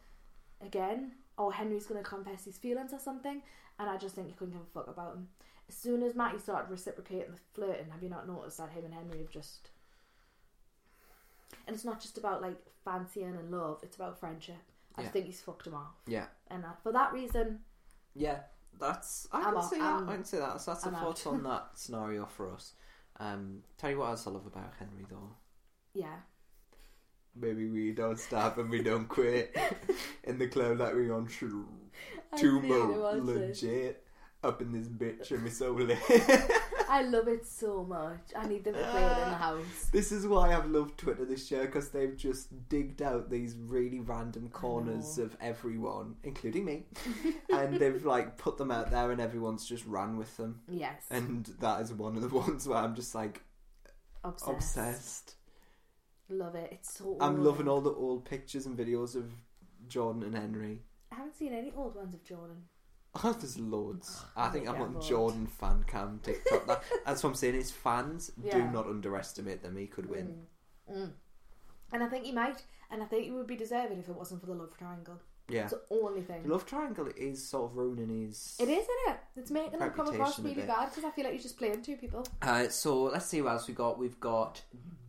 B: again. Or Henry's going to confess his feelings or something, and I just think you couldn't give a fuck about him. As soon as Matty started reciprocating the flirting, have you not noticed that him and Henry have just? And it's not just about like fancying and love; it's about friendship. I
A: Yeah.
B: think he's fucked him off,
A: yeah,
B: and I, for that reason,
A: yeah. That's. I
B: I'm
A: can
B: out-
A: see
B: I'm-
A: that. I can see that. So that's the
B: I'm
A: thoughts
B: out.
A: on that scenario for us. Um, tell you what else I love about Henry though.
B: yeah.
A: Maybe we don't stop and we don't quit in the club like we on true
B: I
A: Tumbo
B: really want it.
A: legit up in this bitch and we so lit.
B: I love it so much. I need them to play it in the house.
A: this is why I've loved Twitter this year because they've just digged out these really random corners
B: know.
A: of everyone, including me, and they've like put them out there and everyone's just ran with them.
B: Yes.
A: And that is one of the ones where I'm just like
B: obsessed.
A: obsessed.
B: Love it. It's so.
A: I'm
B: old.
A: loving all the old pictures and videos of Jordan and Henry.
B: I haven't seen any old ones of Jordan.
A: Oh, there's loads. I think I'm
B: yeah,
A: on
B: loads.
A: Jordan fan cam TikTok. That, that's what I'm saying. His fans do
B: Yeah. Mm.
A: not underestimate them. He could win.
B: And I think he might. And I think he would be deserving if it wasn't for the love triangle.
A: Yeah.
B: It's the only thing.
A: Love Triangle is sort of ruining his.
B: it is, isn't it? It's making him come across
A: Reputation a
B: really
A: bit.
B: bad because I feel like you're just playing two people.
A: Uh, so let's see what else we got. We've got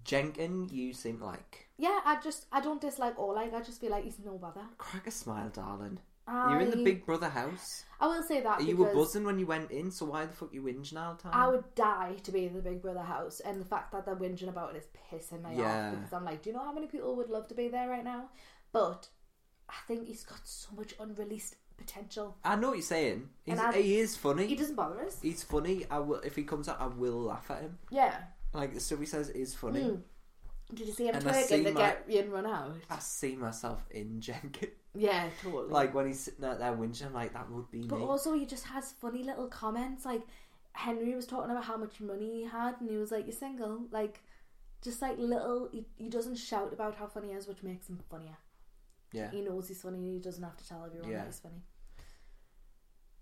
A: Jenkin. You seem like
B: Yeah, I just I don't dislike or like. I just feel like he's no bother.
A: crack a smile, darling.
B: I,
A: You're in the Big Brother house.
B: I will say that
A: You were
B: because
A: buzzing when you went in, so why the fuck you whinging all the time?
B: I would die to be in the Big Brother house, and the fact that they're whinging about it is pissing me
A: Yeah.
B: off because I'm like, do you know how many people would love to be there right now? But I think he's got so much unreleased potential.
A: I know what you're saying. He's,
B: And I-
A: he is funny.
B: He doesn't bother us.
A: He's funny. I will, if he comes out, I will laugh at him.
B: Yeah.
A: Like the stuff he says is funny.
B: Mm. Did you see him
A: And I see
B: twerking to
A: my-
B: get Ian run out?
A: I see myself in Jenkin.
B: Yeah, totally.
A: Like when he's sitting out there whinging, I'm like that would be
B: but
A: me.
B: also, he just has funny little comments. Like Henry was talking about how much money he had, and he was like, "You're single." Like, just like little. He, he doesn't shout about how funny he is, which makes him funnier.
A: yeah.
B: He knows he's funny. and He doesn't have to tell everyone
A: Yeah.
B: that he's funny.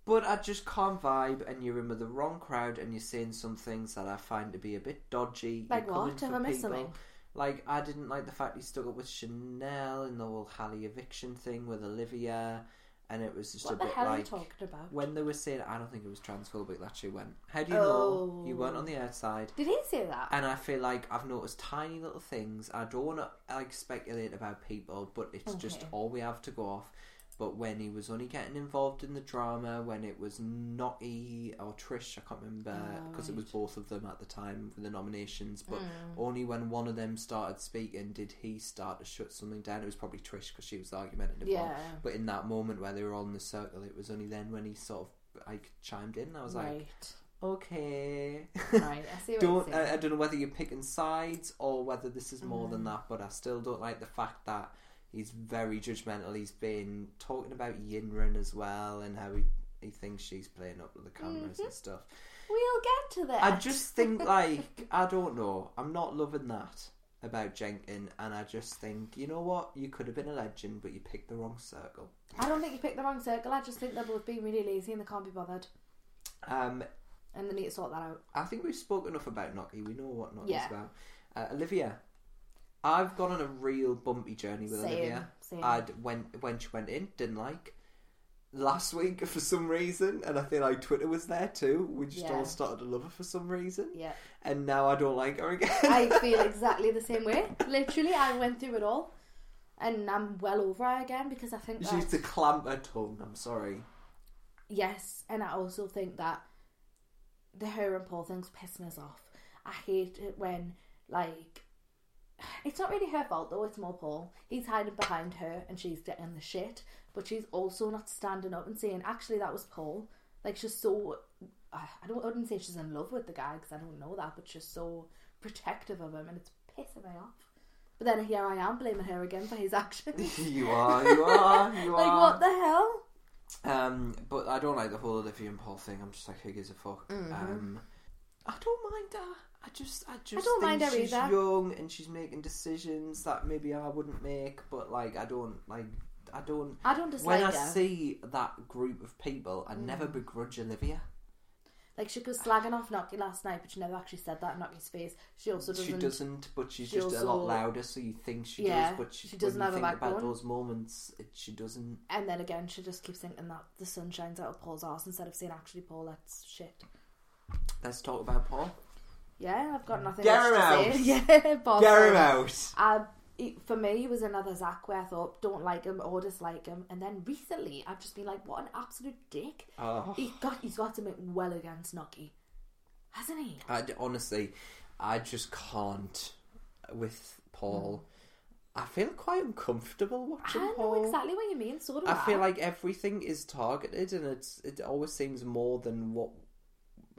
A: But I just can't vibe, and you're in with the wrong crowd, and you're saying some things that I find to be a bit dodgy.
B: Like
A: You're
B: what?
A: coming
B: Have
A: for
B: I missed
A: people.
B: something?
A: Like I didn't like the fact he stuck up with Chanel and the whole Halle eviction thing with Olivia. and it was just
B: What
A: a
B: the
A: bit
B: hell are you
A: like
B: talking about?
A: when they were saying, I don't think it was transphobic that she went. How do you know you
B: Oh.
A: weren't on the outside?
B: Did he say that?
A: And I feel like I've noticed tiny little things. I don't want to like speculate about people, but it's just
B: Okay.
A: all we have to go off. But when he was only getting involved in the drama, when it was Notty or Trish, I can't remember
B: Ah,
A: because it was
B: right.
A: both of them at the time for the nominations. But
B: Mm.
A: only when one of them started speaking did he start to shut something down. It was probably Trish because she was the argumentative one.
B: Yeah.
A: But in that moment where they were all in the circle, it was only then when he sort of like chimed in. I was like,
B: Right.
A: okay,
B: Right. I see what you're
A: don't uh,
B: saying.
A: I, I don't know whether you're picking sides or whether this is more
B: Mm.
A: than that, but I still don't like the fact that he's very judgmental. He's been talking about Yinran as well and how he he thinks she's playing up with the cameras
B: Mm-hmm.
A: and stuff.
B: We'll get to that.
A: I just think like I don't know. I'm not loving that about Jenkin, and I just think you know what? You could have been a legend, but you picked the wrong circle.
B: I don't think you picked the wrong circle. I just think they're both being really lazy and they can't be bothered,
A: Um,
B: and they need to sort that out.
A: I think we've spoken enough about Noki. We know what Noki's
B: Yeah.
A: about. Uh, Olivia, I've gone on a real bumpy journey with
B: Same,
A: Olivia.
B: same.
A: I'd went when she went in, didn't like. Last week for some reason, and I feel like Twitter was there too. We just
B: Yeah.
A: all started to love her for some reason,
B: Yeah.
A: and now I don't like her again.
B: I feel exactly the same way. Literally, I went through it all, and I'm well over it again because I think
A: She
B: that,
A: used to clamp her tongue. I'm sorry.
B: yes, and I also think that the her and Paul things piss me off. I hate it when like. It's not really her fault though, it's more Paul. He's hiding behind her and she's getting the shit, but she's also not standing up and saying, actually, that was Paul. Like, she's so. I I don't, I wouldn't say she's in love with the guy because I don't know that, but she's so protective of him and it's pissing me off. But then here I am blaming her again for his actions.
A: you are, you are, you
B: like,
A: are.
B: what the hell?
A: Um, but I don't like the whole Olivia and Paul thing. I'm just like, who gives a fuck?
B: Mm-hmm.
A: Um, I don't mind her. I just, I just
B: don't
A: think
B: mind her
A: she's
B: either.
A: young and she's making decisions that maybe I wouldn't make. But like, I don't like, I don't.
B: I don't
A: when
B: dislike
A: I
B: her.
A: see that group of people, I
B: Mm.
A: never begrudge Olivia.
B: Like, she was slagging off Noki last night, but she never actually said that in Noki's face. She also doesn't.
A: She doesn't, but she's
B: she
A: just a lot
B: also-
A: louder. So you think she
B: Yeah,
A: does, but she,
B: she doesn't
A: when
B: have a
A: you think about
B: backbone.
A: those moments, it, she doesn't.
B: And then again, she just keeps thinking that the sun shines out of Paul's arse instead of saying, actually, Paul, that's shit.
A: Let's talk about Paul.
B: Yeah, I've got nothing
A: Mm. Get
B: else
A: him
B: to
A: out.
B: say. Yeah, Paul.
A: Get him out.
B: I, he- for me, he was another Zach where I thought, don't like him or dislike him. And then recently, I've just been like, what an absolute dick.
A: Oh.
B: He got, he's got something well against Noki, hasn't he?
A: I d- honestly, I just can't with Paul. I feel quite uncomfortable watching
B: Mm. I
A: Paul.
B: know exactly what you mean, so do I.
A: I feel like everything is targeted, and it's it always seems more than what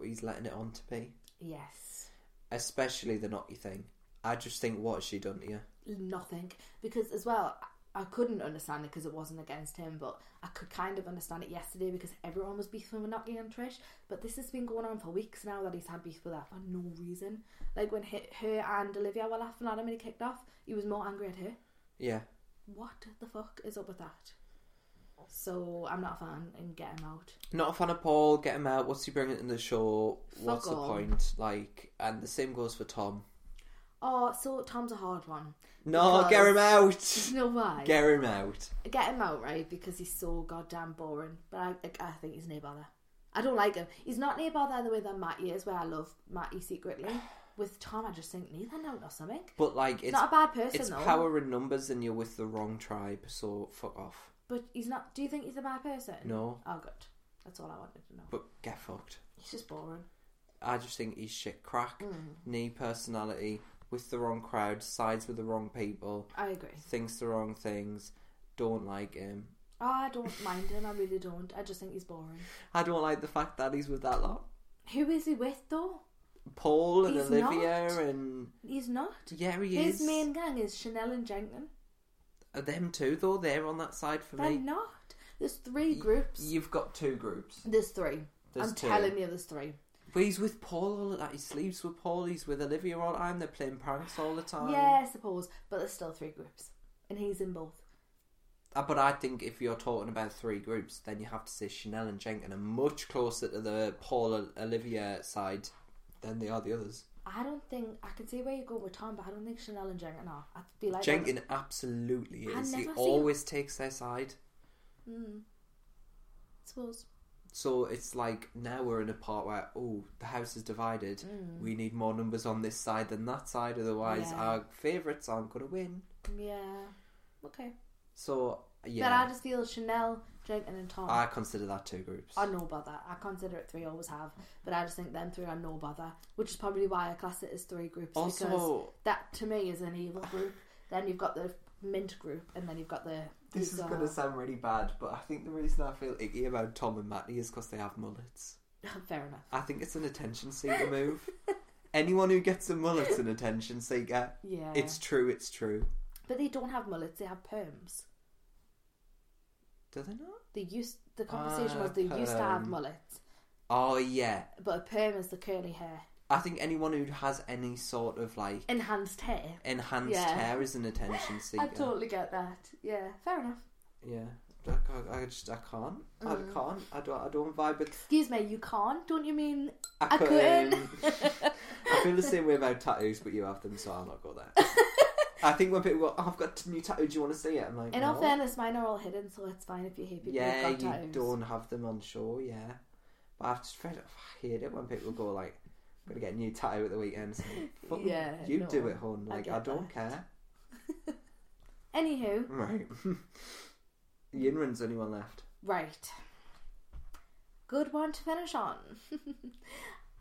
A: he's letting it on to be.
B: Yes.
A: Especially the naughty thing. I just think, what has she done to you?
B: nothing because as well I I couldn't understand it because it wasn't against him but I could kind of understand it yesterday because everyone was beefing with Nocky and Trish but this has been going on for weeks now that he's had beef with her for no reason like when he, her and Olivia were laughing at him and he kicked off he was more angry at her
A: Yeah,
B: what the fuck is up with that so I'm not a fan and get him out
A: not a fan of Paul. Get him out. What's he bringing to the show? What's the
B: all.
A: point? Like, and the same goes for Tom.
B: oh so Tom's a hard one
A: No, get him out.
B: you know why
A: Get him out.
B: get him out right because he's so goddamn boring. But I, I, I think he's no bother. I don't like him. He's not no bother the way that Matty is, where I love Matty secretly. With Tom, I just think neither now or something.
A: But like,
B: He's
A: it's
B: not a bad person
A: It's
B: though.
A: power in numbers, and you're with the wrong tribe, so fuck off.
B: But he's not. Do you think he's a bad person?
A: No.
B: Oh, good. That's all I wanted to know.
A: But get fucked.
B: He's just boring.
A: I just think he's shit crack,
B: Mm.
A: knee personality, with the wrong crowd, sides with the wrong people,
B: I agree.
A: thinks the wrong things, don't like him.
B: Oh, I don't mind him. I really don't. I just think he's boring.
A: I don't like the fact that he's with that lot.
B: Who is he with though?
A: Paul and
B: He's
A: Olivia
B: not.
A: and
B: He's not.
A: yeah, he
B: His
A: is.
B: main gang is Chanel and Jenkins.
A: Uh, Them two though, they're on that side for
B: They're
A: me.
B: not. There's three groups.
A: You've got two groups.
B: There's three.
A: There's
B: I'm
A: two.
B: telling you, there's three.
A: But he's with Paul all the time. He sleeps with Paul. He's with Olivia all the time. They're playing pranks all the time.
B: Yeah, I suppose. But there's still three groups. And he's in both.
A: Uh, But I think if you're talking about three groups, then you have to say Chanel and Jenkin are much closer to the Paul and Olivia side than they are the others.
B: I don't think I can see where you're going with Tom, but I don't think Chanel and Jenkin are. I'd be like
A: Jenkin absolutely is. He
B: never seen-
A: always takes their side.
B: Mm. suppose.
A: So it's like now we're in a part where oh the house is divided. We need more numbers on this side than that side, otherwise
B: Mm. Yeah.
A: our favourites aren't going to win.
B: Yeah. Okay.
A: So
B: But I
A: yeah,
B: just feel Chanel, Jenkins, and Tom.
A: I consider that two groups.
B: I know about that. I consider it three, always have. But I just think them three are no bother, which is probably why I class it as three groups. because
A: also,
B: that to me is an evil group. then you've got the mint group, and then you've got the.
A: this is
B: these
A: going to sound really bad, but I think the reason I feel icky about Tom and Matty is because they have mullets.
B: are- uh, Fair enough.
A: I think it's an attention seeker move. Anyone who gets a mullet's an attention seeker.
B: Yeah.
A: It's true. It's true.
B: But they don't have mullets; they have perms.
A: Do they not?
B: They used the conversation
A: Ah,
B: was they used to have
A: perm.
B: mullets,
A: Oh yeah.
B: but a perm is the curly hair,
A: I think anyone who has any sort of like
B: enhanced hair.
A: enhanced
B: Yeah.
A: hair is an attention seeker.
B: I totally get that. Yeah, fair enough.
A: Yeah. I, ca- I just I can't. I
B: Mm.
A: can't. I don't. I don't vibe with.
B: Excuse me, you can't, don't you mean?
A: I,
B: I couldn't.
A: I feel the same way about tattoos, but you have them, so I'll not go there. I think when people go, oh, "I've got a new tattoo. Do you want to see it?" I'm like,
B: In
A: no.
B: all fairness, mine are all hidden, so it's fine if you hear people.
A: Yeah,
B: who've
A: you
B: got tattoos.
A: don't have them on show, yeah. But I've just read, I hate it when people go like, "I'm gonna get a new tattoo at the weekend." It's like, Fuck,
B: Yeah,
A: you
B: no,
A: do it, hon.
B: I
A: Like
B: get
A: I, don't
B: that.
A: care.
B: Anywho,
A: Right. Yinran's the only one left.
B: right. Good one to finish on.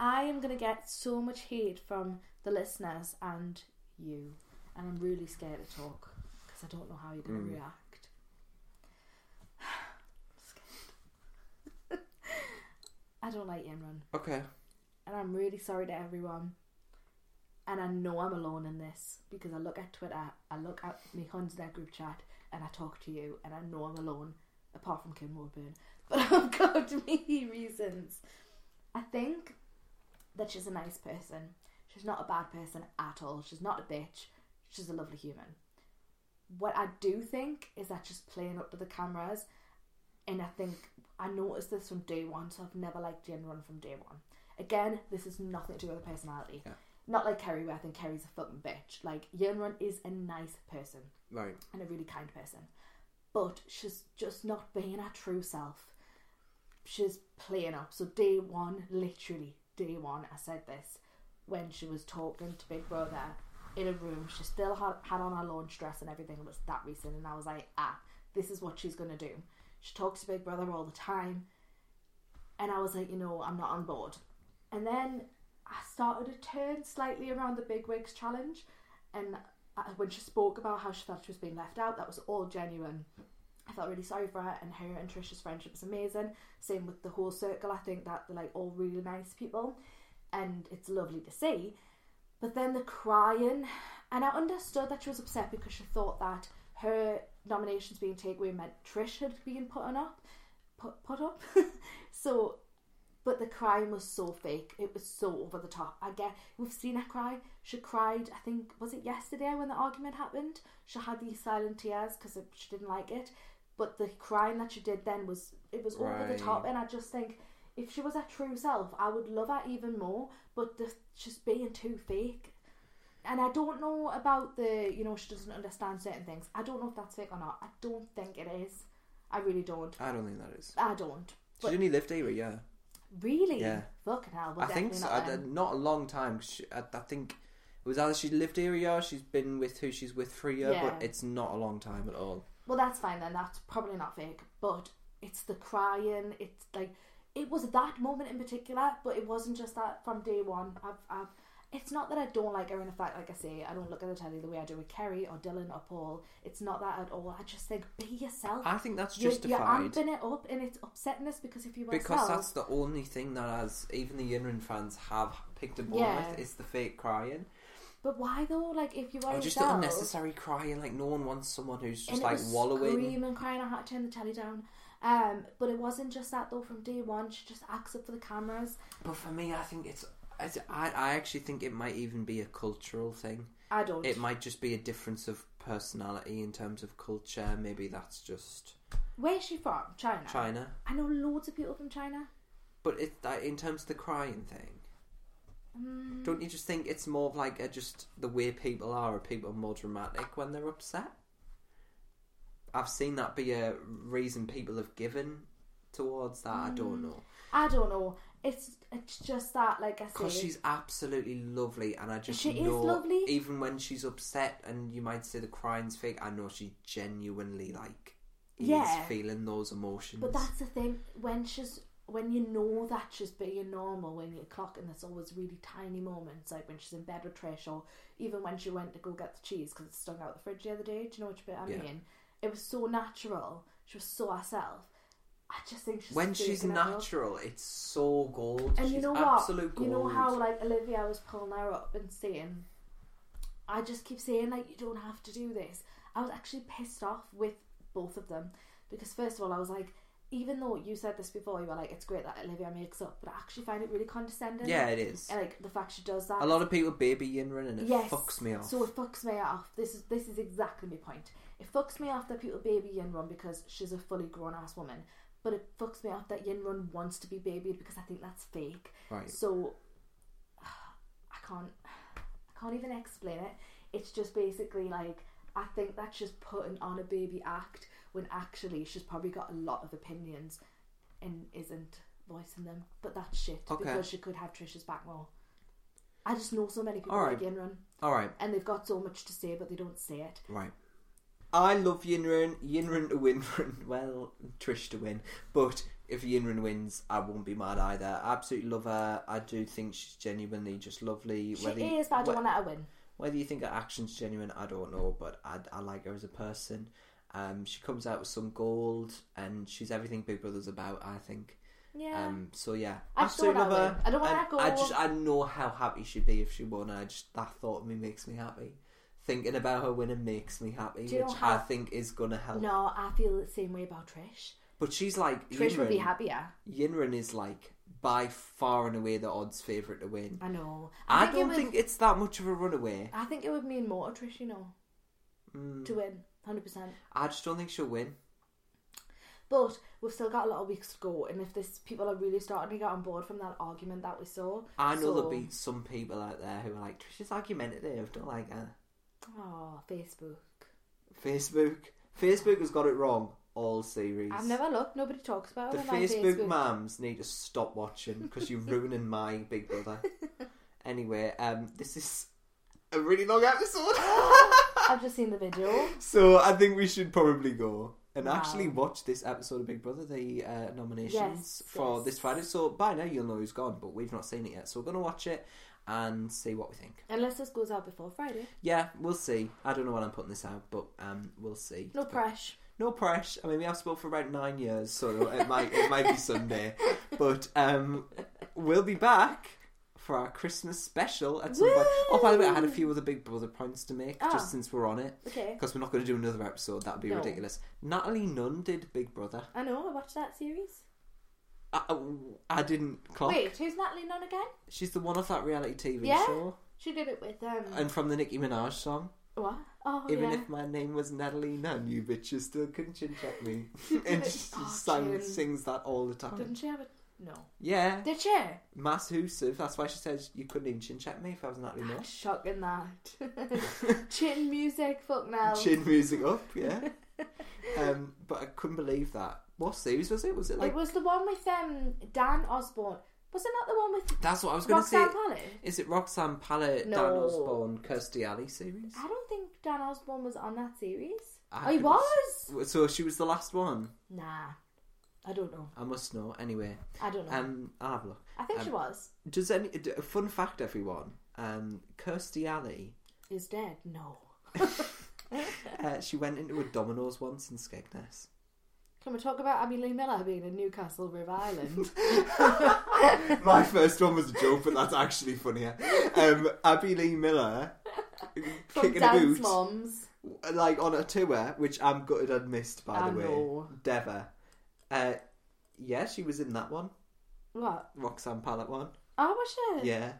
B: I am going to get so much hate from the listeners and you, and I'm really scared to talk because I don't know how you're going to react. Scared. I don't like Imran,
A: Okay.
B: and I'm really sorry to everyone. And I know I'm alone in this because I look at Twitter, I look at my Huns their group chat, and I talk to you, and I know I'm alone, apart from Kim Woodburn. But I've got me reasons. I think that she's a nice person. She's not a bad person at all. She's not a bitch. She's a lovely human. What I do think is that she's playing up to the cameras, and I think I noticed this from day one, so I've never liked Jin Run from day one. Again, this is nothing to do with her personality.
A: Yeah.
B: Not like Kerry, where I think Kerry's a fucking bitch. Like, Yin Run is a nice person
A: Right.
B: and a really kind person. But she's just not being her true self. She's playing up. So day one, literally day one, I said this when she was talking to Big Brother in a room. She still had, had on her launch dress and everything. It was that recent, and I was like, ah, this is what she's gonna do. She talks to Big Brother all the time, and I was like, you know, I'm not on board. And then I started to turn slightly around the Big Wigs challenge, and uh, when she spoke about how she felt she was being left out, that was all genuine. I felt really sorry for her, and her and Trisha's friendship was amazing. Same with the whole circle. I think that they're like all really nice people, and it's lovely to see. But then the crying, and I understood that she was upset because she thought that her nominations being taken away meant Trish had been put on up, put put up. so but the crying was so fake. It was so over the top. I get we've seen her cry. She cried. I think was it yesterday when the argument happened. She had these silent tears because she didn't like it. But the crying that she did then was it was over
A: Right.
B: the top, and I just think if she was her true self, I would love her even more. But the, she's being too fake. And I don't know about the, you know, she doesn't understand certain things. I don't know if that's fake or not. I don't think it is. I really don't.
A: I don't think that is.
B: I don't.
A: She only lived here a year.
B: Really?
A: Yeah.
B: Fucking hell. We're
A: I think
B: definitely
A: so.
B: Not
A: I-
B: them.
A: not a long time. 'cause She, I, I think it was either she lived here a year, she's been with who she's with for a year,
B: Yeah.
A: but it's not a long time at all.
B: Well, that's fine then. That's probably not fake, but it's the crying. It's like it was that moment in particular, but it wasn't just that from day one. I've, I've it's not that I don't like her. In fact, like I say, I don't look at the telly the way I do with Kerry or Dylan or Paul. It's not that at all. I just think be yourself.
A: I think that's
B: You're, you're
A: justified.
B: amping it up, and it's upsetting us because if you were
A: because
B: yourself,
A: that's the only thing that has even the Yinrin fans have picked up on
B: Yeah.
A: with is the fake crying
B: but why though? Like if you were
A: or just the
B: yourself,
A: unnecessary crying. Like no one wants someone who's
B: and
A: just
B: it
A: like
B: was
A: wallowing.
B: screaming, crying. I had to turn the telly down. Um, but it wasn't just that though. From day one, she just acts up for the cameras.
A: But for me, I think it's. I, I I actually think it might even be a cultural thing.
B: I don't.
A: It might just be a difference of personality in terms of culture. Maybe that's just
B: Where's she from? China.
A: China.
B: I know loads of people from China.
A: But it, that in terms of the crying thing,
B: Mm.
A: don't you just think it's more of like a, just the way people are? Are people more dramatic when they're upset? I've seen that be a reason people have given towards that? I don't know.
B: Mm. I don't know. It's it's just that like I
A: Because
B: say,
A: she's absolutely lovely, and I just
B: She is
A: know,
B: lovely.
A: even when she's upset, and you might say the crying's fake, I know she genuinely like is
B: Yeah.
A: feeling those emotions.
B: but that's the thing when she's when you know that she's being normal when you clock and there's always really tiny moments like when she's in bed with Trish or even when she went to go get the cheese because it stung out the fridge the other day. Do you know which bit I
A: Yeah.
B: mean? It was so natural. She was so herself. I just think she's
A: when
B: just
A: she's
B: taken it up.
A: natural, it's so gold.
B: And
A: she's
B: you know what?
A: absolute
B: You
A: gold.
B: know how like Olivia was pulling her up and saying, "I just keep saying like you don't have to do this." I was actually pissed off with both of them because first of all, I was like, even though you said this before, you were like, "It's great that Olivia makes up," but I actually find it really condescending.
A: yeah, it is.
B: and like the fact she does that.
A: A lot of people baby Yinrin, and it
B: Yes.
A: fucks me off.
B: So it fucks me off. This is this is exactly my point. It fucks me off that people baby Yinrun because she's a fully grown ass woman. But it fucks me off that Yinrun wants to be babied because I think that's fake.
A: right.
B: So I can't I can't even explain it. It's just basically like I think that's just putting on a baby act when actually she's probably got a lot of opinions and isn't voicing them. But that's shit
A: Okay.
B: because she could have Trisha's back more. I just know so many people
A: Alright.
B: like Yinrun
A: All right.
B: and they've got so much to say but they don't say it.
A: Right. I love Yinrin. Yinrin to Winrin. Well, Trish to win. But if Yinrin wins, I won't be mad either. I absolutely love her. I do think she's genuinely just lovely.
B: She is, but I don't
A: whe-
B: want her to win.
A: whether you think her action's genuine, I don't know. But I, I like her as a person. Um, she comes out with some gold, and she's everything Big Brother's about. I think.
B: Yeah.
A: Um, so yeah,
B: I just don't
A: absolutely love
B: wanna
A: her.
B: win. I don't wanna
A: And
B: go-
A: I just I know how happy she'd be if she won. I just that thought of me makes me happy. Thinking about her winning makes me happy,
B: Do you know
A: which
B: how-
A: I think is gonna help.
B: no, I feel the same way about Trish.
A: But she's like
B: Trish would be
A: Yinrin.
B: happier.
A: Yinrin is like by far and away the odds favourite to win.
B: I know.
A: I,
B: it
A: don't
B: would-
A: think it's that much of a runaway. Mm.
B: I think it would mean more to Trish, you know, to win, hundred percent.
A: I just don't think she'll win.
B: But we've still got a lot of weeks to go, and if this people are really starting to get on board from that argument that we saw,
A: I know
B: so,
A: there'll be some people out there who are like Trish is argumentative. Don't like uh, her.
B: Oh, Facebook.
A: Facebook. Facebook has got it wrong all series.
B: I've never looked. Nobody talks about
A: The
B: it on my
A: Facebook,
B: Facebook.
A: mums need to stop watching because you're ruining my Big Brother. Anyway, um, this is a really long episode,
B: I've just seen the video.
A: so I think we should probably go and
B: Wow.
A: actually watch this episode of Big Brother, the uh, nominations
B: Yes,
A: for
B: yes.
A: this Friday. So by now you'll know who's gone, but we've not seen it yet, so we're gonna watch it and see what we think.
B: Unless this goes out before Friday,
A: Yeah, we'll see. I don't know when I'm putting this out, but um, we'll see.
B: no
A: But-
B: pressure.
A: No pressure. I mean, we have spoke for about nine years, so it might it might be Sunday, but um, we'll be back for our Christmas special at some point. Oh, by the way, I had a few other Big Brother points to make
B: Ah.
A: just since we're on it,
B: Okay,
A: because we're not going to do another episode. That'd be
B: No.
A: ridiculous. Natalie Nunn did Big Brother.
B: I know. I watched that series.
A: I, I- I didn't clock.
B: Wait, who's Natalie Nunn again?
A: She's the one off that reality TV
B: Yeah?
A: show,
B: She did it with um.
A: and from the Nicki Minaj song.
B: what? Oh
A: Even
B: yeah.
A: if my name was Natalie Nunn, you bitches still couldn't chin check me. and she
B: Oh,
A: sang,
B: June.
A: sings that all the time.
B: Didn't she have it? No.
A: Yeah.
B: Did she?
A: Mass Husiv, that's why she says you couldn't even chin check me if I was Natalie Nunn.
B: That's shocking. Ah, That chin music. Fuck now.
A: Chin music up, yeah. um, but I couldn't believe that. What series was it? Was it like.
B: it was the one with um Dan Osborne. Was it not the one with
A: That's what I was going to say.
B: Roxanne Pally?
A: Is it Roxanne Pallet, Dan
B: No.
A: Osborne, Kirsty Alley series?
B: I don't think Dan Osborne was on that series.
A: I
B: Oh, he
A: couldn't-
B: was.
A: So she was the last one.
B: Nah, I don't know.
A: I must know. Anyway,
B: I don't know.
A: um, I'll have a look.
B: I think she
A: um,
B: was.
A: Does any. d- Fun fact, everyone. Um, Kirsty Alley,
B: Is dead? No.
A: uh, she went into a Domino's once in Skegness.
B: Can we talk about Abby Lee Miller being in Newcastle, River Island?
A: My first one was a joke, but that's actually funnier. Um, Abby Lee Miller
B: From
A: kicking a
B: Dance
A: boot,
B: Moms.
A: like on a tour, which I'm gutted I'd missed, by
B: I
A: the way.
B: know.
A: Deva. Uh, yeah, she was in that one,
B: What?
A: Roxanne Pallet one.
B: Oh, was she?
A: uh, Yeah.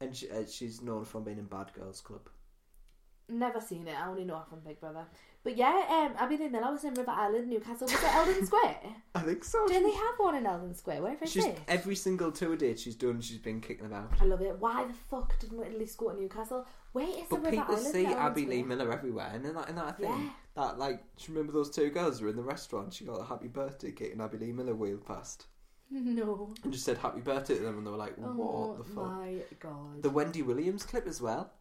A: And she, uh, she's known from being in Bad Girls Club.
B: Never seen it. I only know it from Big Brother. But yeah, um, Abby Lee Miller was in River Island, Newcastle. Was it Eldon Square?
A: I think so.
B: Do they have one in Eldon Square? Wherever it
A: Oh, She's
B: is.
A: every single tour date she's done, she's been kicking about.
B: I love it. Why the fuck didn't we at least go to Newcastle? Where is
A: But
B: the River
A: people
B: Island?
A: see
B: Eldon
A: Abby
B: Square?
A: Lee Miller everywhere, and then that, and that thing
B: Yeah.
A: that like, do you remember those two girls who were in the restaurant? She got a happy birthday cake, and Abby Lee Miller wheeled past
B: No.
A: and just said happy birthday to them, and they were like, "What
B: oh
A: the fuck?"
B: my god.
A: The Wendy Williams clip as well,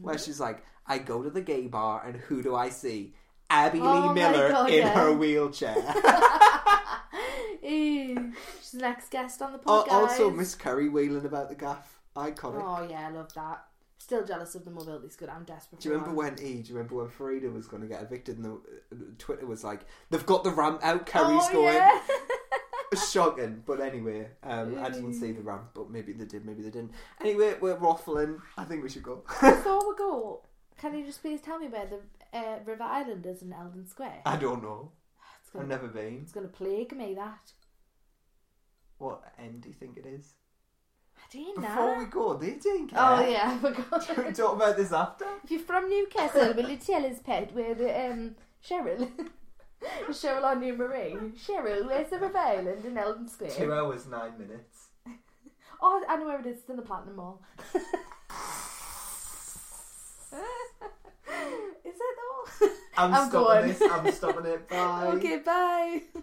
B: Mm.
A: where she's like, "I go to the gay bar, and who do I see?" Abby
B: Oh my
A: Lee Miller
B: God,
A: in
B: yeah.
A: her wheelchair.
B: Ew. She's the next guest on the
A: Al-
B: podcast.
A: Oh, also, Miss Curry wheeling about the gaff, iconic.
B: Oh yeah, I love that. Still jealous of the mobility scooter. I'm desperate.
A: Do you
B: for
A: remember
B: one.
A: when E? Do you remember when Frida was going to get evicted? And the uh, Twitter was like, "They've got the ramp out. Kerry's
B: oh,
A: going."
B: Yeah.
A: Shocking, but anyway, um, I didn't see the ramp, but maybe they did, maybe they didn't. Anyway, we're waffling. I think we should go.
B: Before we go, can you just please tell me where the uh, River Island is in Eldon Square?
A: I don't know.
B: It's
A: I've
B: gonna,
A: never been.
B: it's gonna plague me that.
A: What end do you think it is?
B: I do not
A: Before
B: know.
A: we go, they didn't care.
B: Oh yeah, I
A: Should we
B: forgot.
A: talk about this after?
B: if you're from Newcastle, will you tell us, Pet, where the um Cheryl, Cheryl on New Marie, Cheryl, where's the River Island in Eldon Square?
A: Two hours, nine minutes.
B: Oh, I know where it is. It's in the Platinum Mall. is it though?
A: I'm,
B: I'm
A: stopping
B: going.
A: this. I'm stopping it. Bye.
B: okay, bye.